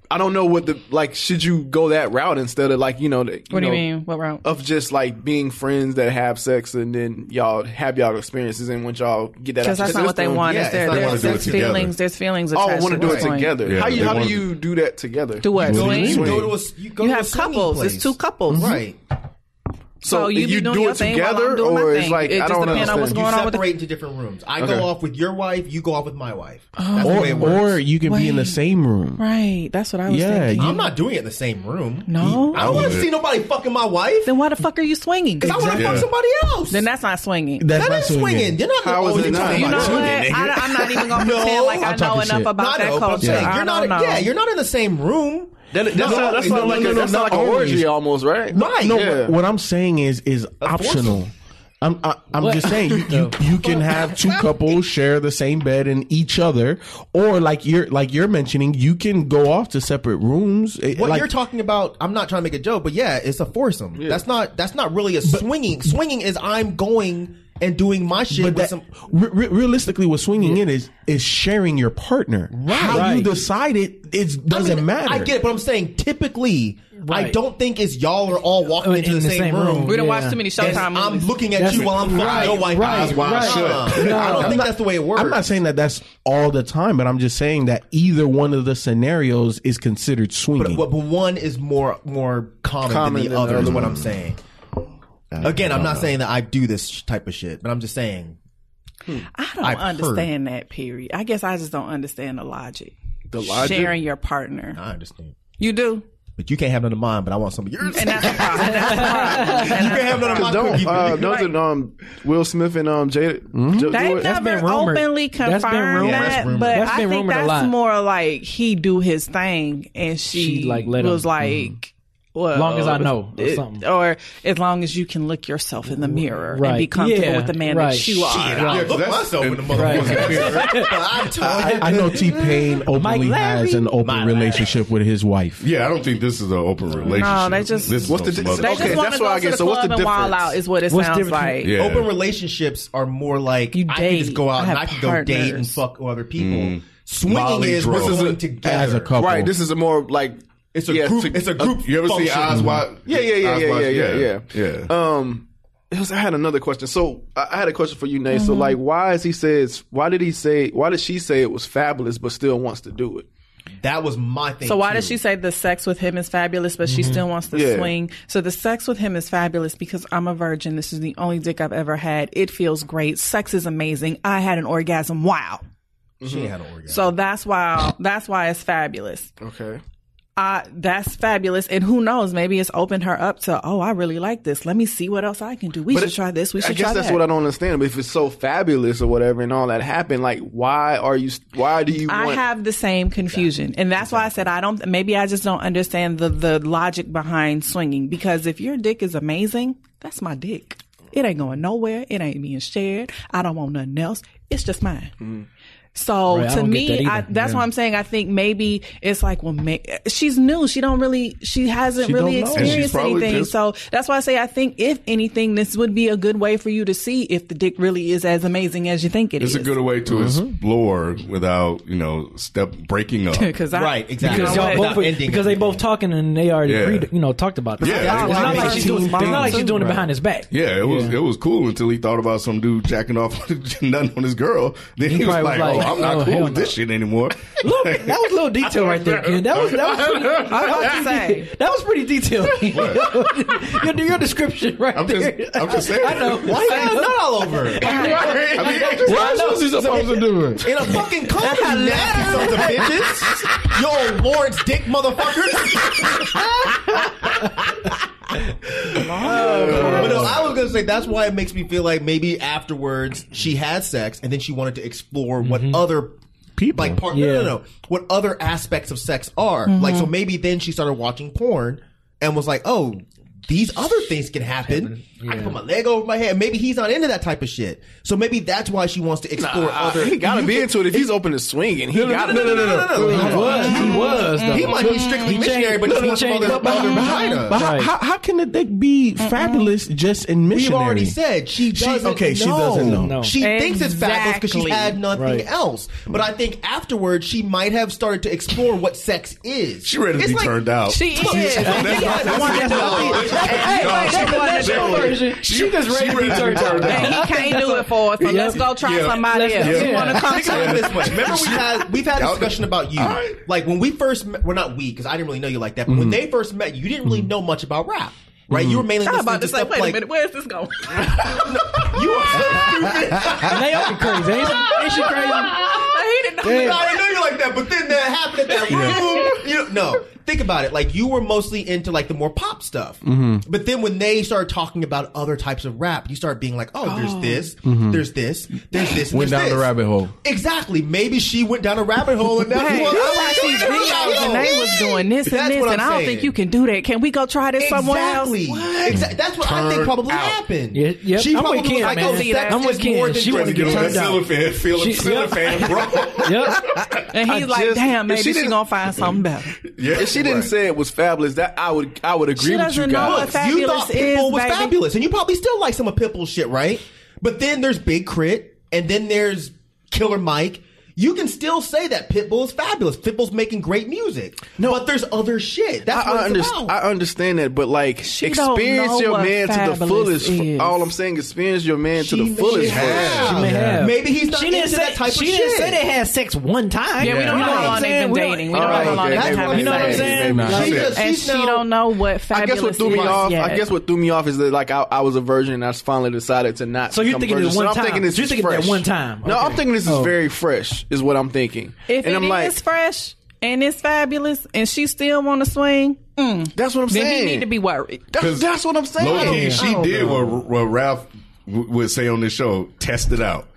H: I don't know what the like. Should you go that route instead of like you know? The, you
E: What do you
H: know, Oh,
E: mean? What route?
H: Of just like being friends that have sex and then y'all have y'all experiences and once y'all get that
E: Because
H: out
E: that's
H: your
E: not what they
H: system-
E: want.
G: yeah,
E: Is there,
G: it's not they
E: there's
G: wanna do
E: there's
F: it together.
E: feelings. There's feelings.
H: Oh, I
E: attached
H: want to do
E: this
H: it
E: point.
H: together.
F: Yeah,
H: how
F: they
H: you, how
F: wanna-
H: do you do that together?
E: Do what? Swing?
G: You
H: swing.
G: go to a, you go
E: You
G: to a
E: have
G: swinging
E: couples.
G: Place.
E: It's two couples. Mm-hmm.
G: Right.
E: So, you, be
H: you
E: doing
H: do
E: your
H: it
E: thing while I'm
H: together,
E: doing my
H: or it's
E: thing.
H: like,
E: it
H: I
E: just
H: don't
E: depends on
H: understand.
E: what's
H: You
E: going on
G: you
E: with the
G: separate into different rooms. I
H: Okay.
G: go off with your wife. You go off with my wife.
E: Oh.
G: That's the way it
J: or,
G: works.
J: or you can be in the
E: Wait.
J: same room.
E: Right. That's what I was
J: Yeah,
E: thinking.
J: you-
G: I'm not doing it in the same room.
E: No?
G: I don't want to see nobody fucking my wife.
E: Then why the fuck are you swinging?
G: 'Cause I want to
F: Yeah.
G: fuck somebody else.
E: Then that's not swinging.
J: That's
G: that
J: not
G: is swinging. You're not
H: How is
G: always
H: it not?
G: talking
E: you
H: I'm
E: know
G: about
E: what?
G: swinging.
E: I, I'm not even gonna
G: No,
E: pretend like i
J: I'm
E: know
J: talking
E: enough
J: shit.
E: about
G: I
E: that
G: know, but I'm
E: culture.
G: saying,
E: I
G: you're
E: don't
G: not.
E: know.
G: Yeah, you're not in the same room.
H: That- that's
G: No,
H: not, that's
G: no,
H: not
G: no,
H: like
G: no,
H: a,
G: no,
H: that's not
J: not
H: like an
J: always.
H: orgy almost, right?
G: Right.
J: No,
H: Yeah.
J: what I'm saying is is optional. I'm I, I'm just saying you, you you can have two couples share the same bed and each other, or like you're like you're mentioning, you can go off to separate rooms. It-
G: What
J: like,
G: you're talking about, I'm not trying to make a joke, but yeah, it's a foursome. That's not that's not really a swinging. Swinging is I'm going and doing my shit
J: But
G: with
J: that,
G: some.
J: re- re- realistically, what swinging in is is sharing your partner. Right. How you
D: Right.
J: decide it, it doesn't
G: I mean,
J: matter.
G: I get it, but I'm saying typically, I
D: Right.
G: don't think it's y'all are all walking
D: In
G: into the,
D: the
G: same,
D: same
G: room.
D: room. We
E: We don't
D: Yeah.
E: watch too many
G: And
E: Showtime
G: I'm
E: movies.
G: looking at
D: That's-
G: you while I'm fucking
D: right,
G: your white
D: right,
G: eyes wide
D: right.
G: shut.
D: No,
G: I don't
D: I'm
G: think
J: not-
G: that's the way it works.
J: I'm not saying that that's all the time, but I'm just saying that either one of the scenarios is considered
G: but,
J: swinging.
G: but but one is more more common,
H: Common
G: than
H: than
G: the
H: the
G: other. Is
H: other
G: what
H: one.
G: I'm saying. Again, I'm not saying that I do this sh- type of shit, but I'm just saying
E: I don't
G: I've
E: understand that. Period. I guess I just don't understand the logic.
H: The logic?
E: Sharing your partner.
G: I understand.
E: You do.
G: But you can't have none of mine. But I want some of yours.
E: And that's the problem. That's the problem.
G: you can have none of my
H: Don't
G: cookie.
H: uh,
G: nigga.
H: doesn't um Will Smith and um Jada Jo-
E: They
H: do it?
E: never
D: That's been rumored.
E: openly
D: That's been
E: confirmed
D: rumored.
E: that,
D: Yeah, that's
E: but
D: That's
E: I
D: been
E: think
D: rumored a
E: that's
D: lot.
E: more like he do his thing and she,
D: She, like, let him-
E: was like, well,
D: Long as I know, or
E: it-
D: something.
E: or as long as you can look yourself in the mirror and
D: Right.
E: be comfortable
D: Yeah,
E: with the man
D: right.
E: that you are.
G: Shit, I look myself in the motherfucking mirror. I'm
J: I,
G: tired.
J: I know T Pain openly has an open
G: My Larry.
J: relationship with his wife.
F: Yeah, I don't think this is an open relationship.
E: No, they just-
F: This is
H: What's
F: on
H: the-
F: some
H: they
F: other-
E: They
H: Okay,
E: just want
H: that's
E: to go
H: what I
E: to
H: get.
E: the
H: So what's
E: club
H: the
E: and wild
H: difference?
E: out is what it
D: What's the
E: sounds
D: difference
E: like.
D: between-
F: Yeah.
G: Open relationships are more like
E: You
G: I can
E: date,
G: just go out and I
E: have
G: can go date and
E: partners. Mm.
G: fuck other people. Swinging
F: Molly
G: is we're
F: Drone.
G: going
F: As a-
G: together
J: as a couple.
H: Right. This is a more like
G: It's a group.
H: to-
G: it's a group.
F: You ever see
G: function.
F: Eyes Wide?
H: Yeah, yeah, yeah,
F: Eyes
H: yeah,
F: Wide-
H: yeah, yeah, yeah,
F: yeah.
H: Um, it was- I had another question. So I I had a question for you, Nate.
E: Mm-hmm.
H: So like, why is he says? Why did he say? Why did she say it was fabulous, but still wants to do it?
G: That was my thing.
E: So why
G: too.
E: does she say the sex with him is fabulous, but
D: Mm-hmm.
E: she still wants to
H: Yeah.
E: swing? So the sex with him is fabulous because I'm a virgin. This is the only dick I've ever had. It feels great. Sex is amazing. I had an orgasm. Wow.
G: She ain't had an orgasm.
E: So that's why that's why it's fabulous.
H: Okay.
E: I that's fabulous. And who knows? Maybe it's opened her up to oh, I really like this. Let me see what else I can do. We should
H: it-
E: try this. We should
H: I guess
E: try
H: that's
E: that.
H: what I don't understand. But if it's so fabulous or whatever, and all that happened, like, why are you? Why do you?
E: I
H: want,
E: have the same confusion, and that's why I said I don't. Maybe I just don't understand the the logic behind swinging. Because if your dick is amazing, that's my dick. It ain't going nowhere. It ain't being shared. I don't want nothing else. It's just mine. So
D: Right, I
E: to
D: don't get
E: me,
D: that either.
E: I, that's why I'm saying I think maybe it's like well, may, she's new. She don't really. She hasn't
J: She
E: really
J: don't know. And she's
E: experienced
F: probably
E: anything.
F: just-
E: so that's why I say I think if anything, this would be a good way for you to see if the dick really is as amazing as you think it
F: It's a
E: is.
F: good way to
D: Mm-hmm.
F: explore without, you know, step breaking up.
E: because I,
G: Right, exactly.
D: Because
G: Yeah.
D: y'all
G: Without
D: both were-
G: ending
D: because they
G: everything.
D: both talking and they already
F: Yeah.
D: agreed, you know, talked about it.
F: Yeah,
D: it's
F: that's
D: not
F: why
D: like
F: they
D: she's doing, it's
F: team
D: not like
F: things.
D: she's doing it behind his back.
F: Yeah, it was it was cool until he thought about some dude jacking off nothing on his girl. Then he, was
D: probably
F: like,
D: was like,
F: "Oh, I'm not
D: oh,
F: cool
D: hell
F: with
D: no."
F: this shit anymore."
D: Little bit- that was a little detail right there, Ken. That was that was pretty, I, I
E: Say.
D: that was pretty detailed. your, your description right
F: I'm
D: there.
F: just, I'm just saying.
D: I know.
G: Why is it not all over? In
F: I mean, I'm just-
J: What else is he supposed to do? it?
G: a fucking comedy, nasty sons of bitches. Yo, Lawrence Dick, motherfuckers. but no, I was gonna say that's why it makes me feel like maybe afterwards she had sex and then she wanted to explore what other people like part no, no
D: Yeah.
G: no what other aspects of sex are like so maybe then she started watching porn and was like oh these other things can happen. I can put my leg over my head. Maybe he's not into that type of shit. So maybe that's why she wants to explore
H: Nah,
G: other.
H: he gotta be into it if he's open to swinging. He
G: No, no,
H: gotta.
G: no, no, no, no, no, no.
D: He was, he was. Though.
G: He might be strictly
D: He
G: missionary,
D: changed-
G: but
D: no,
G: just
D: he
G: wants to
D: changed
G: mother-
D: up by-
G: mother vagina.
J: But how-
D: Right.
J: how, how can the dick be fabulous just in
G: We've
J: missionary?
G: already said she
J: She-
G: doesn't.
J: okay,
G: know.
J: she doesn't know.
D: No.
G: She thinks it's fabulous because she's
E: Exactly.
G: had nothing
D: Right.
G: else. But I think afterwards she might have started to explore what sex is.
F: She ready to
G: It's
F: be
G: like-
F: turned out.
E: She is.
G: She
E: That's-
G: has
E: that's-
G: nothing else.
F: that's-
D: that's the national version. She just ready to be turned out.
E: And he can't do it for us, so let's go try
F: Yeah.
E: somebody
D: Let's-
E: else.
D: yeah.
E: You want to come
G: Think about it this way. Remember we had we've had a
F: Y'all-
G: discussion about you.
F: All right.
G: Like when we first met, well not we because I didn't really know you like that. But
E: Mm-hmm.
G: when they first met, you didn't really know much about rap, right? You were mainly
E: I'm
G: listening
E: Mm-hmm. about to say,
G: stuff
E: wait
G: like
E: a minute, where is this going?
G: you are so stupid.
D: Naomi crazy. Ain't she, ain't she crazy?
E: he didn't know.
G: I didn't know you like that, but then that happened at that room. You know, no, think about it. Like you were mostly into like the more pop stuff,
J: Mm-hmm.
G: but then when they started talking about other types of rap, you start being like, "Oh, there's this, there's this, there's this."
J: Mm-hmm.
G: and
J: Went
G: there's
J: down
G: this.
J: the rabbit hole.
G: Exactly. Maybe she went down a rabbit hole and now
E: Hey,
G: you want-
E: I watched these videos and they was doing this
G: That's
E: and this,
G: what
E: and
G: I'm
E: I don't
G: saying.
E: think you can do that. Can we go try this somewhere else?
G: Exactly. Exactly. That's what I think
F: Turn
G: probably
F: out.
G: happened.
D: Yeah, yep.
G: She
D: I'm
G: probably
D: with Ken,
G: was like,
D: man.
G: "Oh, sex
D: I'm with
G: is more
D: Ken.
G: than
D: She
G: just
D: wanted to get
F: Get on that
D: turned out.
F: cellophane, feel
D: She-
F: it, cellophane, bro.
D: Yep.
E: And he's
H: I
E: like,
H: just-
E: damn,
H: if
E: maybe
H: she
E: she,
H: didn't-
E: gonna find something better.
F: Yeah,
H: If she didn't
F: right.
H: say it was fabulous, that I would I would agree
E: She
H: with you
E: doesn't know
H: guys.
E: what
G: you
E: fabulous
G: thought Pitbull
E: is,
G: was
E: baby.
G: fabulous, and you probably still like some of Pitbull's shit, right? But then there's Big Crit, and then there's Killer Mike. You can still say that Pitbull is fabulous. Pitbull's making great music. No, but there's other shit. That's
H: I,
G: what
H: I,
G: it's
H: underst-
G: about.
H: I understand that, but like,
E: don't know
H: experience your
E: what
H: man to the
E: fabulous
H: fullest.
E: is.
H: All I'm saying, experience your man to
G: She
H: the fullest.
G: may have.
H: first.
D: She may have.
G: Maybe he's not
D: she
G: into
D: didn't say
G: that type
D: she
G: of
D: didn't
G: shit.
D: say they had sex one time.
E: Yeah, we don't
D: You
E: know
D: what
E: how
D: I'm
E: long they've
D: saying?
E: been
D: We don't-
E: dating. We don't know how
H: Oh,
E: long
H: okay,
E: they've
G: That's
E: been
H: maybe-
G: what I'm
E: having
D: You know what I'm
E: sex.
H: maybe-
D: saying?
H: maybe
G: She
H: not.
G: does-
E: And
G: She's
E: she
G: now-
E: don't know what
H: I
E: fabulous
H: guess what threw me
E: is
H: off. I
E: yet.
H: guess what threw me off is that like I, I was a virgin and I just finally decided to not.
D: So you're
H: become
D: thinking
H: virgin.
D: it's one
H: so
D: time.
H: I'm thinking this
D: You're
H: is
D: thinking that
H: fresh.
D: one time.
H: No, I'm
D: Okay.
H: thinking this is
D: Oh.
H: very fresh. Is what I'm thinking.
E: If
H: and
E: it
H: I'm like,
E: is fresh and it's fabulous and she still want to swing, mm,
H: that's what I'm
E: then
H: saying.
E: you need to be worried.
H: That's, that's what I'm saying.
F: Low key,
H: I
F: she
H: don't
F: did
H: know.
F: what, what Ralph w- would say on this show: test it out.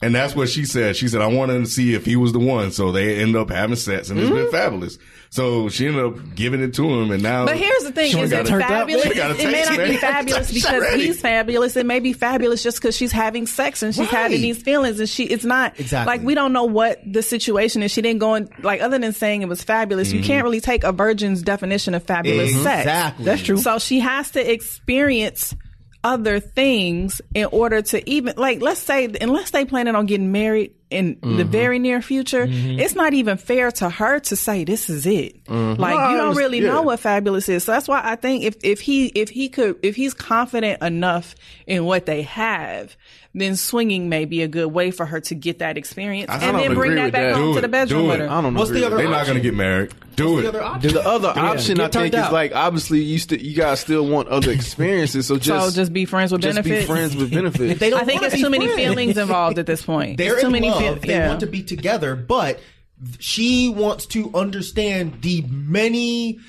F: And that's what she said. She said, "I wanted to see if he was the one." So they ended up having sex, and it's
H: Mm-hmm.
F: been fabulous. So she ended up giving it to him, and now.
E: But here's the thing:
F: She
E: is
F: got
E: it
F: a-
E: fabulous?
F: she
E: It
F: got a
E: may
F: taste,
E: not be
F: man.
E: fabulous
F: She's
E: because
F: ready.
E: he's fabulous. It may be fabulous just because she's having sex and she's having these feelings, and she it's not
G: Exactly.
E: like we don't know what the situation is. She didn't go in like other than saying it was fabulous.
F: Mm-hmm.
E: You can't really take a virgin's definition of fabulous sex.
G: Exactly. That's
E: true. So she has to experience other things in order to even like let's say unless they planning on getting married in the very near future it's not even fair to her to say this is it like
H: No, I
E: you don't
H: understand-
E: really know
H: yeah.
E: what what fabulous is. So that's why I think if if he if he could if he's confident enough in what they have, then swinging may be a good way for her to get that experience
F: I
E: and
F: don't
E: then bring
F: agree
E: that
F: with
E: back
F: that.
E: home
F: Do
E: to
F: it.
E: the bedroom
F: Do
E: with
F: it.
E: her.
H: I don't know.
G: What's the other
F: They're not
G: option?
F: going to get married. Do it.
G: the other option?
H: The other option I
D: Get turned
H: think is
D: out.
H: like obviously you still you guys still want other experiences, so just
E: so just be friends with
H: just
E: benefits.
H: be friends with benefits.
G: If they don't
E: I think
G: wanna
E: there's
G: be
E: too many
G: friends.
E: feelings involved at this point.
G: They're
E: There's too
G: in
E: many
G: love.
E: feelings.
G: they want to be together, but she wants to understand the many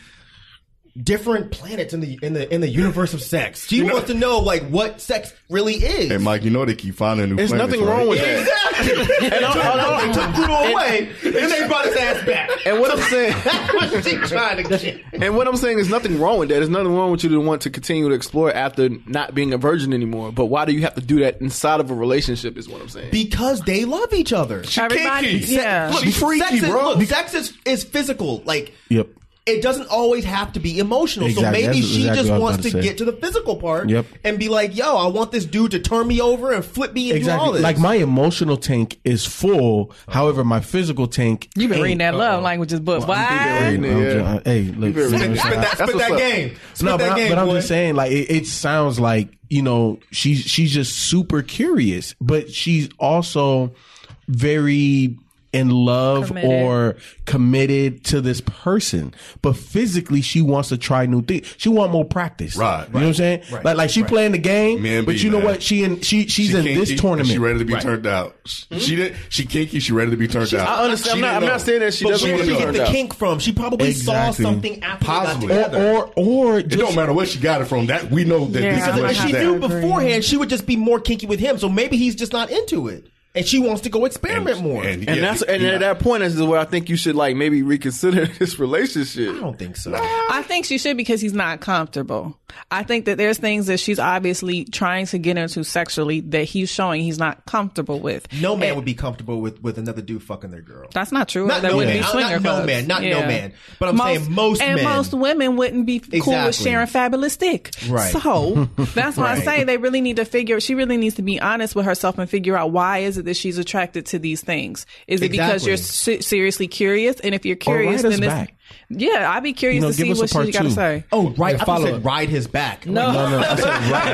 G: different planets in the in the in the universe of sex. She wants to know like what sex really is.
F: Hey, Mike, you know they keep finding new.
H: There's
F: planets,
H: nothing wrong
F: right?
H: with that.
G: Exactly. and I, they took Bruno away, and, they brought his ass back.
H: And what I'm saying,
G: That's what she trying to get.
H: and what I'm saying, there's nothing wrong with that. There's nothing wrong with you to want to continue to explore after not being a virgin anymore. But why do you have to do that inside of a relationship? Is what I'm saying.
G: Because they love each other.
E: Everybody, yeah.
G: Look, sex is, Look, sex is, is physical. Like
J: Yep.
G: it doesn't always have to be emotional.
J: Exactly.
G: So maybe
J: That's
G: she
J: exactly what I
G: just
J: was
G: wants
J: about
G: to
J: to say.
G: get to the physical part
J: Yep.
G: and be like, yo, I want this dude to turn me over and flip me and do all
J: Exactly.
G: this.
J: Like my emotional tank is full. However, my physical tank.
E: You've been reading that love languages book. Why?
J: Hey, I'm
H: Yeah.
J: ju- hey, look.
H: been reading
J: seriously,
H: that.
J: I-
G: Spit that, spit
H: That's what's
G: that
H: up.
G: game. Spit
J: no, but,
G: that
J: I,
G: game,
J: but I'm
G: boy.
J: just saying, like it, it sounds like you know she's she's just super curious, but she's also very in love
E: Committed.
J: or committed to this person. But physically, she wants to try new things. She want more practice.
F: Right,
J: You know what I'm saying?
G: right,
J: like like she
G: right.
J: playing the game,
F: Me and
J: but
F: B,
J: you know
F: man.
J: what? She in she she's
F: She
J: in
F: kinky,
J: this tournament.
F: and She ready to be turned out. She- She did. She kinky. She ready to be turned out.
H: I understand. Mm-hmm. I'm
F: She
H: not, I'm
F: didn't
H: not
F: know.
H: saying that she
G: But
H: doesn't
G: where did
H: want
G: she
H: to be
G: get
H: turned
G: the
H: out.
G: kink from? She probably
J: Exactly.
G: saw something after
F: Possibly.
G: they got
J: or
G: together.
J: or or
F: It don't matter where she got it from. That we know that
E: Yeah.
F: this
G: because
F: is
E: I
F: what
G: if
F: she's
G: she
F: at.
G: knew beforehand, she would just be more kinky with him. So maybe he's just not into it, and she wants to go experiment more.
H: And
F: yeah,
H: that's and
F: yeah.
H: at that point, is where I think you should like maybe reconsider this relationship.
G: I don't think so.
E: I think she should because he's not comfortable. I think that there's things that she's obviously trying to get into sexually that he's showing he's not comfortable with.
G: No man would be comfortable with with another dude fucking their girl.
E: That's not true.
G: Not
E: that
G: no
E: wouldn't
G: man.
E: be
G: Not-
E: swinger
G: not no
E: clubs.
G: man. Not no man. But I'm saying most
E: and
G: men.
E: most women wouldn't be cool
G: Exactly.
E: with sharing fabulous dick.
G: Right.
E: So that's why I
G: Right.
E: say they really need to figure. She really needs to be honest with herself and figure out why is it that she's attracted to these things? Is it because
G: Exactly.
E: you're se- seriously curious? And if you're
J: Or write
E: curious,
J: us
E: then this.
J: back.
E: Yeah, I'd be curious
J: You know,
E: to
J: give
E: see
J: us a
E: what
J: part
E: she's got to
J: two.
E: say.
G: Oh right, I thought
D: follow
G: you
D: up.
G: said ride his back. No,
J: No, no, I said
G: that's a mic like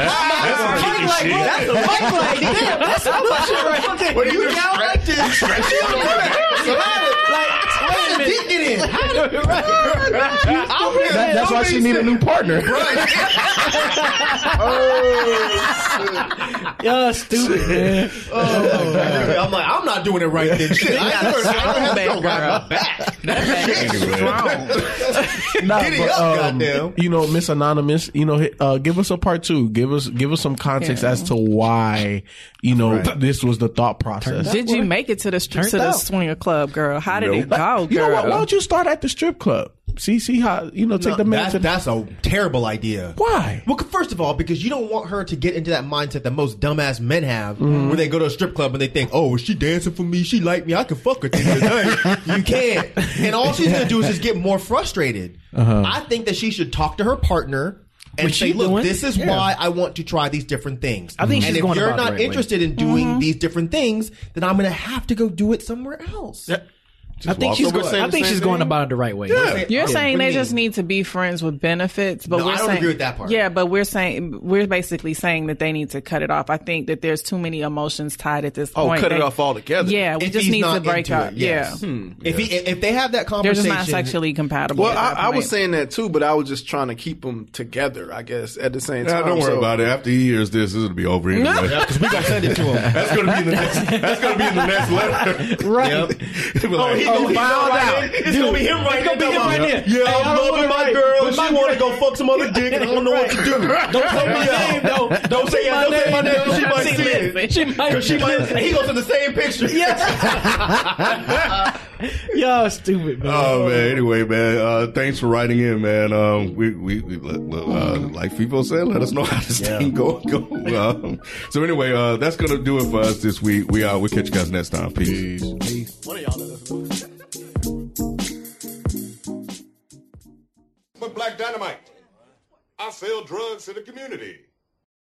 G: that's a mic like damn, that's a mic right.
F: What are you
G: You
F: doing?
G: down like this? Like, where did it get in? I'm really-
J: That- that's why she need a new partner.
D: Yeah, stupid. man.
G: I'm like, I'm not doing it right then. Shit, I never, I never had to ride my back.
J: Nah,
G: Giddy
J: but,
G: up,
J: um,
G: goddamn.
J: You know, Miss Anonymous. You know, hit- uh, give us a part two. Give us give us some context
E: Yeah.
J: as to why you know this was the thought process.
E: Did you make it to the stri-
D: Turned
E: to the
D: out.
E: swinger club, girl? How did it
J: Like,
E: go, girl?
J: you know what? Why don't you start at the strip club? See, see how you know take the man.
G: That's,
J: to-
G: that's a terrible idea.
J: Why?
G: Well, first of all, because you don't want her to get into that mindset that most dumbass men have, where they go to a strip club and they think, "Oh, is she dancing for me? She like me? I can fuck her tonight." you can't. And all she's gonna do is just get more frustrated. I think that she should talk to her partner. and
D: Uh-huh. What
G: say,
D: she
G: look,
D: doing?
G: this is
D: Yeah.
G: why I want to try these different things.
D: I think
G: and
D: she's
G: if
D: going
G: you're
D: about it Mm-hmm.
G: not
D: the right way.
G: interested in doing these different things, then I'm going to have to go do it somewhere else.
D: I think she's.
G: over
D: Going,
G: saying
D: I
G: the
D: think
G: same
D: she's going
G: thing?
D: about it the right way.
E: You're
G: what do
E: saying they
G: you
E: just
G: mean?
E: need to be friends with benefits, but
G: No,
E: we're
G: I don't
E: saying,
G: agree with that part.
E: Yeah, but we're saying we're basically saying that they need to cut it off. I think that there's too many emotions tied at this
H: Oh,
E: point.
H: cut it
E: They-
H: off altogether.
E: Yeah, we
G: If
E: just
G: he's
E: need to
G: not
E: break
G: into
E: up.
G: it, yes.
E: Yeah,
G: If, he, if they have that
E: they're
G: conversation,
E: just not sexually compatible.
H: Well,
E: at that
H: I, I was
E: point.
H: saying that too, but I was just trying to keep them together, I guess, at the same
F: Nah,
H: time.
F: don't worry
H: So-
F: about it. After he hears this, this will be over anyway.
G: because we gonna send it to him.
F: That's gonna be in the next. That's gonna be in the next letter.
G: right. Oh,
F: He'll be like,
G: gonna
F: "Oh,
G: find out. It's gonna be him right
D: gonna be him right there. Hey, I don't wanna write, but my
G: to go fuck some other dick, and I don't know what to do. Don't say my name though. Don't say
D: my name, though. She
G: it.
D: She might-
G: He goes in the same picture.
D: Y'all stupid, man.
F: Oh man. Anyway, man. Uh, thanks for writing in, man. Um, we we, we let- let- uh, like Fivo said, let us know how this thing go go. Um, so anyway, uh, that's gonna do it for us this week. We uh, we catch you guys next time. Peace.
I: But Black Dynamite, I sell drugs to the community.